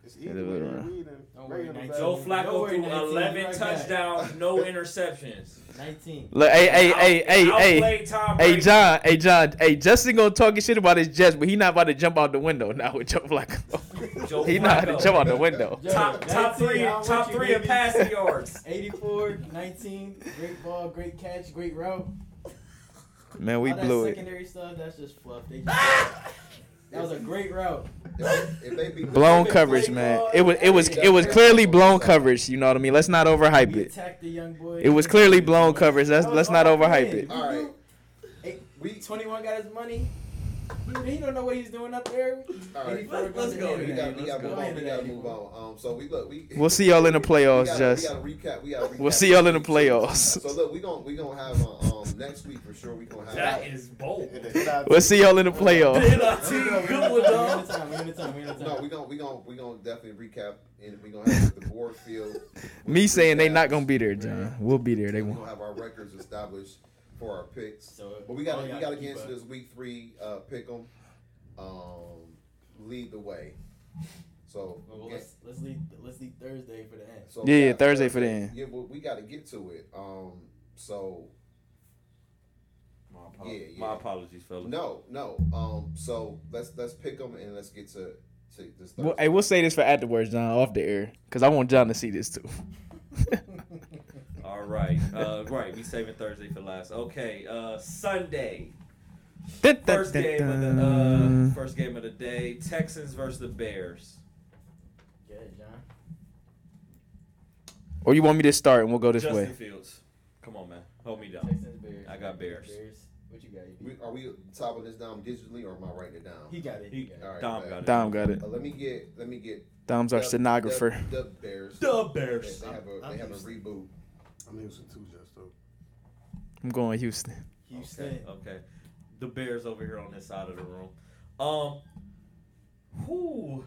Speaker 6: it's easy
Speaker 1: Yeah,
Speaker 6: with
Speaker 1: they're
Speaker 6: Ed
Speaker 1: right.
Speaker 6: Reed and
Speaker 4: Don't
Speaker 6: Ray in
Speaker 4: worry,
Speaker 6: the
Speaker 4: Nike.
Speaker 6: back.
Speaker 2: Joe
Speaker 4: Don't
Speaker 2: Flacco
Speaker 4: worry,
Speaker 2: threw
Speaker 4: 19,
Speaker 2: 11
Speaker 4: right back.
Speaker 2: touchdowns, no interceptions.
Speaker 4: 19.
Speaker 1: Look, hey, hey, hey, hey, hey.
Speaker 2: Outplayed Tom
Speaker 1: Hey
Speaker 2: Brady.
Speaker 1: John, hey John, hey Justin gonna talk his shit about his Jets, but he not about to jump out the window now with Joe Flacco. *laughs*
Speaker 2: Joe
Speaker 1: he not about
Speaker 2: Flacco.
Speaker 1: to jump out the window.
Speaker 4: Joe,
Speaker 2: Top, top
Speaker 4: 19,
Speaker 2: three,
Speaker 4: I want
Speaker 2: top
Speaker 4: you,
Speaker 2: three in
Speaker 4: baby.
Speaker 2: passing
Speaker 4: *laughs*
Speaker 2: yards.
Speaker 4: 84, 19, great ball, great catch, great route.
Speaker 1: Man, we
Speaker 4: All that
Speaker 1: blew it. Ah!
Speaker 4: secondary stuff, that's just fluff. They just, *laughs* that was a great route.
Speaker 3: If, if they be
Speaker 1: Blown
Speaker 4: They
Speaker 1: coverage,
Speaker 4: played
Speaker 1: man.
Speaker 4: ball,
Speaker 1: It was it was it was clearly blown coverage. You know what I mean? Let's not overhype
Speaker 4: We
Speaker 1: it.
Speaker 4: attacked the young boy. Oh,
Speaker 1: It was clearly blown coverage. Let's let's not overhype it.
Speaker 3: All right.
Speaker 4: We 21 got his money. He, he don't know what he's doing up there.
Speaker 3: All right.
Speaker 4: 84
Speaker 2: Let's- let's
Speaker 4: goes
Speaker 2: go.
Speaker 4: in
Speaker 3: We
Speaker 4: there.
Speaker 3: gotta, we
Speaker 4: Let's
Speaker 3: gotta move
Speaker 4: go
Speaker 3: on.
Speaker 4: in
Speaker 3: We
Speaker 4: there.
Speaker 3: gotta move on. Um, so we look. We
Speaker 1: We'll see y'all in the
Speaker 3: we
Speaker 1: playoffs,
Speaker 3: gotta,
Speaker 1: Just.
Speaker 3: We gotta recap. We gotta recap.
Speaker 1: We'll see y'all in the
Speaker 3: So
Speaker 1: playoffs.
Speaker 3: look, we gonna we gonna have uh, um next week for sure. We gonna have
Speaker 2: That is bold.
Speaker 6: And the
Speaker 1: *laughs*
Speaker 6: NIT
Speaker 1: We'll see y'all in the playoffs.
Speaker 2: NIT, good one,
Speaker 6: *laughs*
Speaker 4: We're in
Speaker 2: dog.
Speaker 4: the time. We're in the time. We're in the time.
Speaker 3: no. We gonna we gonna we gonna definitely recap and we gonna have the board field.
Speaker 1: *laughs* Me saying they not gonna be there, John. We'll be there. They
Speaker 3: We
Speaker 1: won't.
Speaker 3: gonna have our records established for our picks.
Speaker 4: So,
Speaker 3: But we gotta
Speaker 4: all y'all
Speaker 3: we gotta
Speaker 4: Oh, keep
Speaker 3: get into
Speaker 4: up.
Speaker 3: this week three uh, pick 'em. Um, lead the way. So
Speaker 4: Well,
Speaker 3: get-
Speaker 4: let's, let's leave. Let's leave Thursday for the
Speaker 1: *laughs*
Speaker 4: end.
Speaker 3: So
Speaker 1: Yeah, yeah, Thursday for the end.
Speaker 3: Yeah, well, we got to get to it. Um, so
Speaker 2: My
Speaker 3: Yeah,
Speaker 2: apologies,
Speaker 3: yeah.
Speaker 2: My apologies fellas.
Speaker 3: no, no. Um, so let's let's pick them and let's get to to this. Thursday.
Speaker 1: Well, hey, we'll say this for afterwards, John, off the air, because I want John to see this too.
Speaker 2: All All
Speaker 4: *laughs*
Speaker 2: right. Uh, right. We saving Thursday for last. Okay. Uh, Sunday. First game of the uh, first game of the day. Texans versus the Bears.
Speaker 4: Yeah, John.
Speaker 1: Or you want me to start and we'll go this
Speaker 2: Justin
Speaker 1: way?
Speaker 2: Fields. Come on, man. Hold me down.
Speaker 4: Texans, Bears.
Speaker 2: I got Bears.
Speaker 4: What you got? E You
Speaker 3: We, are we topping this down digitally or am I writing it down?
Speaker 4: He got it. He got it.
Speaker 3: All right,
Speaker 2: Dom
Speaker 3: man.
Speaker 2: got it.
Speaker 1: Dom got it.
Speaker 3: Uh, let me get let me get
Speaker 1: Dom's our
Speaker 3: the-
Speaker 1: stenographer.
Speaker 3: The, the Bears.
Speaker 2: The
Speaker 3: They
Speaker 2: Bears.
Speaker 3: they have a
Speaker 4: I'm
Speaker 3: they have a
Speaker 4: used-
Speaker 3: reboot.
Speaker 6: I'm Houston too, just though.
Speaker 1: I'm going Houston.
Speaker 4: Houston.
Speaker 2: Okay. Oh, The Bears over here on this side of the room. Um. Whoo.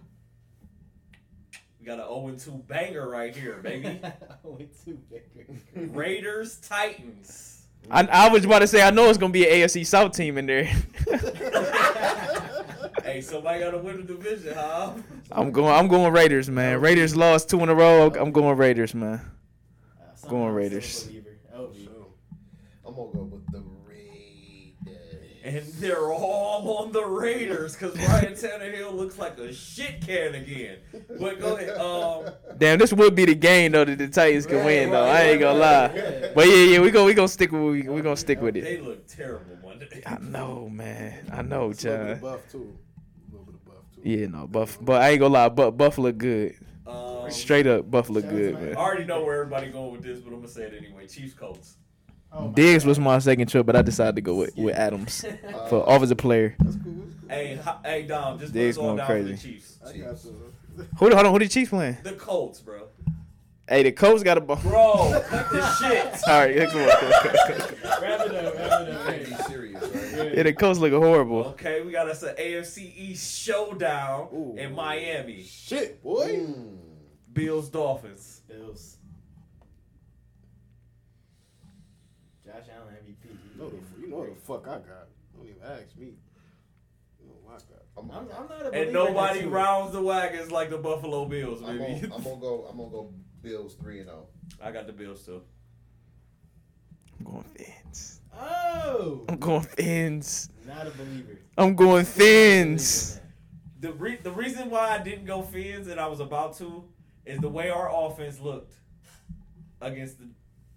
Speaker 2: We got an 0 2 banger right here,
Speaker 4: *laughs*
Speaker 3: *laughs*
Speaker 2: baby.
Speaker 4: Went to Baker. *laughs*
Speaker 2: Raiders Titans.
Speaker 1: I, I was about to say I know it's gonna be an AFC South team in there. *laughs*
Speaker 4: Uh,
Speaker 2: Hey, somebody got to win the division, huh?
Speaker 1: I'm going. I'm going Raiders, man. Raiders lost two in a row. I'm going Raiders, man.
Speaker 4: Uh, somehow
Speaker 1: Going
Speaker 4: I'm still a
Speaker 1: Raiders.
Speaker 4: believer. Oh,
Speaker 2: Mm.
Speaker 6: For sure.
Speaker 3: I'm gonna go with the Raiders.
Speaker 2: And
Speaker 3: *laughs*
Speaker 2: *laughs* they're all on the Raiders because Ryan Tannehill looks like a shit can again. *laughs* But go ahead. Um,
Speaker 1: Damn, this would be the game though that the Titans can
Speaker 4: Right,
Speaker 1: win though. I
Speaker 4: right,
Speaker 1: ain't gonna
Speaker 4: right,
Speaker 1: lie.
Speaker 4: right.
Speaker 1: But yeah, yeah, we go. We gonna stick with. We, we gonna stick with
Speaker 2: they
Speaker 1: it.
Speaker 2: look terrible Monday.
Speaker 1: I know, man. I know,
Speaker 6: It's a little bit of
Speaker 1: John.
Speaker 6: buff too. A little bit of buff too.
Speaker 1: Yeah, no, Buff. But I ain't gonna lie. But Buff look good.
Speaker 2: Um,
Speaker 1: Straight up, Buff look good,
Speaker 2: I
Speaker 1: man.
Speaker 2: already know where everybody going with this, but I'm gonna say it anyway. Chiefs Colts.
Speaker 4: Oh my
Speaker 1: Diggs
Speaker 4: God.
Speaker 1: was my second trip, but I decided to go with, with Adams
Speaker 4: *laughs*
Speaker 3: Uh,
Speaker 1: for offensive player.
Speaker 6: That's cool. That's cool.
Speaker 2: Hey, hi, hey, Dom, just
Speaker 1: Diggs
Speaker 2: put us all
Speaker 1: going
Speaker 2: down for the
Speaker 1: crazy.
Speaker 2: Chiefs.
Speaker 6: I got some.
Speaker 1: Who? the- Hold on. Who the Chiefs playing?
Speaker 2: The Colts, bro.
Speaker 1: Hey, the Colts got a ball. *laughs*
Speaker 2: Bro, cut the shit.
Speaker 1: All right, yeah, come on. come on, come on, *laughs* come on.
Speaker 4: Wrap it up. Wrap it up.
Speaker 3: Gotta be
Speaker 4: Hey.
Speaker 3: serious, right?
Speaker 1: Yeah, the Colts look horrible.
Speaker 2: Okay, we got us an AFC East showdown
Speaker 6: Ooh.
Speaker 2: in Miami.
Speaker 6: Shit, boy.
Speaker 3: Mm.
Speaker 2: Bills Dolphins.
Speaker 4: Bills. Josh Allen MVP.
Speaker 6: You know, the, you know what the fuck I got. Don't even ask me. You know what I got.
Speaker 3: I'm,
Speaker 4: I'm, I'm
Speaker 3: I'm,
Speaker 4: not a believer
Speaker 2: And
Speaker 4: in that
Speaker 2: nobody
Speaker 4: team.
Speaker 2: rounds the wagons like the Buffalo Bills,
Speaker 3: I'm, gonna,
Speaker 2: baby.
Speaker 3: I'm gonna go. I'm gonna go Bills three and oh. zero.
Speaker 2: *laughs* I got the Bills too.
Speaker 1: I'm going Fins.
Speaker 4: Oh,
Speaker 1: I'm going Fins.
Speaker 4: not a believer.
Speaker 1: I'm going *laughs* Fins.
Speaker 2: The re- the reason why I didn't go Fins and I was about to is the way our offense looked against the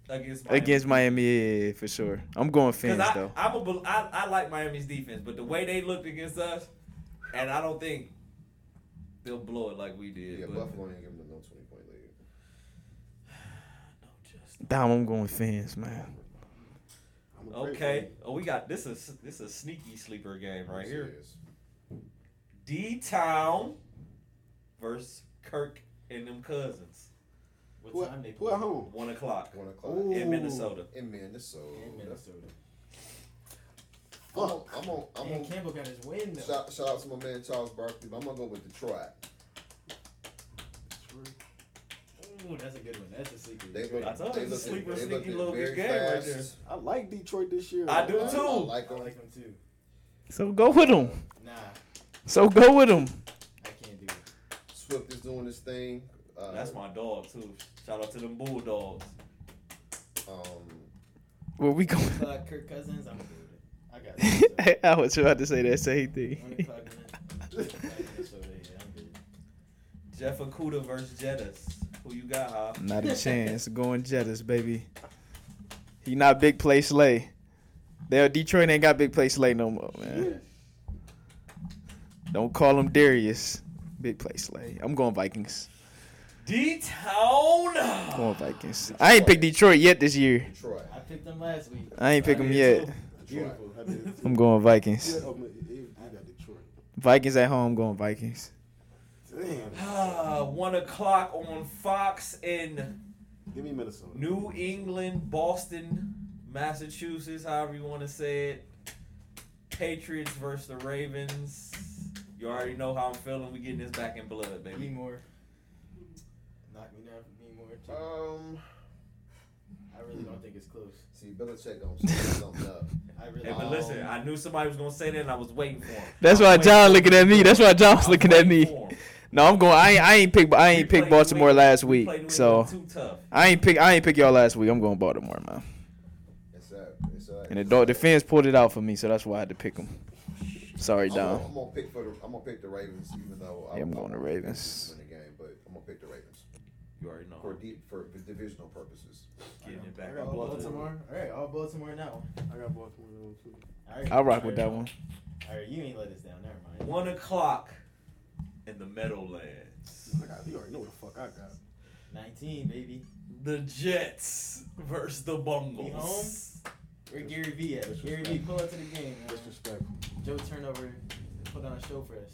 Speaker 2: against Miami.
Speaker 1: Against Miami, yeah, yeah, for sure. I'm going Fins
Speaker 2: Because I,
Speaker 1: though.
Speaker 2: I'm a bel- I, I like Miami's defense, but the way they looked against us, and I don't think they'll blow it like we did.
Speaker 3: Yeah,
Speaker 2: but
Speaker 3: Buffalo ain't giving them no twenty point lead.
Speaker 2: No, just-
Speaker 1: Damn, I'm going Fins, man.
Speaker 6: I'm a great
Speaker 2: Okay.
Speaker 6: fan.
Speaker 2: Oh, we got this is this is a sneaky sleeper game right
Speaker 3: I'm
Speaker 2: here.
Speaker 3: serious.
Speaker 2: D Town versus Kirk and them cousins.
Speaker 4: What
Speaker 6: Who,
Speaker 4: time they
Speaker 6: who
Speaker 4: play?
Speaker 6: at home?
Speaker 2: One o'clock
Speaker 3: One o'clock
Speaker 6: Ooh.
Speaker 2: in Minnesota.
Speaker 3: in Minnesota.
Speaker 4: In Minnesota.
Speaker 3: I'm on. I'm on. I'm
Speaker 4: And
Speaker 3: on
Speaker 4: Campbell got his win though.
Speaker 3: shout, shout out to my man Charles Barkley. But I'm gonna go with Detroit.
Speaker 4: Ooh, that's a good one. That's a secret.
Speaker 3: They look,
Speaker 2: I told
Speaker 3: they
Speaker 2: you, it's a
Speaker 3: look,
Speaker 2: sleeper,
Speaker 3: they
Speaker 2: sneaky
Speaker 3: look
Speaker 2: little
Speaker 3: very
Speaker 2: big game right
Speaker 3: fast.
Speaker 6: I like Detroit this year.
Speaker 2: I do
Speaker 3: I-
Speaker 2: too.
Speaker 3: I like
Speaker 4: I
Speaker 3: 'em.
Speaker 4: like them too.
Speaker 1: So go with them.
Speaker 4: Nah,
Speaker 1: So go with them.
Speaker 4: I can't do it.
Speaker 3: Swift is doing his thing. Uh,
Speaker 2: That's my dog too. Shout out to them Bulldogs.
Speaker 3: Um,
Speaker 1: Where we going?
Speaker 4: One o'clock, Kirk Cousins. I'm good with it. I got
Speaker 1: *laughs*
Speaker 4: Minnesota.
Speaker 1: I was about to say that same
Speaker 4: One
Speaker 1: thing. *laughs*
Speaker 4: o'clock, man. Minnesota. Yeah, I'm good.
Speaker 2: Jeff Okuda versus Jettis. Who you got, huh?
Speaker 1: Not a chance. Going Jettas, baby. He not big play Slay. They Detroit ain't got big play Slay no more, man. Don't call him Darius. Big play Slay. I'm going Vikings.
Speaker 2: D Town.
Speaker 1: Going Vikings. I ain't picked Detroit yet this year.
Speaker 3: Detroit.
Speaker 4: I picked them last week.
Speaker 1: I ain't pick them
Speaker 2: did too.
Speaker 1: yet.
Speaker 3: Detroit.
Speaker 6: Beautiful. I did too.
Speaker 1: I'm going
Speaker 6: Yeah,
Speaker 1: Vikings.
Speaker 6: oh, man, you- you got Detroit.
Speaker 1: Vikings at home. Going Vikings.
Speaker 6: Damn.
Speaker 2: Ah, one o'clock on Fox in
Speaker 6: Give me Minnesota.
Speaker 2: New England, Boston, Massachusetts, however you want to say it. Patriots versus the Ravens. You already know how I'm feeling. We getting this back in blood,
Speaker 4: Be
Speaker 2: baby.
Speaker 4: more. Knock me down for be more. too.
Speaker 3: Um,
Speaker 4: I really don't think it's close.
Speaker 3: see, Belichick gonna *laughs* set something up.
Speaker 4: I really.
Speaker 2: Hey, but listen, I knew somebody was gonna say that, and I was waiting for him.
Speaker 1: That's
Speaker 2: I was
Speaker 1: why
Speaker 2: waiting
Speaker 1: John
Speaker 2: for
Speaker 1: looking
Speaker 2: him.
Speaker 1: at me. That's why
Speaker 2: I
Speaker 1: John's
Speaker 2: was
Speaker 1: looking at
Speaker 2: waiting
Speaker 1: me.
Speaker 2: for him.
Speaker 1: No, I'm going. I ain't. I ain't pick. I
Speaker 2: We played
Speaker 1: ain't pick
Speaker 2: New
Speaker 1: Baltimore
Speaker 2: England-
Speaker 1: last
Speaker 2: we
Speaker 1: week.
Speaker 2: played New
Speaker 1: So
Speaker 2: England too tough.
Speaker 1: I ain't pick. I ain't pick y'all last week. I'm going Baltimore, man.
Speaker 3: It's that. It's that.
Speaker 1: And the dog, the fans pulled it out for me, so that's why I had to pick them. Sorry,
Speaker 2: Oh,
Speaker 3: I'm gonna,
Speaker 1: Dom.
Speaker 3: I'm gonna pick for the. I'm gonna pick the Ravens, even though I-
Speaker 1: Yeah, I'm going to
Speaker 3: I-
Speaker 1: Ravens.
Speaker 4: Uh-huh.
Speaker 3: Win the game, but I'm gonna pick the Ravens.
Speaker 2: You already know.
Speaker 3: for di- for divisional purposes.
Speaker 2: Getting it
Speaker 4: I
Speaker 2: back.
Speaker 4: got Baltimore. All right, all Baltimore now.
Speaker 6: I got Baltimore on too.
Speaker 4: All right,
Speaker 1: I'll rock
Speaker 4: all
Speaker 1: with
Speaker 4: right.
Speaker 1: that one.
Speaker 4: All right, you ain't let us down. Never mind.
Speaker 2: One o'clock in the Meadowlands.
Speaker 6: I got, you already know what the fuck I got.
Speaker 4: 19, baby.
Speaker 2: The Jets versus the
Speaker 4: We home?
Speaker 2: Bungles.
Speaker 4: Where Gary V at? Gary V, pull up to the game. Man.
Speaker 6: Disrespectful.
Speaker 4: Joe turnover, put on a show for us.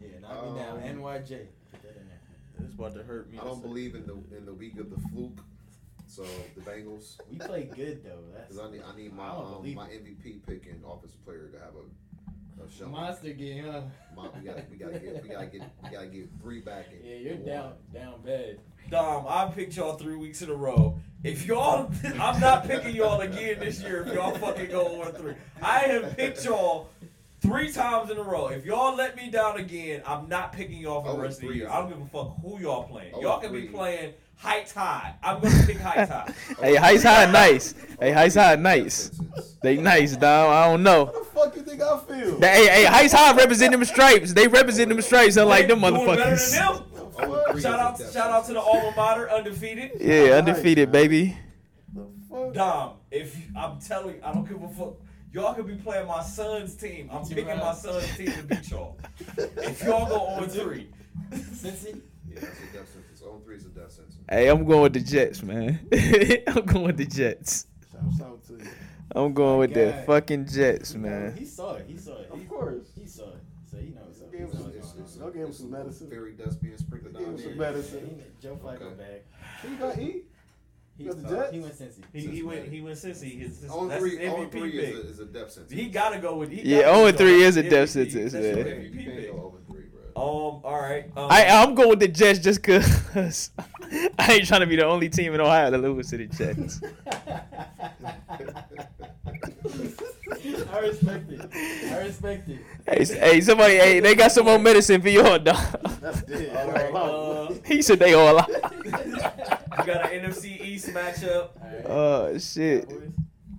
Speaker 4: Yeah, knock me down.
Speaker 3: Um,
Speaker 4: NYJ. Put that in there.
Speaker 2: It's about to hurt me.
Speaker 3: I don't believe in the in the week of the fluke. So the Bengals,
Speaker 4: We play good though. That's
Speaker 3: because I need I need my
Speaker 4: I don't
Speaker 3: um,
Speaker 4: believe
Speaker 3: my MVP pick and offensive player to have a, a
Speaker 4: a
Speaker 3: shot.
Speaker 4: monster game, huh?
Speaker 3: My- we gotta we gotta get we gotta get we gotta get three back. And
Speaker 4: Yeah, you're
Speaker 3: and
Speaker 4: down, down bad.
Speaker 2: Dom, I picked y'all three weeks in a row. If y'all, *laughs* I'm not picking y'all again this year. If y'all fucking go one three, I have picked y'all three times in a row. If y'all let me down again, I'm not picking y'all for
Speaker 3: Oh,
Speaker 2: the rest of the
Speaker 3: three.
Speaker 2: year. I don't give a fuck who y'all playing.
Speaker 3: Oh,
Speaker 2: y'all can be
Speaker 3: three.
Speaker 2: playing high tide. I'm gonna pick high
Speaker 1: *laughs*
Speaker 2: tide.
Speaker 1: Hey, Heist High
Speaker 2: *laughs*
Speaker 1: nice. Hey, Heist High nice.
Speaker 3: Defenses.
Speaker 1: They nice, dog. I don't know.
Speaker 6: How the fuck you think I feel?
Speaker 1: They, hey, hey, Heist High represent them stripes. They represent them stripes. I like them
Speaker 2: Doing Better
Speaker 1: motherfuckers.
Speaker 2: than them.
Speaker 6: The
Speaker 3: Oh,
Speaker 6: fuck?
Speaker 3: three.
Speaker 2: Shout out, shout out to the alma mater, undefeated.
Speaker 1: Yeah, undefeated, baby.
Speaker 6: The fuck?
Speaker 2: Dom, if you, I'm telling you, I don't give a fuck. Y'all could be playing my son's team. I'm
Speaker 4: You
Speaker 2: picking
Speaker 4: right.
Speaker 2: my son's team to beat y'all. If y'all
Speaker 3: *laughs*
Speaker 2: go on three,
Speaker 4: Cincy,
Speaker 3: Yeah, that's a death sentence. On three is a death sentence.
Speaker 1: Hey, I'm going with the Jets, man. *laughs* I'm going with the Jets.
Speaker 6: Shouts out to you.
Speaker 1: I'm going with the
Speaker 4: God.
Speaker 1: fucking Jets,
Speaker 4: you know,
Speaker 1: man.
Speaker 4: oh, he saw it. He saw it.
Speaker 6: Of
Speaker 4: He,
Speaker 6: course.
Speaker 4: he saw it. So he knows.
Speaker 6: It's a
Speaker 4: something.
Speaker 6: game
Speaker 4: He knows
Speaker 6: of-
Speaker 4: what's going on.
Speaker 6: Y'all give him some medicine.
Speaker 3: Fairy dust being sprinkled
Speaker 6: Give him
Speaker 3: down
Speaker 6: some
Speaker 3: there.
Speaker 6: medicine.
Speaker 4: he- Joe Flacco
Speaker 3: Okay.
Speaker 4: back.
Speaker 6: He got E.
Speaker 4: He,
Speaker 6: got the Jets?
Speaker 4: he went Cincy. *laughs*
Speaker 2: he, he went. He went sissy. His, his,
Speaker 3: On
Speaker 2: that's
Speaker 3: Oh, three,
Speaker 2: his
Speaker 3: on
Speaker 2: MVP
Speaker 3: three
Speaker 2: pick.
Speaker 3: is a, is a death sentence.
Speaker 2: he gotta go with. He
Speaker 1: Yeah,
Speaker 2: gotta
Speaker 1: oh,
Speaker 2: go
Speaker 1: and three
Speaker 2: with
Speaker 1: is a death
Speaker 2: MVP.
Speaker 1: sentence,
Speaker 2: That's your
Speaker 1: yeah.
Speaker 3: You
Speaker 2: MVP
Speaker 3: can't
Speaker 2: pick.
Speaker 3: go
Speaker 2: Um,
Speaker 3: over three, bro.
Speaker 2: all right. Um,
Speaker 1: I, I'm going with the Jets just because *laughs* I ain't trying to be the only team in Ohio that lose to the Jets.
Speaker 4: I respect it. I respect it.
Speaker 1: hey, s- hey, somebody, hey, they got some more medicine for y'all, dog.
Speaker 6: That's dead.
Speaker 4: All right,
Speaker 6: Wow.
Speaker 2: uh,
Speaker 1: *laughs* He said they all out. *laughs*
Speaker 2: we got an NFC East matchup.
Speaker 4: All right.
Speaker 1: Oh, shit.
Speaker 4: Cowboys?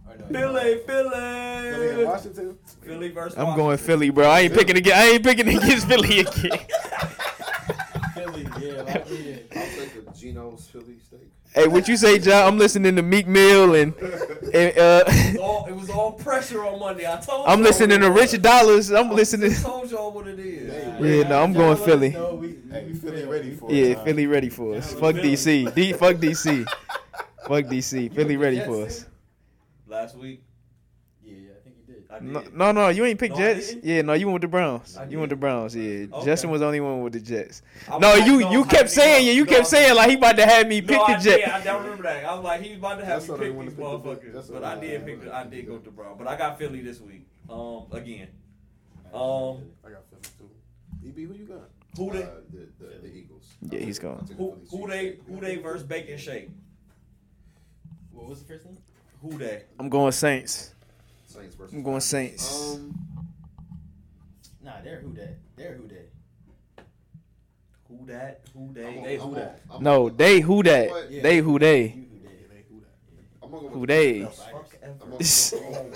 Speaker 4: Or no,
Speaker 2: Philly,
Speaker 6: Philly and
Speaker 2: Philly,
Speaker 6: Washington.
Speaker 2: Philly versus.
Speaker 1: I'm
Speaker 2: Washington.
Speaker 1: going Philly, bro. I ain't picking again. I ain't picking against Philly again. *laughs*
Speaker 4: Philly, yeah, lock me in.
Speaker 3: I'll take a Geno's Philly
Speaker 2: *laughs*
Speaker 3: steak.
Speaker 1: Hey, what you say, John? I'm listening to Meek Mill and, and uh, *laughs*
Speaker 2: It was all, it was all pressure on Monday. I told.
Speaker 1: I'm
Speaker 2: y'all
Speaker 1: listening
Speaker 2: what
Speaker 1: to
Speaker 2: it was.
Speaker 1: Richard Dollars. I'm
Speaker 2: I
Speaker 1: listening. *laughs*
Speaker 2: just told y'all what it is.
Speaker 1: Yeah, no, I'm
Speaker 4: Y'all
Speaker 1: going
Speaker 4: let us
Speaker 1: Philly.
Speaker 4: know we-
Speaker 6: Hey,
Speaker 4: we
Speaker 6: Philly
Speaker 4: feel-
Speaker 6: ready for it.
Speaker 1: Yeah,
Speaker 6: huh?
Speaker 1: Philly ready for us.
Speaker 2: Yeah,
Speaker 1: Fuck
Speaker 2: Philly.
Speaker 1: DC. D fuck DC. Fuck DC. Philly
Speaker 4: picked
Speaker 1: ready
Speaker 4: Jets,
Speaker 1: for
Speaker 4: too?
Speaker 1: us.
Speaker 2: Last week,
Speaker 4: Yeah, yeah, I think you did.
Speaker 2: I did.
Speaker 1: No, no, no, you ain't pick
Speaker 2: No, I
Speaker 1: Jets.
Speaker 2: didn't.
Speaker 1: Yeah, no, you went with the Browns.
Speaker 2: I
Speaker 1: You went with the Browns. Yeah,
Speaker 2: Okay.
Speaker 1: Justin was the only one with the Jets.
Speaker 2: I
Speaker 1: No,
Speaker 2: was-
Speaker 1: you you
Speaker 2: I
Speaker 1: kept
Speaker 2: didn't.
Speaker 1: saying yeah, you
Speaker 2: No,
Speaker 1: kept
Speaker 2: I-
Speaker 1: saying like he about to have me
Speaker 2: no,
Speaker 1: pick
Speaker 2: I
Speaker 1: the
Speaker 2: did.
Speaker 1: Jets.
Speaker 2: I don't remember that. I was like, he was about to have
Speaker 6: That's
Speaker 2: me
Speaker 6: what they
Speaker 2: pick
Speaker 6: wanna
Speaker 2: these
Speaker 6: pick the Jets.
Speaker 2: motherfuckers,
Speaker 6: That's
Speaker 2: but
Speaker 6: what
Speaker 2: I
Speaker 6: they
Speaker 2: did
Speaker 6: wanna
Speaker 2: pick.
Speaker 6: pick
Speaker 2: The, I
Speaker 6: the
Speaker 2: did go
Speaker 6: Jets.
Speaker 2: to Brown, but I got Philly this week. Um, again, Um,
Speaker 4: All
Speaker 6: I got Philly too. EB, E who you got?
Speaker 2: who they
Speaker 3: Uh, the, the, the Eagles.
Speaker 1: Yeah, he's gone.
Speaker 3: I'll take the
Speaker 2: who,
Speaker 3: Philly
Speaker 2: who
Speaker 3: cheese
Speaker 2: they
Speaker 3: steak.
Speaker 2: who they versus Bacon Shake?
Speaker 4: right. What was the first name?
Speaker 2: Who they?
Speaker 1: I'm going Saints.
Speaker 3: Saints versus.
Speaker 1: I'm going
Speaker 3: Falcons.
Speaker 1: Saints.
Speaker 3: Um,
Speaker 4: Nah, they're who that. They're who that.
Speaker 2: Who that? Who they?
Speaker 3: I'm on-
Speaker 2: they
Speaker 3: I'm
Speaker 2: who
Speaker 3: on-
Speaker 2: that?
Speaker 3: I'm
Speaker 1: No,
Speaker 3: on-
Speaker 1: they who that?
Speaker 3: Yeah.
Speaker 1: They who they?
Speaker 4: You who that.
Speaker 6: they who that?
Speaker 3: I'm gonna go with
Speaker 1: Who
Speaker 3: the
Speaker 1: they?
Speaker 3: Panthers.
Speaker 2: Fuck
Speaker 3: I'm
Speaker 2: ever.
Speaker 3: gonna, I'm, gonna,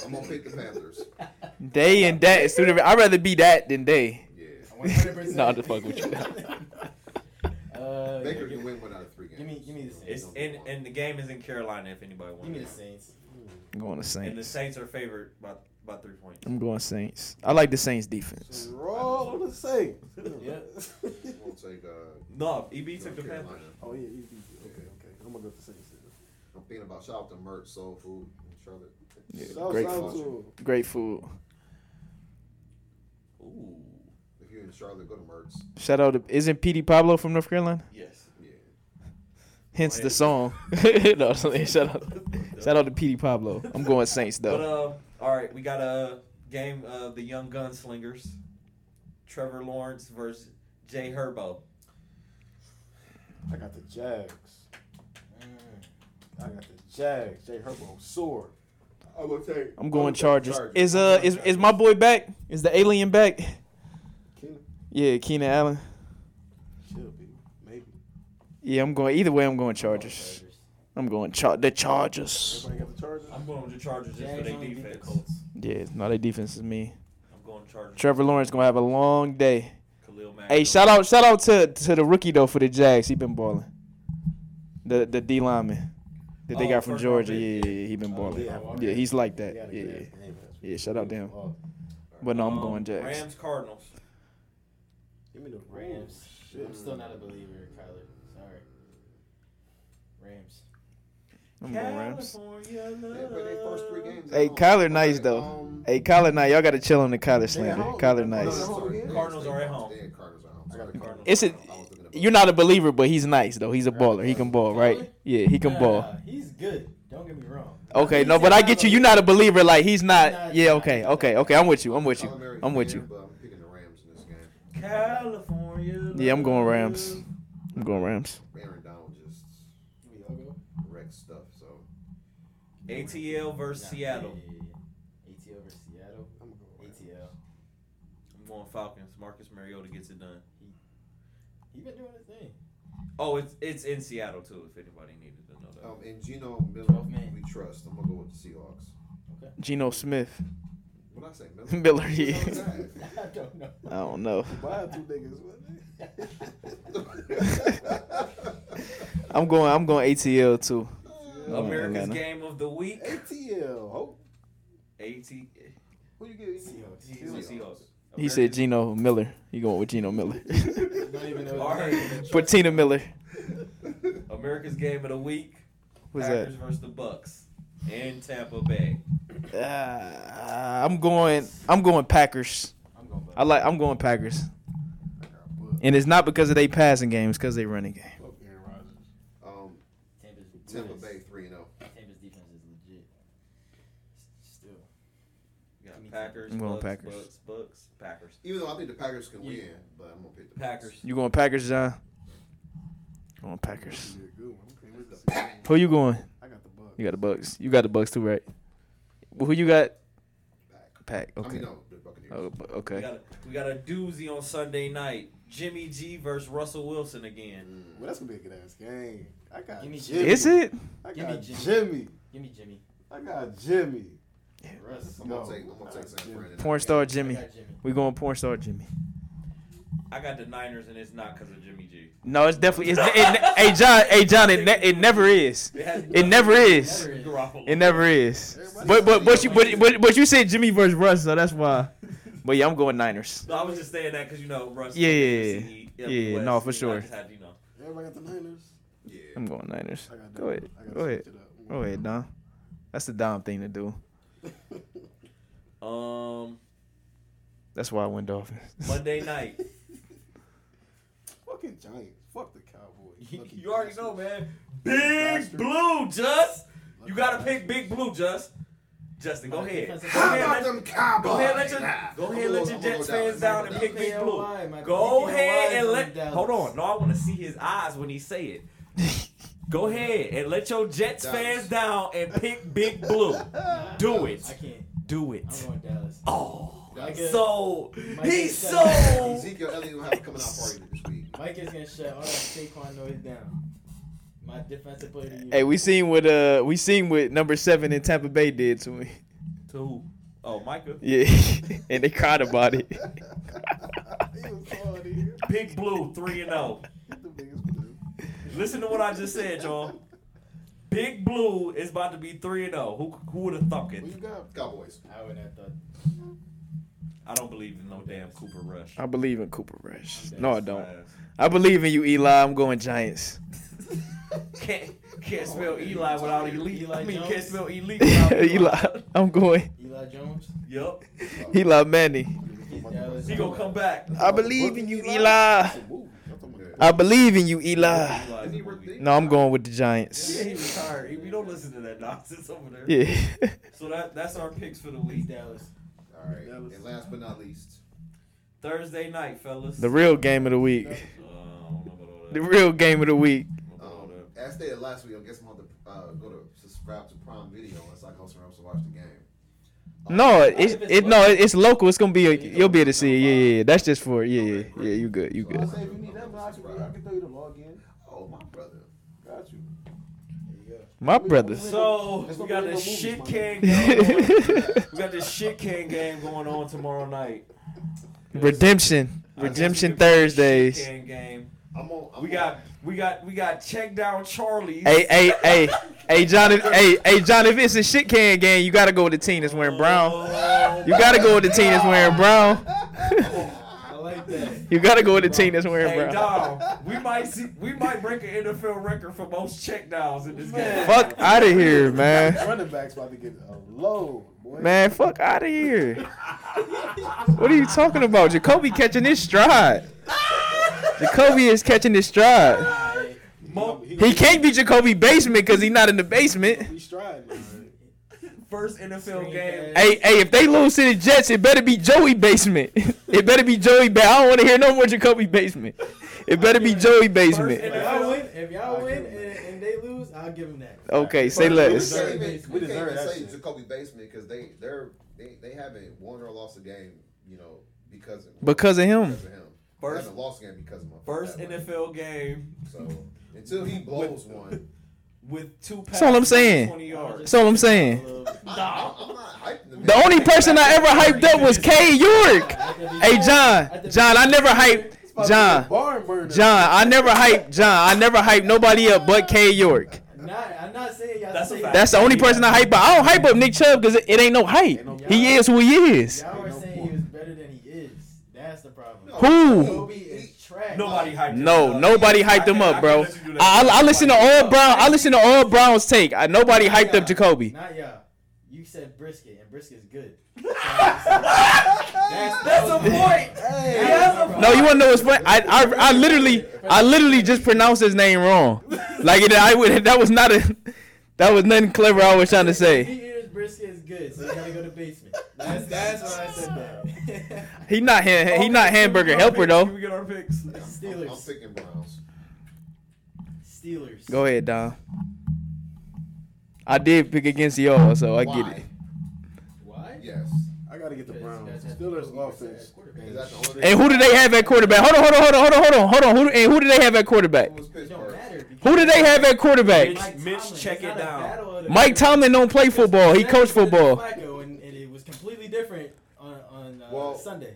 Speaker 3: I'm gonna pick the Panthers.
Speaker 4: *laughs*
Speaker 1: They and that. is through the- I'd rather be that than they.
Speaker 3: Yeah.
Speaker 2: *laughs*
Speaker 4: 100%.
Speaker 1: Nah, the fuck
Speaker 4: *laughs*
Speaker 1: with you.
Speaker 4: uh, yeah,
Speaker 3: Baker
Speaker 4: give,
Speaker 3: can win one out of three games.
Speaker 4: give me, give me the Saints.
Speaker 2: It's in and the game is in Carolina. If anybody
Speaker 4: give me the
Speaker 2: wants,
Speaker 4: Saints.
Speaker 1: I'm going to
Speaker 2: and the
Speaker 1: Saints.
Speaker 2: Saints are favored by by three points.
Speaker 1: I'm going Saints. I like the Saints defense.
Speaker 6: So we're all on the same. *laughs*
Speaker 4: Yeah.
Speaker 3: We'll take. Uh,
Speaker 2: No, EB E took
Speaker 3: North
Speaker 2: the
Speaker 3: Carolina.
Speaker 2: Panthers.
Speaker 6: oh yeah, EB. Okay, okay. I'm gonna go to Saints. then.
Speaker 3: I'm thinking about shout out to Mert Soul Food in Charlotte.
Speaker 1: Yeah,
Speaker 6: Shouts
Speaker 1: great
Speaker 6: out
Speaker 3: food.
Speaker 6: to
Speaker 1: Great food.
Speaker 2: Ooh,
Speaker 3: If you're in Charlotte, go to Mert's.
Speaker 1: Shout out to isn't Petey Pablo from North Carolina?
Speaker 2: yes.
Speaker 3: Yeah.
Speaker 1: Hence the
Speaker 2: Wait.
Speaker 1: song. *laughs* no, so, yeah, shout out, shout out to Petey Pablo. I'm going Saints
Speaker 2: But
Speaker 1: though.
Speaker 2: um, all right, we got a game of the Young Gunslingers, Trevor Lawrence versus Jay Herbo.
Speaker 6: I got the Jags.
Speaker 4: Mm.
Speaker 6: I got the Jags. Jay Herbo sword.
Speaker 3: I'm gonna take.
Speaker 1: I'm going Chargers. Is uh is is my boy back? Is the alien back?
Speaker 6: Keenan
Speaker 1: Yeah, Keenan Allen.
Speaker 6: should be maybe.
Speaker 1: Yeah, I'm going. Either way, I'm going
Speaker 4: Come on,
Speaker 1: Chargers. I'm going char the Chargers.
Speaker 6: Everybody got the Chargers.
Speaker 2: I'm going with the Chargers just for
Speaker 4: Jags
Speaker 2: their
Speaker 4: only beat the
Speaker 2: defense.
Speaker 4: Colts.
Speaker 1: Yeah, no, their defense is me.
Speaker 2: I'm going Chargers.
Speaker 1: Trevor Lawrence gonna have a long day.
Speaker 2: Khalil Mac.
Speaker 1: Hey, shout out, shout out to to the rookie though for the Jags. He been balling. The the D lineman that they
Speaker 2: Oh,
Speaker 1: got from
Speaker 2: Fernando
Speaker 1: Georgia. Yeah,
Speaker 2: Bennett.
Speaker 1: yeah, yeah, he been
Speaker 4: Oh,
Speaker 1: balling.
Speaker 4: yeah,
Speaker 1: yeah,
Speaker 4: Walker.
Speaker 1: he's like that.
Speaker 6: He got a
Speaker 1: Yeah, yeah,
Speaker 6: good ass name. That's
Speaker 1: yeah. Shout out to him.
Speaker 6: Oh,
Speaker 1: But no, I'm
Speaker 2: Um,
Speaker 1: going Jags.
Speaker 2: Rams Cardinals.
Speaker 6: Give me the
Speaker 4: Rams.
Speaker 6: Rams. Shit.
Speaker 4: I'm still not a believer in Kyler. Sorry. Rams.
Speaker 1: I'm going Rams.
Speaker 3: They played their first three games.
Speaker 1: Hey, Kyler nice though. Hey, Kyler Knight, y'all got to chill on the Kyler slander.
Speaker 6: home.
Speaker 1: Kyler
Speaker 3: Oh,
Speaker 6: No,
Speaker 1: Knight.
Speaker 6: no, no.
Speaker 2: Cardinals are at home.
Speaker 3: Yeah, Cardinals are at home.
Speaker 6: I got the Cardinals.
Speaker 1: It's a-
Speaker 3: I was looking at-
Speaker 1: You're not a believer, but he's nice though. He's a
Speaker 6: Right.
Speaker 1: baller. He can ball, right? Yeah, he can
Speaker 4: Nah,
Speaker 1: ball. Oh.
Speaker 4: nah, he's good. Don't get me wrong.
Speaker 1: Okay,
Speaker 4: He's
Speaker 1: no, but I get you. You're not a believer. Like he's
Speaker 4: Not-
Speaker 1: not. Yeah, okay, okay, okay. I'm with you. I'm with
Speaker 3: Kyler
Speaker 1: you.
Speaker 3: Murray's
Speaker 1: I'm with
Speaker 3: there,
Speaker 1: you.
Speaker 3: but I'm picking the Rams in this game.
Speaker 2: California.
Speaker 1: Yeah, I'm going Rams. I'm going Rams.
Speaker 3: Aaron Donald just
Speaker 4: We all go?
Speaker 3: wrecks stuff. So
Speaker 2: ATL versus
Speaker 4: Nah,
Speaker 2: Seattle.
Speaker 4: yeah, yeah, yeah. ATL versus Seattle.
Speaker 6: I'm gonna go Rams.
Speaker 4: ATL.
Speaker 2: I'm going Falcons. Marcus Mariota gets it done.
Speaker 4: He been doing his thing.
Speaker 2: Oh, it's it's in Seattle too. If anybody needed to know that.
Speaker 3: um, and Geno Miller,
Speaker 4: 12 man.
Speaker 3: we trust. I'm gonna go with the Seahawks.
Speaker 1: Geno Smith,
Speaker 3: What
Speaker 1: *laughs*
Speaker 3: I say, Miller?
Speaker 1: Miller. Yeah.
Speaker 4: *laughs* I don't know.
Speaker 1: I don't know.
Speaker 6: Buy two niggas. what?
Speaker 4: *laughs*
Speaker 1: I'm going. I'm going ATL too. No,
Speaker 2: America's
Speaker 1: Oh, Atlanta.
Speaker 2: game of the week.
Speaker 6: ATL. Oh,
Speaker 2: AT.
Speaker 3: Who you getting?
Speaker 4: Seahawks.
Speaker 2: He's a Seahawks.
Speaker 1: He said Geno Miller. You going with Geno Miller? *laughs*
Speaker 4: Don't even know.
Speaker 2: All right.
Speaker 1: but Tina Miller.
Speaker 2: America's game of the week.
Speaker 1: What's
Speaker 2: Packers
Speaker 1: that?
Speaker 2: versus the Bucks in Tampa Bay.
Speaker 1: Uh, I'm going. I'm going Packers.
Speaker 4: I'm going.
Speaker 1: I like. I'm going Packers. And it's not because of they passing game. It's because they running game.
Speaker 6: fuck Aaron Rodgers.
Speaker 3: *laughs* Um,
Speaker 4: Tampa's
Speaker 3: Tampa
Speaker 4: defense-
Speaker 3: Bay three and oh. zero.
Speaker 4: Tampa's defense is legit. S- Still.
Speaker 2: You
Speaker 4: Me
Speaker 2: got
Speaker 4: too.
Speaker 2: Packers.
Speaker 1: I'm going
Speaker 2: Bucks,
Speaker 1: Packers.
Speaker 2: Bucks. Bucks. Packers.
Speaker 3: Even though I think the Packers can
Speaker 4: Yeah.
Speaker 3: win, but I'm gonna pick the
Speaker 2: Packers.
Speaker 1: You going Packers, John? Going Packers.
Speaker 6: This is a good one. I'm can't wait to see it.
Speaker 1: Who you going?
Speaker 6: I got the bug.
Speaker 1: You got the Bucks. You got the Bucks too, right? Who you got?
Speaker 3: Pack.
Speaker 1: Pack.
Speaker 3: I mean,
Speaker 1: Okay.
Speaker 3: no, the Buccaneers.
Speaker 1: Oh, bu-
Speaker 2: We
Speaker 1: okay.
Speaker 2: got, a, we got a doozy on Sunday night. Jimmy G versus Russell Wilson again.
Speaker 3: Mm.
Speaker 6: Well, that's gonna be a good ass game. I got
Speaker 4: Give me
Speaker 6: Jimmy.
Speaker 1: Is it?
Speaker 6: I
Speaker 4: Give me
Speaker 6: got
Speaker 4: Jimmy.
Speaker 6: Jimmy.
Speaker 4: Give me Jimmy.
Speaker 6: I got Jimmy.
Speaker 4: Russ.
Speaker 3: I'm gonna
Speaker 6: No.
Speaker 3: take. I'm gonna take San Fran. in
Speaker 1: Porn
Speaker 3: that
Speaker 1: star
Speaker 3: game.
Speaker 1: Jimmy.
Speaker 4: I got Jimmy.
Speaker 1: We going porn star Jimmy.
Speaker 2: I got the Niners, and it's not because of Jimmy G.
Speaker 1: No, it's definitely. It's, it, hey John. Hey John. It, ne- it never is.
Speaker 2: It, has
Speaker 1: It never is.
Speaker 4: Never is.
Speaker 2: Garoppolo.
Speaker 1: It never is. But but but you but but, but you said Jimmy versus Russ, so that's why. But yeah, I'm going Niners.
Speaker 2: No, I was just saying that because you know Russ.
Speaker 1: Yeah, yeah,
Speaker 2: is
Speaker 1: yeah.
Speaker 2: the NFC,
Speaker 1: Yeah, yeah,
Speaker 2: West.
Speaker 1: no, for
Speaker 2: I
Speaker 1: sure.
Speaker 2: just had, you know,
Speaker 6: Everybody got the Niners.
Speaker 3: Yeah.
Speaker 1: I'm going Niners.
Speaker 6: I got
Speaker 1: Go ahead.
Speaker 6: I got
Speaker 1: Go ahead.
Speaker 6: It up.
Speaker 1: Go ahead, Dom. That's the Dom thing to do.
Speaker 6: *laughs*
Speaker 2: Um,
Speaker 1: That's why I went Dolphins. *laughs*
Speaker 2: Monday night.
Speaker 6: *laughs* Fucking Giants. Fuck the Cowboys. Lucky
Speaker 2: you already know,
Speaker 6: bastards.
Speaker 2: man. Big
Speaker 6: Bastard.
Speaker 2: Blue, Just. You
Speaker 6: Lucky
Speaker 2: gotta pick
Speaker 6: bastards.
Speaker 2: Big Blue, Just. Justin, go ahead. Go
Speaker 4: How
Speaker 3: How
Speaker 2: ahead,
Speaker 3: about
Speaker 2: let,
Speaker 3: them Cowboys?
Speaker 2: go ahead, let your
Speaker 3: Nah.
Speaker 2: go
Speaker 3: I'm
Speaker 2: ahead, let
Speaker 3: gonna-
Speaker 2: your
Speaker 3: I'm gonna
Speaker 2: Jets
Speaker 3: go down.
Speaker 2: fans down
Speaker 3: I'm
Speaker 2: and
Speaker 3: gonna
Speaker 2: pick
Speaker 3: go
Speaker 2: Big
Speaker 3: down.
Speaker 2: Blue.
Speaker 4: PKOY, my
Speaker 2: Go
Speaker 4: PKOY
Speaker 2: ahead and
Speaker 4: from
Speaker 2: let.
Speaker 4: Dallas.
Speaker 2: Hold on. No, I want to see his eyes when he say
Speaker 6: *laughs*
Speaker 2: it. Go ahead and let your Jets
Speaker 3: Dallas.
Speaker 2: fans down and pick Big Blue.
Speaker 6: *laughs*
Speaker 4: Nah,
Speaker 2: Do
Speaker 4: Dallas.
Speaker 2: it.
Speaker 4: I can't.
Speaker 2: Do
Speaker 4: I'm
Speaker 2: it. *laughs*
Speaker 4: going Dallas.
Speaker 2: Oh,
Speaker 4: Mike
Speaker 3: Dallas.
Speaker 4: is-
Speaker 2: so
Speaker 4: Mike
Speaker 2: he's
Speaker 4: is shut-
Speaker 2: so.
Speaker 3: Ezekiel Elliott will have a coming out party this week.
Speaker 4: Mike is gonna shut all that Saquon noise down. My defensive player. of the year.
Speaker 1: Hey, we seen what uh we seen what number seven in Tampa Bay did to me.
Speaker 2: To who? Oh, Micah.
Speaker 1: Yeah, *laughs* and they cried about
Speaker 6: *laughs*
Speaker 1: it.
Speaker 6: He was hard here.
Speaker 2: Big Blue, three and zero.
Speaker 6: The biggest blue.
Speaker 2: Listen to what I just said, y'all. Big Blue is about to be three and zero. Who who would have thunk
Speaker 6: What
Speaker 2: it?
Speaker 6: you got? *laughs*
Speaker 3: Cowboys.
Speaker 4: I would have thought.
Speaker 2: I don't believe in no damn Cooper Rush.
Speaker 1: I believe in Cooper Rush. No, I don't.
Speaker 2: Ass.
Speaker 1: I believe in you, Eli. I'm going Giants.
Speaker 2: *laughs* Can't can't spell Eli without elite.
Speaker 4: Eli
Speaker 2: I mean, can't
Speaker 4: Jones?
Speaker 2: spell
Speaker 4: *laughs*
Speaker 2: elite without
Speaker 1: *laughs* *laughs* Eli, I'm going
Speaker 4: Eli Jones.
Speaker 2: Yup.
Speaker 1: Eli Manning.
Speaker 4: He's Dallas.
Speaker 2: He gonna come back.
Speaker 1: I believe in you, Eli.
Speaker 6: That's a movie. That's what I'm gonna-
Speaker 1: I believe in you, Eli.
Speaker 2: Eli's
Speaker 3: Didn't he
Speaker 2: gonna
Speaker 3: rip
Speaker 2: be-
Speaker 3: the-
Speaker 1: No, I'm going with the
Speaker 2: Yeah,
Speaker 1: Giants.
Speaker 2: he retired. He- We don't listen to that nonsense over there.
Speaker 1: Yeah. *laughs*
Speaker 2: So that that's our picks for the
Speaker 4: He's
Speaker 2: week.
Speaker 4: Dallas.
Speaker 3: All right.
Speaker 6: Dallas.
Speaker 3: And last but not least,
Speaker 2: Thursday night, fellas.
Speaker 1: The real game of *laughs* the week.
Speaker 2: Uh, I don't know about all that.
Speaker 1: The real game of the week.
Speaker 2: I don't know about all
Speaker 3: um,
Speaker 2: that.
Speaker 3: as stated last week, I guess I'm going to uh, go to subscribe to Prime Video and so I can host around to watch the game.
Speaker 1: No, it's it no, it's local. It's gonna be a, you'll be able to see. it. Yeah, yeah, yeah. That's just for yeah, yeah, yeah. You good, you
Speaker 6: I
Speaker 1: good.
Speaker 6: say if you need that, man, I can, I can throw you the login.
Speaker 3: Oh, my brother.
Speaker 6: Got you.
Speaker 4: There you go.
Speaker 1: My brothers.
Speaker 2: So
Speaker 6: Let's go
Speaker 2: we got
Speaker 6: play
Speaker 2: this
Speaker 6: no
Speaker 2: shit
Speaker 6: movies,
Speaker 2: can
Speaker 6: man.
Speaker 2: game.
Speaker 1: *laughs*
Speaker 2: We got this shit can game going on tomorrow night.
Speaker 1: Redemption. Redemption
Speaker 2: I guess we can-
Speaker 1: Thursdays.
Speaker 2: Can game.
Speaker 3: I'm on. I'm
Speaker 2: We
Speaker 3: on-
Speaker 2: got we got we got check down Charlie.
Speaker 1: Hey, hey, hey,
Speaker 2: *laughs*
Speaker 1: hey, John. If, hey, hey, John. If it's a shit can game, you gotta go with the team that's wearing brown. You gotta go with the team that's wearing brown. *laughs*
Speaker 4: I like that.
Speaker 1: You gotta go with the team that's wearing
Speaker 2: Hey
Speaker 1: brown.
Speaker 2: Dom, we might see we might break an NFL record for most check downs in this game.
Speaker 1: Fuck out of here, man.
Speaker 6: *laughs* Running back's about to get a load, boy.
Speaker 1: Man, fuck out of here. What are you talking about? Jacoby catching his stride. Jacoby is catching his stride.
Speaker 2: Mo-
Speaker 1: He can't be Jacoby basement because he's not in the basement.
Speaker 6: He's striding. man.
Speaker 2: first NFL
Speaker 4: Screen
Speaker 2: game.
Speaker 4: pass.
Speaker 1: Hey, hey, if they lose to the Jets, it better be Joey basement. *laughs* It better be Joey. Ba- I don't want to hear no more Jacoby basement. It better be Joey basement.
Speaker 4: If y'all win, if y'all
Speaker 6: I'll
Speaker 4: win
Speaker 6: give him
Speaker 4: and, and they lose, I'll give them that.
Speaker 1: Okay, say
Speaker 3: We
Speaker 1: less.
Speaker 3: can't even, we
Speaker 6: We
Speaker 3: can't
Speaker 6: deserve
Speaker 3: even
Speaker 6: that
Speaker 3: say
Speaker 6: shit.
Speaker 3: Jacoby Basement because they they're they, they haven't won or lost a game, you know, because of,
Speaker 1: Because of him.
Speaker 3: Because of him. They
Speaker 2: First-
Speaker 3: haven't lost a game because of him.
Speaker 2: First
Speaker 3: That way.
Speaker 2: NFL game
Speaker 3: So until he blows one,
Speaker 2: with two passes.
Speaker 1: all I'm
Speaker 2: for
Speaker 1: saying.
Speaker 2: 20 yards.
Speaker 1: That's all I'm saying.
Speaker 3: I,
Speaker 4: *laughs*
Speaker 3: I, am not hyping him.
Speaker 1: The only person I ever hyped up was K York. Hey John, John, I never hyped John,
Speaker 6: Barn burner.
Speaker 1: John, I never hyped John, I never hyped nobody up but K York.
Speaker 4: Not, I'm not saying y'all.
Speaker 2: That's a
Speaker 4: say
Speaker 2: fact.
Speaker 1: That's the only person I hype up. I don't hype up Nick Chubb because it, it ain't no hype. He is who he is.
Speaker 4: Y'all are
Speaker 6: Ain't no
Speaker 4: saying he
Speaker 6: point.
Speaker 4: was better than he is. That's the problem.
Speaker 1: Who?
Speaker 4: Kobe is trash.
Speaker 2: Nobody hyped. him
Speaker 1: No,
Speaker 2: up.
Speaker 1: nobody
Speaker 2: I
Speaker 1: hyped him
Speaker 2: can't- I
Speaker 1: up,
Speaker 2: can't
Speaker 1: bro.
Speaker 2: let you do that.
Speaker 1: I, I, I listen to all
Speaker 2: Nobody-
Speaker 1: Brown. I listen to all Brown's take. I, nobody hyped up Jacoby.
Speaker 4: Not y'all. You said brisket, and brisket's good.
Speaker 2: That's a point.
Speaker 6: Hey,
Speaker 2: He has a
Speaker 1: No, you wanna know what's funny? I, I, I literally, I literally just pronounced his name wrong. Like it, I would. That was not a. That was nothing clever. I was trying to
Speaker 4: Meat
Speaker 1: say.
Speaker 4: eaters brisket is good, so you gotta go to basement. That's that's why I said that.
Speaker 1: He not hand, he not
Speaker 2: Okay, can we
Speaker 1: hamburger
Speaker 2: get our
Speaker 1: helper
Speaker 2: picks? Can
Speaker 1: though.
Speaker 2: we get our picks?
Speaker 3: I'm, I'm
Speaker 4: Steelers.
Speaker 3: picking Browns.
Speaker 4: Steelers.
Speaker 1: Go ahead, Don. I did pick against y'all, so I
Speaker 3: Why?
Speaker 1: get it.
Speaker 4: Why?
Speaker 3: Yes.
Speaker 6: I gotta get the
Speaker 4: Because you guys
Speaker 6: Browns.
Speaker 4: have
Speaker 6: Steelers
Speaker 4: Kobe Bryant
Speaker 6: offense.
Speaker 4: at quarterback.
Speaker 3: Is that the only?
Speaker 1: And who do they have at quarterback? Hold on, hold on, hold on, hold on, hold on, hold on. Who do- and who do they have at quarterback?
Speaker 3: It was
Speaker 4: It don't
Speaker 3: Pittsburgh.
Speaker 4: matter. because
Speaker 1: Who do they have at quarterback?
Speaker 2: Mitch- Mitch,
Speaker 4: Tomlin.
Speaker 2: check
Speaker 4: It's
Speaker 2: it
Speaker 4: not a
Speaker 2: down.
Speaker 4: battle of the-
Speaker 1: Mike Tomlin don't play football. He
Speaker 4: Exactly.
Speaker 1: coached football.
Speaker 4: Flacco, and, and it was completely different on, on uh,
Speaker 3: Well,
Speaker 4: Sunday.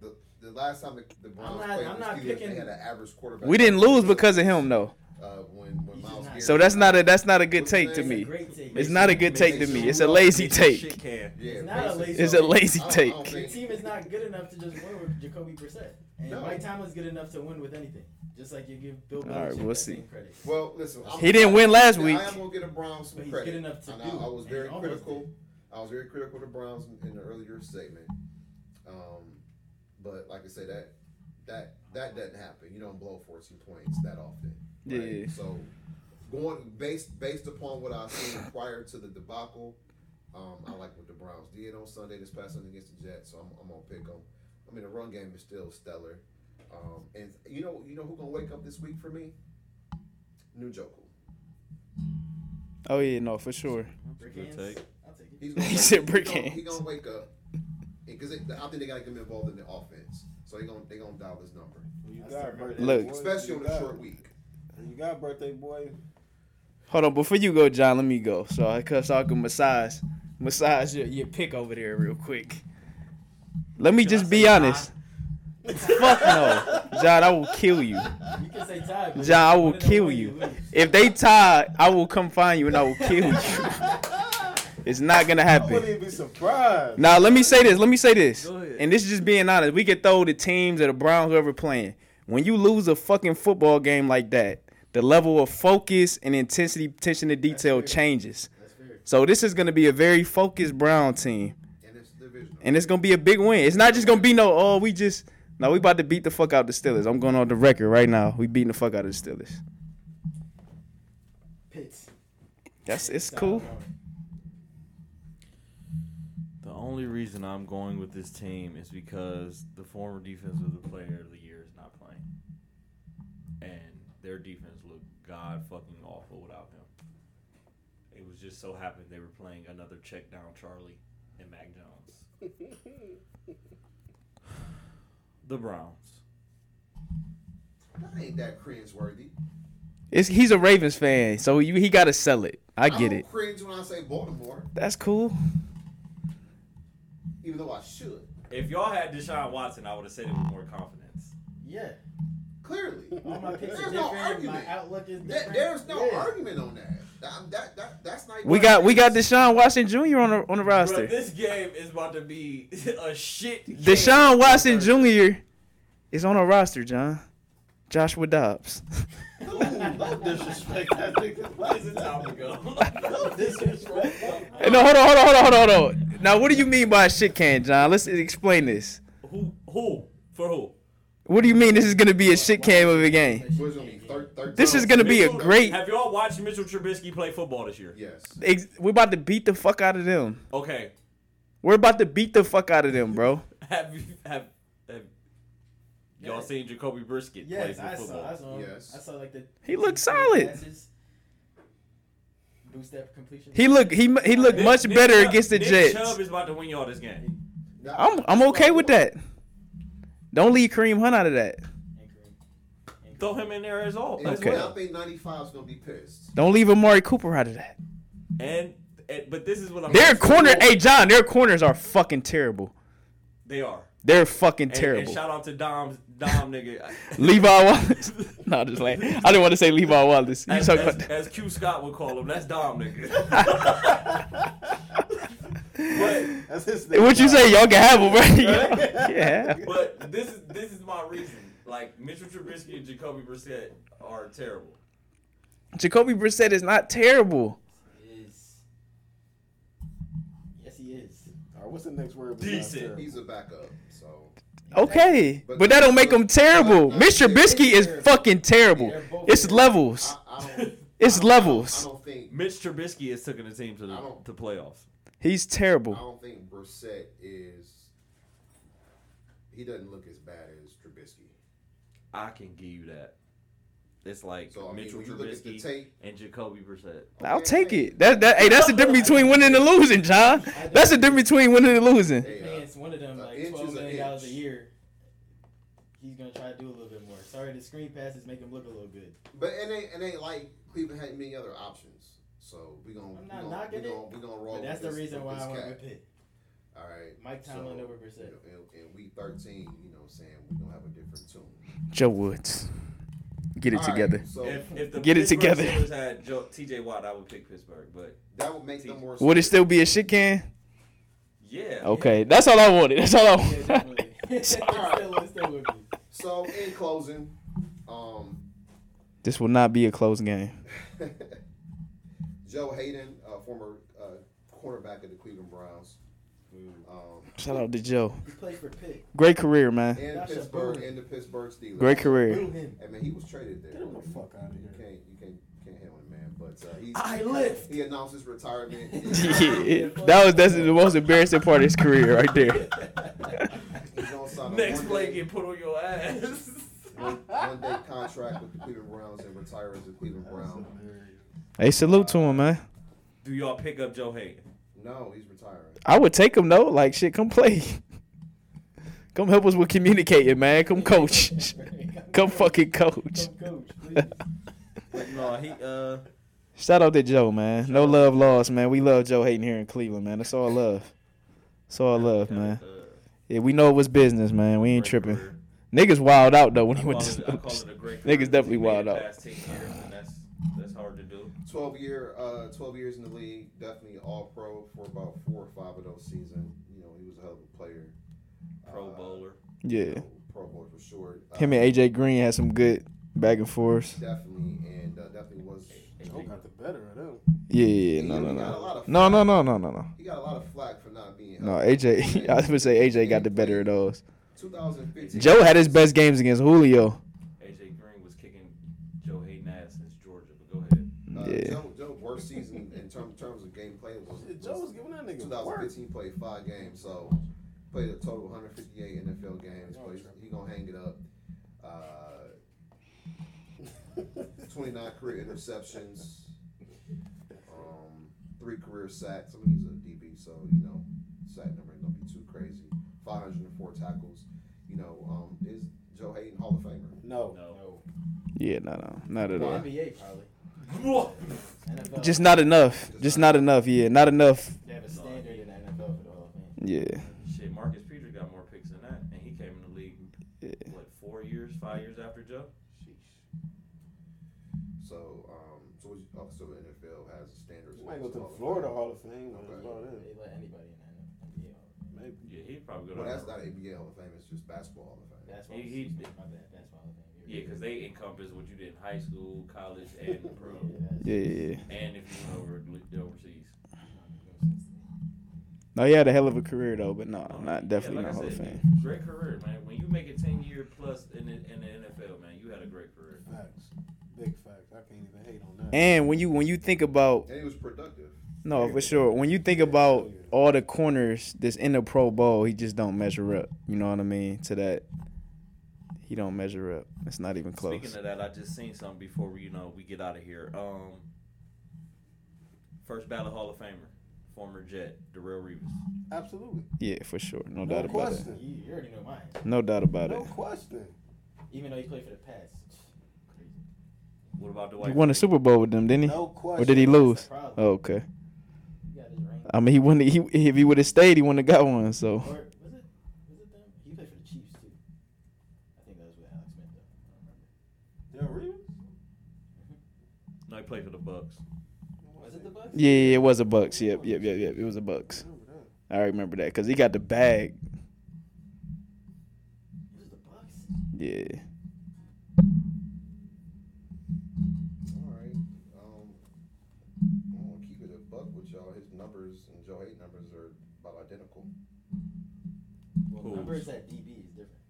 Speaker 3: The, the last time the, the Browns
Speaker 4: not-
Speaker 3: played
Speaker 4: I'm
Speaker 3: the
Speaker 4: not
Speaker 3: Steelers, they
Speaker 4: picking-
Speaker 3: had an average quarterback.
Speaker 1: We didn't lose because of him though.
Speaker 3: Uh, when, when
Speaker 4: He's
Speaker 3: Miles
Speaker 4: not-
Speaker 3: Garrett-
Speaker 1: So that's not a that's not a good
Speaker 3: What's his
Speaker 1: take to
Speaker 3: name?
Speaker 1: me.
Speaker 4: Great take.
Speaker 1: It's not a good take to me. It's a lazy take.
Speaker 3: Yeah,
Speaker 4: It's not a
Speaker 3: basically.
Speaker 4: lazy- It's
Speaker 1: a lazy
Speaker 3: I don't- I don't
Speaker 1: take.
Speaker 4: Your
Speaker 3: think-
Speaker 4: team is not good enough to just win with Jacoby Brissett, and
Speaker 3: No.
Speaker 4: Mike Tomlin's good enough to win with anything. Just like you give Bill
Speaker 1: All
Speaker 4: Belichick
Speaker 1: right, we'll
Speaker 4: that
Speaker 1: see.
Speaker 4: same credit.
Speaker 3: Well, listen, I'm-
Speaker 1: He didn't win last
Speaker 3: I
Speaker 1: week.
Speaker 3: am gonna get the Browns
Speaker 4: But
Speaker 3: some
Speaker 4: he's
Speaker 3: credit.
Speaker 4: good enough to
Speaker 3: And
Speaker 4: do,
Speaker 3: I, I was
Speaker 4: and
Speaker 3: very
Speaker 4: he almost
Speaker 3: critical. I was very critical of the Browns in, in the earlier statement. Um, but like I said, that that that doesn't happen. You don't blow 14 points that often.
Speaker 1: Yeah.
Speaker 3: So going based based upon what I've seen prior to the debacle, um, I like what the Browns did on Sunday this past Sunday against the Jets. So I'm, I'm gonna pick them. I mean, the run game is still stellar. Um, and you know, you know who gonna wake up this week for me? New Joku.
Speaker 1: Oh yeah, no, for sure.
Speaker 4: Brick
Speaker 2: Good
Speaker 4: hands,
Speaker 2: take.
Speaker 4: I'll take it.
Speaker 3: He's
Speaker 1: *laughs*
Speaker 3: gonna
Speaker 1: He
Speaker 3: wake-
Speaker 1: said brick
Speaker 3: he gonna- He
Speaker 1: hands.
Speaker 3: gonna wake up because I think they gotta get him involved in the offense. So they gonna they gonna dial his number,
Speaker 6: When you got birthday
Speaker 1: Look.
Speaker 6: boy,
Speaker 3: especially
Speaker 6: when
Speaker 3: on
Speaker 6: you
Speaker 3: a
Speaker 6: got-
Speaker 3: short week.
Speaker 6: when You got birthday boy.
Speaker 1: Hold on, before you go, John, let me go. So I cause I can massage massage your, your pick over there real quick. Let me
Speaker 2: Should I
Speaker 1: just be
Speaker 2: say
Speaker 1: honest. Fuck no. John, I will kill you.
Speaker 4: You can say tie. but
Speaker 1: John, I
Speaker 4: one
Speaker 1: will
Speaker 4: of them
Speaker 1: kill
Speaker 4: win,
Speaker 1: you.
Speaker 4: lose.
Speaker 1: If they tie, I will come find you and I will kill you. *laughs* It's not gonna
Speaker 6: I
Speaker 1: happen.
Speaker 6: wouldn't even be surprised.
Speaker 1: Now let me say this. Let me say this.
Speaker 2: Go ahead.
Speaker 1: And this is just being honest. We could throw the teams or the Browns whoever playing. When you lose a fucking football game like that, the level of focus and intensity, attention to detail
Speaker 4: fair.
Speaker 1: changes.
Speaker 4: That's fair.
Speaker 1: So this is gonna be a very focused Brown team,
Speaker 3: And it's divisional.
Speaker 1: and it's gonna be a big win. It's not just gonna be no. Oh, we just no. We about to beat the fuck out the Steelers. I'm going on the record right now. We beating the fuck out of the Steelers.
Speaker 4: Pitts.
Speaker 1: That's it's
Speaker 4: Solid
Speaker 1: cool.
Speaker 4: one.
Speaker 2: The only reason I'm going with this team is because the former defensive player of the year is not playing, and their defense looked god fucking awful without him. It was just so happened they were playing another check down Charlie and Mac Jones. the Browns.
Speaker 3: That ain't that cringe worthy.
Speaker 1: It's, he's a Ravens fan, so you, he gotta sell it. I get
Speaker 3: don't
Speaker 1: it.
Speaker 3: Cringe when I say Baltimore,
Speaker 1: That's cool.
Speaker 3: even though I should.
Speaker 2: If y'all had Deshaun Watson, I would have said it with more confidence.
Speaker 4: Yeah.
Speaker 1: *laughs*
Speaker 3: Clearly,
Speaker 4: All
Speaker 6: *laughs*
Speaker 4: my picks are
Speaker 3: There's no
Speaker 4: different. my
Speaker 3: argument.
Speaker 4: outlook is
Speaker 3: That-
Speaker 4: different.
Speaker 3: there's no
Speaker 4: Yeah. *laughs*
Speaker 3: argument on that. That, that, that- That's not.
Speaker 1: We got we got Deshaun Watson Jr. on the on the
Speaker 2: Bro,
Speaker 1: roster.
Speaker 2: this game is about to be *laughs* a shit. game.
Speaker 1: Deshaun Watson Jr. is on a roster, John. Joshua Dobbs. *laughs*
Speaker 6: Don't disrespect that nigga.
Speaker 2: What is the time ago? *laughs*
Speaker 1: *laughs* Hey, no, hold on, hold on, hold on, hold on, hold on. Now, what do you mean by a shit can, John? Let's explain this.
Speaker 2: who? Who? For who?
Speaker 1: What do you mean this is gonna
Speaker 2: Oh,
Speaker 1: be a shit can of a game?
Speaker 3: What is it gonna be? Thir- thirteen?
Speaker 1: This is gonna be a
Speaker 2: Mitchell-
Speaker 1: great.
Speaker 2: Have y'all watched Mitchell Trubisky play football this year?
Speaker 3: Yes.
Speaker 1: Ex- we're about to beat the fuck out of them.
Speaker 2: Okay. *laughs*
Speaker 1: We're about to beat the fuck out of them, bro.
Speaker 2: Have you have, have y'all
Speaker 4: Yeah.
Speaker 2: seen Jacoby Brisket play
Speaker 4: Yes,
Speaker 2: some
Speaker 4: I
Speaker 2: football?
Speaker 4: saw. I saw. him.
Speaker 3: Yes.
Speaker 4: I saw like the.
Speaker 1: He looked
Speaker 4: the
Speaker 1: solid.
Speaker 4: passes. Boost that completion.
Speaker 1: He look he mu- he looked
Speaker 2: Nick-
Speaker 1: much
Speaker 2: Nick
Speaker 1: better
Speaker 2: Chubb-
Speaker 1: against the
Speaker 2: Nick
Speaker 1: Jets.
Speaker 2: Chubb is about to win y'all this game.
Speaker 1: I'm I'm okay with that. Don't leave Kareem Hunt out of that.
Speaker 4: Anchoring. Anchoring.
Speaker 2: Throw him in there as all.
Speaker 3: And
Speaker 2: As
Speaker 1: Okay.
Speaker 2: well.
Speaker 3: I think 95 is gonna be pissed.
Speaker 1: Don't leave Amari Cooper out of that.
Speaker 2: And, and but this is what I'm.
Speaker 1: Their corner,
Speaker 2: eight.
Speaker 1: hey John, their corners are fucking terrible.
Speaker 2: They are
Speaker 1: They're fucking
Speaker 2: And- And,
Speaker 1: terrible.
Speaker 2: shout out to Dom's Dom
Speaker 1: *laughs*
Speaker 2: nigga.
Speaker 1: Levi Wallace. *laughs* no, just like I didn't want to say Levi Wallace. You
Speaker 2: As,
Speaker 1: talk
Speaker 2: as,
Speaker 1: about
Speaker 2: as Q Scott would call him, that's Dom nigga.
Speaker 1: *laughs*
Speaker 2: but
Speaker 6: That's his name.
Speaker 1: what you say? Y'all can have him, right? *laughs* yeah.
Speaker 2: but this is this is my reason. Like Mitchell Trubisky and Jacoby Brissett are terrible.
Speaker 1: Jacoby Brissett is not terrible.
Speaker 4: Is. Yes, he is.
Speaker 6: All right, what's the next word?
Speaker 2: Decent.
Speaker 3: He's a backup, so
Speaker 1: Okay,
Speaker 3: But-
Speaker 1: but that don't make him terrible.
Speaker 3: But- but-
Speaker 1: Mr. Trubisky is
Speaker 4: Terrible.
Speaker 1: fucking terrible.
Speaker 4: They're both
Speaker 1: It's
Speaker 4: terrible.
Speaker 1: levels.
Speaker 3: I, I don't. I
Speaker 1: It's
Speaker 3: don't- I
Speaker 1: levels.
Speaker 3: don't think.
Speaker 2: Mitch Trubisky has taken the team to
Speaker 3: I
Speaker 2: the
Speaker 3: don't-
Speaker 2: to playoffs.
Speaker 1: He's
Speaker 3: I
Speaker 1: terrible.
Speaker 3: don't think Brissett is. He doesn't look as bad as Trubisky.
Speaker 2: I can give you that. It's like
Speaker 3: So I mean,
Speaker 2: Mitchell
Speaker 3: when you look at the
Speaker 2: Trubisky
Speaker 3: tape,
Speaker 2: and Jacoby Brissett.
Speaker 1: I'll
Speaker 3: okay,
Speaker 1: take
Speaker 3: hey,
Speaker 1: it. That that hey, that's the difference between winning and losing, John. That's the difference between winning and losing.
Speaker 3: hey,
Speaker 4: I think it's one of them
Speaker 3: an
Speaker 4: like
Speaker 3: inch
Speaker 4: twelve
Speaker 3: is an
Speaker 4: million dollars a
Speaker 3: inch.
Speaker 4: year. He's gonna try to do a little bit more. Sorry, the screen passes make him look a little good.
Speaker 3: uh, but it ain't, it ain't like Cleveland had many other options. So we gonna
Speaker 4: I'm
Speaker 3: we
Speaker 4: not
Speaker 3: gonna we
Speaker 4: knocking
Speaker 3: gonna, we gonna roll.
Speaker 4: But
Speaker 3: with
Speaker 4: that's the
Speaker 3: this-
Speaker 4: reason
Speaker 3: with
Speaker 4: why
Speaker 3: this
Speaker 4: I went
Speaker 3: cat.
Speaker 4: with
Speaker 1: *laughs*
Speaker 4: Pitt.
Speaker 3: All right.
Speaker 4: Mike Tomlin over Brissett.
Speaker 3: you know, in, in week 13, you know what I'm saying, we're going to have a different tune.
Speaker 1: Joe Woods, get it
Speaker 3: All right,
Speaker 1: together.
Speaker 3: so
Speaker 2: If, if the
Speaker 1: Get it
Speaker 2: Pittsburgh
Speaker 1: together.
Speaker 2: Steelers had Joe, TJ Watt, I would pick Pittsburgh. But
Speaker 3: that would make them more.
Speaker 1: Would it still be a shit can?
Speaker 2: yeah,
Speaker 1: Okay, that's all I wanted. That's all I
Speaker 4: Yeah,
Speaker 1: wanted.
Speaker 4: definitely. *laughs* It's still, it's still with me.
Speaker 3: So, in closing, um,
Speaker 1: *laughs*
Speaker 3: *laughs*
Speaker 1: this will not be a close game.
Speaker 3: Joe Hayden, uh, former uh, cornerback of the Cleveland Browns, um,
Speaker 1: Shout out to Joe.
Speaker 4: He played for Pitt.
Speaker 1: Great career, man.
Speaker 3: and
Speaker 4: That's a
Speaker 3: Pittsburgh,
Speaker 4: boo.
Speaker 3: and the Pittsburgh Steelers.
Speaker 1: Great career. *laughs*
Speaker 4: Boo him.
Speaker 3: Hey, man, he was traded there.
Speaker 6: Get him the fuck out of
Speaker 3: You
Speaker 6: here.
Speaker 3: can't, you can't, you can't handle him, man. But uh, he's,
Speaker 2: I live.
Speaker 3: he announced his retirement. uh,
Speaker 2: *laughs*
Speaker 1: Yeah, that was that's the most embarrassing part of his career right there.
Speaker 3: He's on sign
Speaker 2: *laughs*
Speaker 3: a
Speaker 2: Next
Speaker 3: one
Speaker 2: play
Speaker 3: day- *laughs*
Speaker 2: get put on your ass. *laughs*
Speaker 3: one, one day contract with the Cleveland Browns and retire as a Cleveland Brown.
Speaker 1: Hey, salute to him, man.
Speaker 2: Do y'all pick up Joe Hayden?
Speaker 3: No, he's retiring.
Speaker 1: I would take him though. Like shit, come play. *laughs* come help us with communicating, man. Come coach. *laughs* come fucking coach.
Speaker 4: Come coach,
Speaker 6: *laughs*
Speaker 4: please.
Speaker 2: No, he uh
Speaker 1: Shout out to Joe, man. No love lost, man. We love Joe Hayden here in Cleveland, man. That's all love. That's all love, man. Yeah, we know it was business, man. We ain't tripping. Niggas wild out though when *laughs* he went to Steelers. Niggas definitely wild out.
Speaker 2: That's that's hard to do.
Speaker 3: Twelve year, uh, twelve years in the league, definitely All Pro for about four or five of those seasons. You know, he was a hell of a player.
Speaker 2: Pro
Speaker 3: Uh,
Speaker 2: bowler.
Speaker 1: Yeah.
Speaker 3: Pro Bowl for sure. Uh,
Speaker 1: Him and AJ Green had some good back and forths.
Speaker 3: definitely, and uh, definitely was.
Speaker 6: Joe got the better of them.
Speaker 1: Yeah, yeah, yeah. no, no,
Speaker 3: He got a lot
Speaker 1: no,
Speaker 3: of
Speaker 1: no, no,
Speaker 3: flack.
Speaker 1: no, no, no, no.
Speaker 3: He got a lot of flack for not being.
Speaker 1: No,
Speaker 3: healthy.
Speaker 1: AJ. *laughs* I was gonna say AJ got the better of those.
Speaker 3: 2015.
Speaker 1: Joe had his best games against Julio.
Speaker 2: AJ Green was kicking Joe Hayden ass since Georgia, but go ahead.
Speaker 3: Uh,
Speaker 1: Yeah.
Speaker 3: Joe, Joe's worst season in term, terms of gameplay was,
Speaker 6: Shit, Joe was
Speaker 3: was
Speaker 6: giving that nigga work.
Speaker 3: 2015 played five games,
Speaker 6: *laughs*
Speaker 3: so played a total of 158 NFL games. But he's- he gonna hang it up. Uh, 29 career interceptions, um, three career sacks. I mean, he's a DB, so you know, sack number ain't gonna be too crazy. 504 tackles. You know, um, is Joe Hayden Hall of Famer?
Speaker 6: No.
Speaker 4: No.
Speaker 1: Yeah, no, no, not at all.
Speaker 4: NBA probably.
Speaker 2: No.
Speaker 3: *laughs*
Speaker 4: NFL.
Speaker 1: Just not enough. Just not enough. Yeah, not enough.
Speaker 4: They have a standard in the NFL for the Hall of Fame.
Speaker 1: Yeah.
Speaker 2: Shit, Marcus Peters got more years, five years after Joe.
Speaker 6: Sheesh.
Speaker 3: So, um, so what you, oh, so the NFL has standards.
Speaker 6: You might go to
Speaker 3: Hall
Speaker 6: the
Speaker 3: of
Speaker 6: Florida
Speaker 3: Fame.
Speaker 6: Hall of Fame. but
Speaker 3: Okay.
Speaker 6: that's about it.
Speaker 4: They let anybody in the NBA.
Speaker 6: Maybe.
Speaker 2: Yeah, he'd probably go
Speaker 3: Well,
Speaker 2: to
Speaker 3: that's not NBA Hall of Fame. It's just basketball Hall of Fame.
Speaker 4: That's why.
Speaker 2: He- he-
Speaker 4: My bad. That's why.
Speaker 2: Yeah, because they encompass what you did in high school, college, and pro,
Speaker 1: Yeah, yeah, yeah.
Speaker 2: and if you went over overseas.
Speaker 1: No, he had a hell of a career though, but no,
Speaker 2: Yeah,
Speaker 1: not definitely
Speaker 2: like
Speaker 1: not
Speaker 2: I
Speaker 1: Hall of
Speaker 2: said,
Speaker 1: Fame.
Speaker 2: Great career, man. When you make a ten year plus in the, in the NFL, man, you had a great career.
Speaker 6: Facts. Big facts. I can't even hate on that.
Speaker 1: And when you when you think about
Speaker 3: And he was productive.
Speaker 1: no for sure, when you think about all the corners that's in the Pro Bowl, he just don't measure up. You know what I mean? To that, he don't measure up. It's not even close.
Speaker 2: Speaking of that, I just seen something before we you know we get out of here. Um, first ballot Hall of Famer, former Jet, Darrell Reeves.
Speaker 6: Absolutely.
Speaker 1: Yeah, for sure. No
Speaker 6: No
Speaker 1: doubt about it.
Speaker 6: question.
Speaker 4: You, you already know mine.
Speaker 1: No doubt about
Speaker 6: No
Speaker 1: it.
Speaker 6: question.
Speaker 4: Even though he played for the Pats. Crazy.
Speaker 2: What about the
Speaker 1: He
Speaker 2: white?
Speaker 1: won a Super Bowl with them, didn't he?
Speaker 6: No question.
Speaker 1: Or did he
Speaker 4: That's
Speaker 1: lose?
Speaker 4: the problem.
Speaker 1: Oh, okay.
Speaker 4: He got his ring.
Speaker 1: I mean, he wouldn't. He if he would have stayed, he wouldn't have got one.
Speaker 4: Or
Speaker 1: So
Speaker 4: was it? Was it them? He played for the Chiefs too. I think that was with Alex Smith though. I don't remember.
Speaker 6: Darrell Reeves?
Speaker 2: No, he played for the Bucks.
Speaker 4: Was it the Bucks?
Speaker 1: yeah, yeah, it was a Bucks. Yep, yep, yep, yep. It was a Bucks.
Speaker 6: Remember that.
Speaker 1: I remember that because he got the bag.
Speaker 4: It was the Bucks.
Speaker 1: Yeah.
Speaker 3: All right. Um, I'm gonna keep it a buck with y'all. His numbers and Joe Hayden numbers are about identical.
Speaker 4: Well,
Speaker 2: Who?
Speaker 4: numbers at DB is different.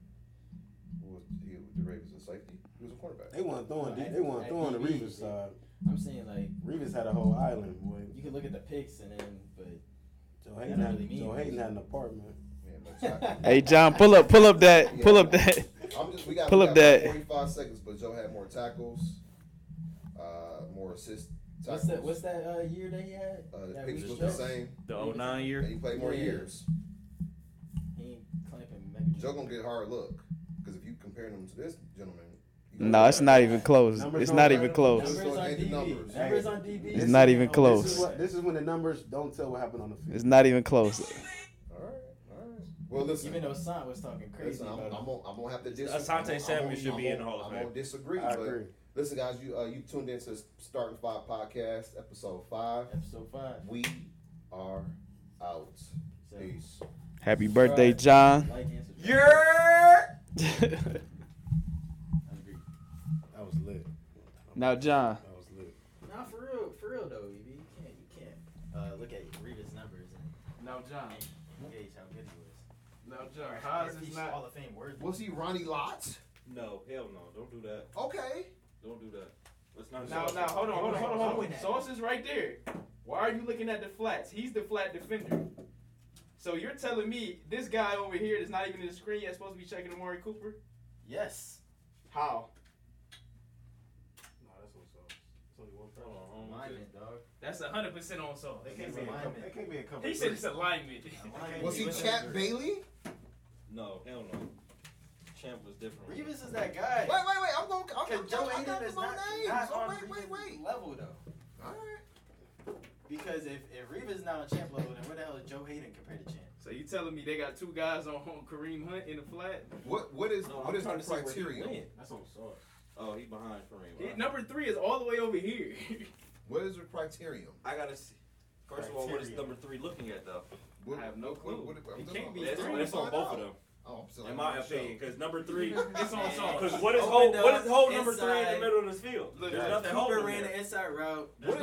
Speaker 3: Who was he with the Ravens in safety? He was a quarterback.
Speaker 6: They weren't throwing. They weren't throwing the Reeves side.
Speaker 4: I'm saying like
Speaker 6: Reeves had a whole island, boy.
Speaker 4: you can look at the picks and then, but
Speaker 6: Joe Hayden,
Speaker 4: That don't
Speaker 6: had,
Speaker 4: really
Speaker 6: Joe
Speaker 4: mean
Speaker 6: Hayden had an apartment.
Speaker 3: Man,
Speaker 4: *laughs*
Speaker 3: but Joe-
Speaker 1: Hey, John, pull up, pull up that, pull up that. *laughs*
Speaker 3: I'm just, we got,
Speaker 1: Pull
Speaker 3: we
Speaker 1: up
Speaker 3: got about
Speaker 1: that.
Speaker 3: 45 seconds, but Joe had more tackles, uh, more assists.
Speaker 4: what's that? What's that uh, year that he had?
Speaker 3: uh, the
Speaker 4: that
Speaker 3: picks
Speaker 4: Reeves
Speaker 3: look the
Speaker 4: Jones?
Speaker 3: same,
Speaker 2: The 09
Speaker 3: and
Speaker 2: year.
Speaker 3: he played more
Speaker 4: Yeah.
Speaker 3: years.
Speaker 4: He ain't clamping mega.
Speaker 3: Joe gonna get a hard look because if you compare him to this gentleman, you gonna-
Speaker 1: No, it's not even close.
Speaker 6: Numbers
Speaker 1: It's
Speaker 6: don't
Speaker 1: not
Speaker 6: matter.
Speaker 1: even close.
Speaker 4: Numbers
Speaker 3: Just
Speaker 4: on
Speaker 3: don't hate the
Speaker 4: DB.
Speaker 3: numbers.
Speaker 4: Numbers on DB.
Speaker 1: It's not even
Speaker 6: This is,
Speaker 1: close.
Speaker 6: what, this is when the numbers don't tell what happened on the field.
Speaker 1: It's not even close.
Speaker 3: All right, all right. Well, listen.
Speaker 4: Even though Sant was talking crazy
Speaker 3: Listen, I'm, I'm,
Speaker 4: about him.
Speaker 3: gonna, I'm gonna have to disagree.
Speaker 2: Asante Samuel should be in the Hall of
Speaker 3: I'm
Speaker 2: Fame.
Speaker 3: gonna disagree,
Speaker 6: I
Speaker 3: but
Speaker 6: agree.
Speaker 3: listen, guys, you uh, you tuned in to Starting Five Podcast, episode five.
Speaker 4: Episode five.
Speaker 3: We are out.
Speaker 4: So,
Speaker 3: Peace.
Speaker 1: Happy birthday, John. *laughs*
Speaker 4: like and subscribe. I agree.
Speaker 6: That was lit.
Speaker 1: now, John.
Speaker 6: That was lit.
Speaker 4: Nah, for real, for real though, EB, you can't, you can't uh, look at Reeves' numbers and
Speaker 5: Now, John.
Speaker 4: gauge how good he was.
Speaker 5: Now, John. How is
Speaker 4: If
Speaker 5: this
Speaker 4: he's
Speaker 5: not?
Speaker 4: Hall of Fame worthy?
Speaker 3: Was he Ronnie Lott?
Speaker 2: No, hell no. Don't do that.
Speaker 3: Okay.
Speaker 2: Don't do that. Let's not.
Speaker 5: Now, now, hold on, hold on, hold on, hold on. Sauce is right there. Why are you looking at the flats? He's the flat defender. So you're telling me this guy over here that's not even in the screen yet supposed to be checking Amari Cooper?
Speaker 4: Yes.
Speaker 5: How?
Speaker 6: No, that's what's up. It's only one
Speaker 2: Hold on, hold on.
Speaker 4: Alignment, *laughs* dog.
Speaker 5: That's hundred percent on Sauce.
Speaker 4: They
Speaker 6: Can't
Speaker 4: can't
Speaker 6: be a couple,
Speaker 4: Alignment.
Speaker 6: that can't be a couple.
Speaker 5: He said it's alignment.
Speaker 4: Alignment.
Speaker 3: Was he
Speaker 4: Reeves
Speaker 3: Chad
Speaker 4: was-
Speaker 3: Bailey?
Speaker 2: No, hell no. Champ was different.
Speaker 4: Reeves is that guy.
Speaker 3: Wait, wait, wait. I'm going. I'm,
Speaker 4: Because Joe
Speaker 3: I
Speaker 4: Hayden
Speaker 3: got
Speaker 4: is
Speaker 3: the wrong
Speaker 4: not,
Speaker 3: names.
Speaker 4: not
Speaker 3: Oh,
Speaker 4: on
Speaker 3: wait, wait,
Speaker 4: Reeves'
Speaker 3: wait.
Speaker 4: level though.
Speaker 3: All right.
Speaker 4: Because if, if Reeves is not on champ level, then where the hell is Joe Hayden compared to champ?
Speaker 5: So you telling me they got two guys on, on Kareem Hunt in the flat?
Speaker 3: What what is
Speaker 2: No,
Speaker 3: what
Speaker 2: I'm
Speaker 3: is
Speaker 2: trying
Speaker 3: the
Speaker 2: to see where he
Speaker 3: criteria?
Speaker 2: went. That's on Sauce. Oh, he behind Kareem.
Speaker 5: He-
Speaker 2: Alright.
Speaker 5: number three is all the way over here. *laughs*
Speaker 3: What is the criterium?
Speaker 2: I gotta see. First of all, what is
Speaker 4: Criteria.
Speaker 2: number three looking at though?
Speaker 3: What,
Speaker 5: I have no
Speaker 3: what-
Speaker 5: clue.
Speaker 3: What, what,
Speaker 5: It
Speaker 3: that's
Speaker 5: can't
Speaker 3: what
Speaker 5: be
Speaker 3: I'm-
Speaker 2: That's,
Speaker 5: three.
Speaker 2: that's on both of them,
Speaker 3: Oh, I'm still
Speaker 2: in
Speaker 3: on
Speaker 2: my
Speaker 3: the show.
Speaker 2: opinion. Because number three,
Speaker 5: it's
Speaker 4: *laughs*
Speaker 5: on Sauce.
Speaker 2: because what is
Speaker 4: Open
Speaker 2: hole?
Speaker 4: up
Speaker 2: What is hole number three in
Speaker 4: inside.
Speaker 2: the middle of this field?
Speaker 5: Look,
Speaker 2: There's
Speaker 5: That's
Speaker 2: nothing holding
Speaker 4: Cooper ran
Speaker 2: there.
Speaker 4: the inside route.
Speaker 3: What
Speaker 2: There's
Speaker 3: is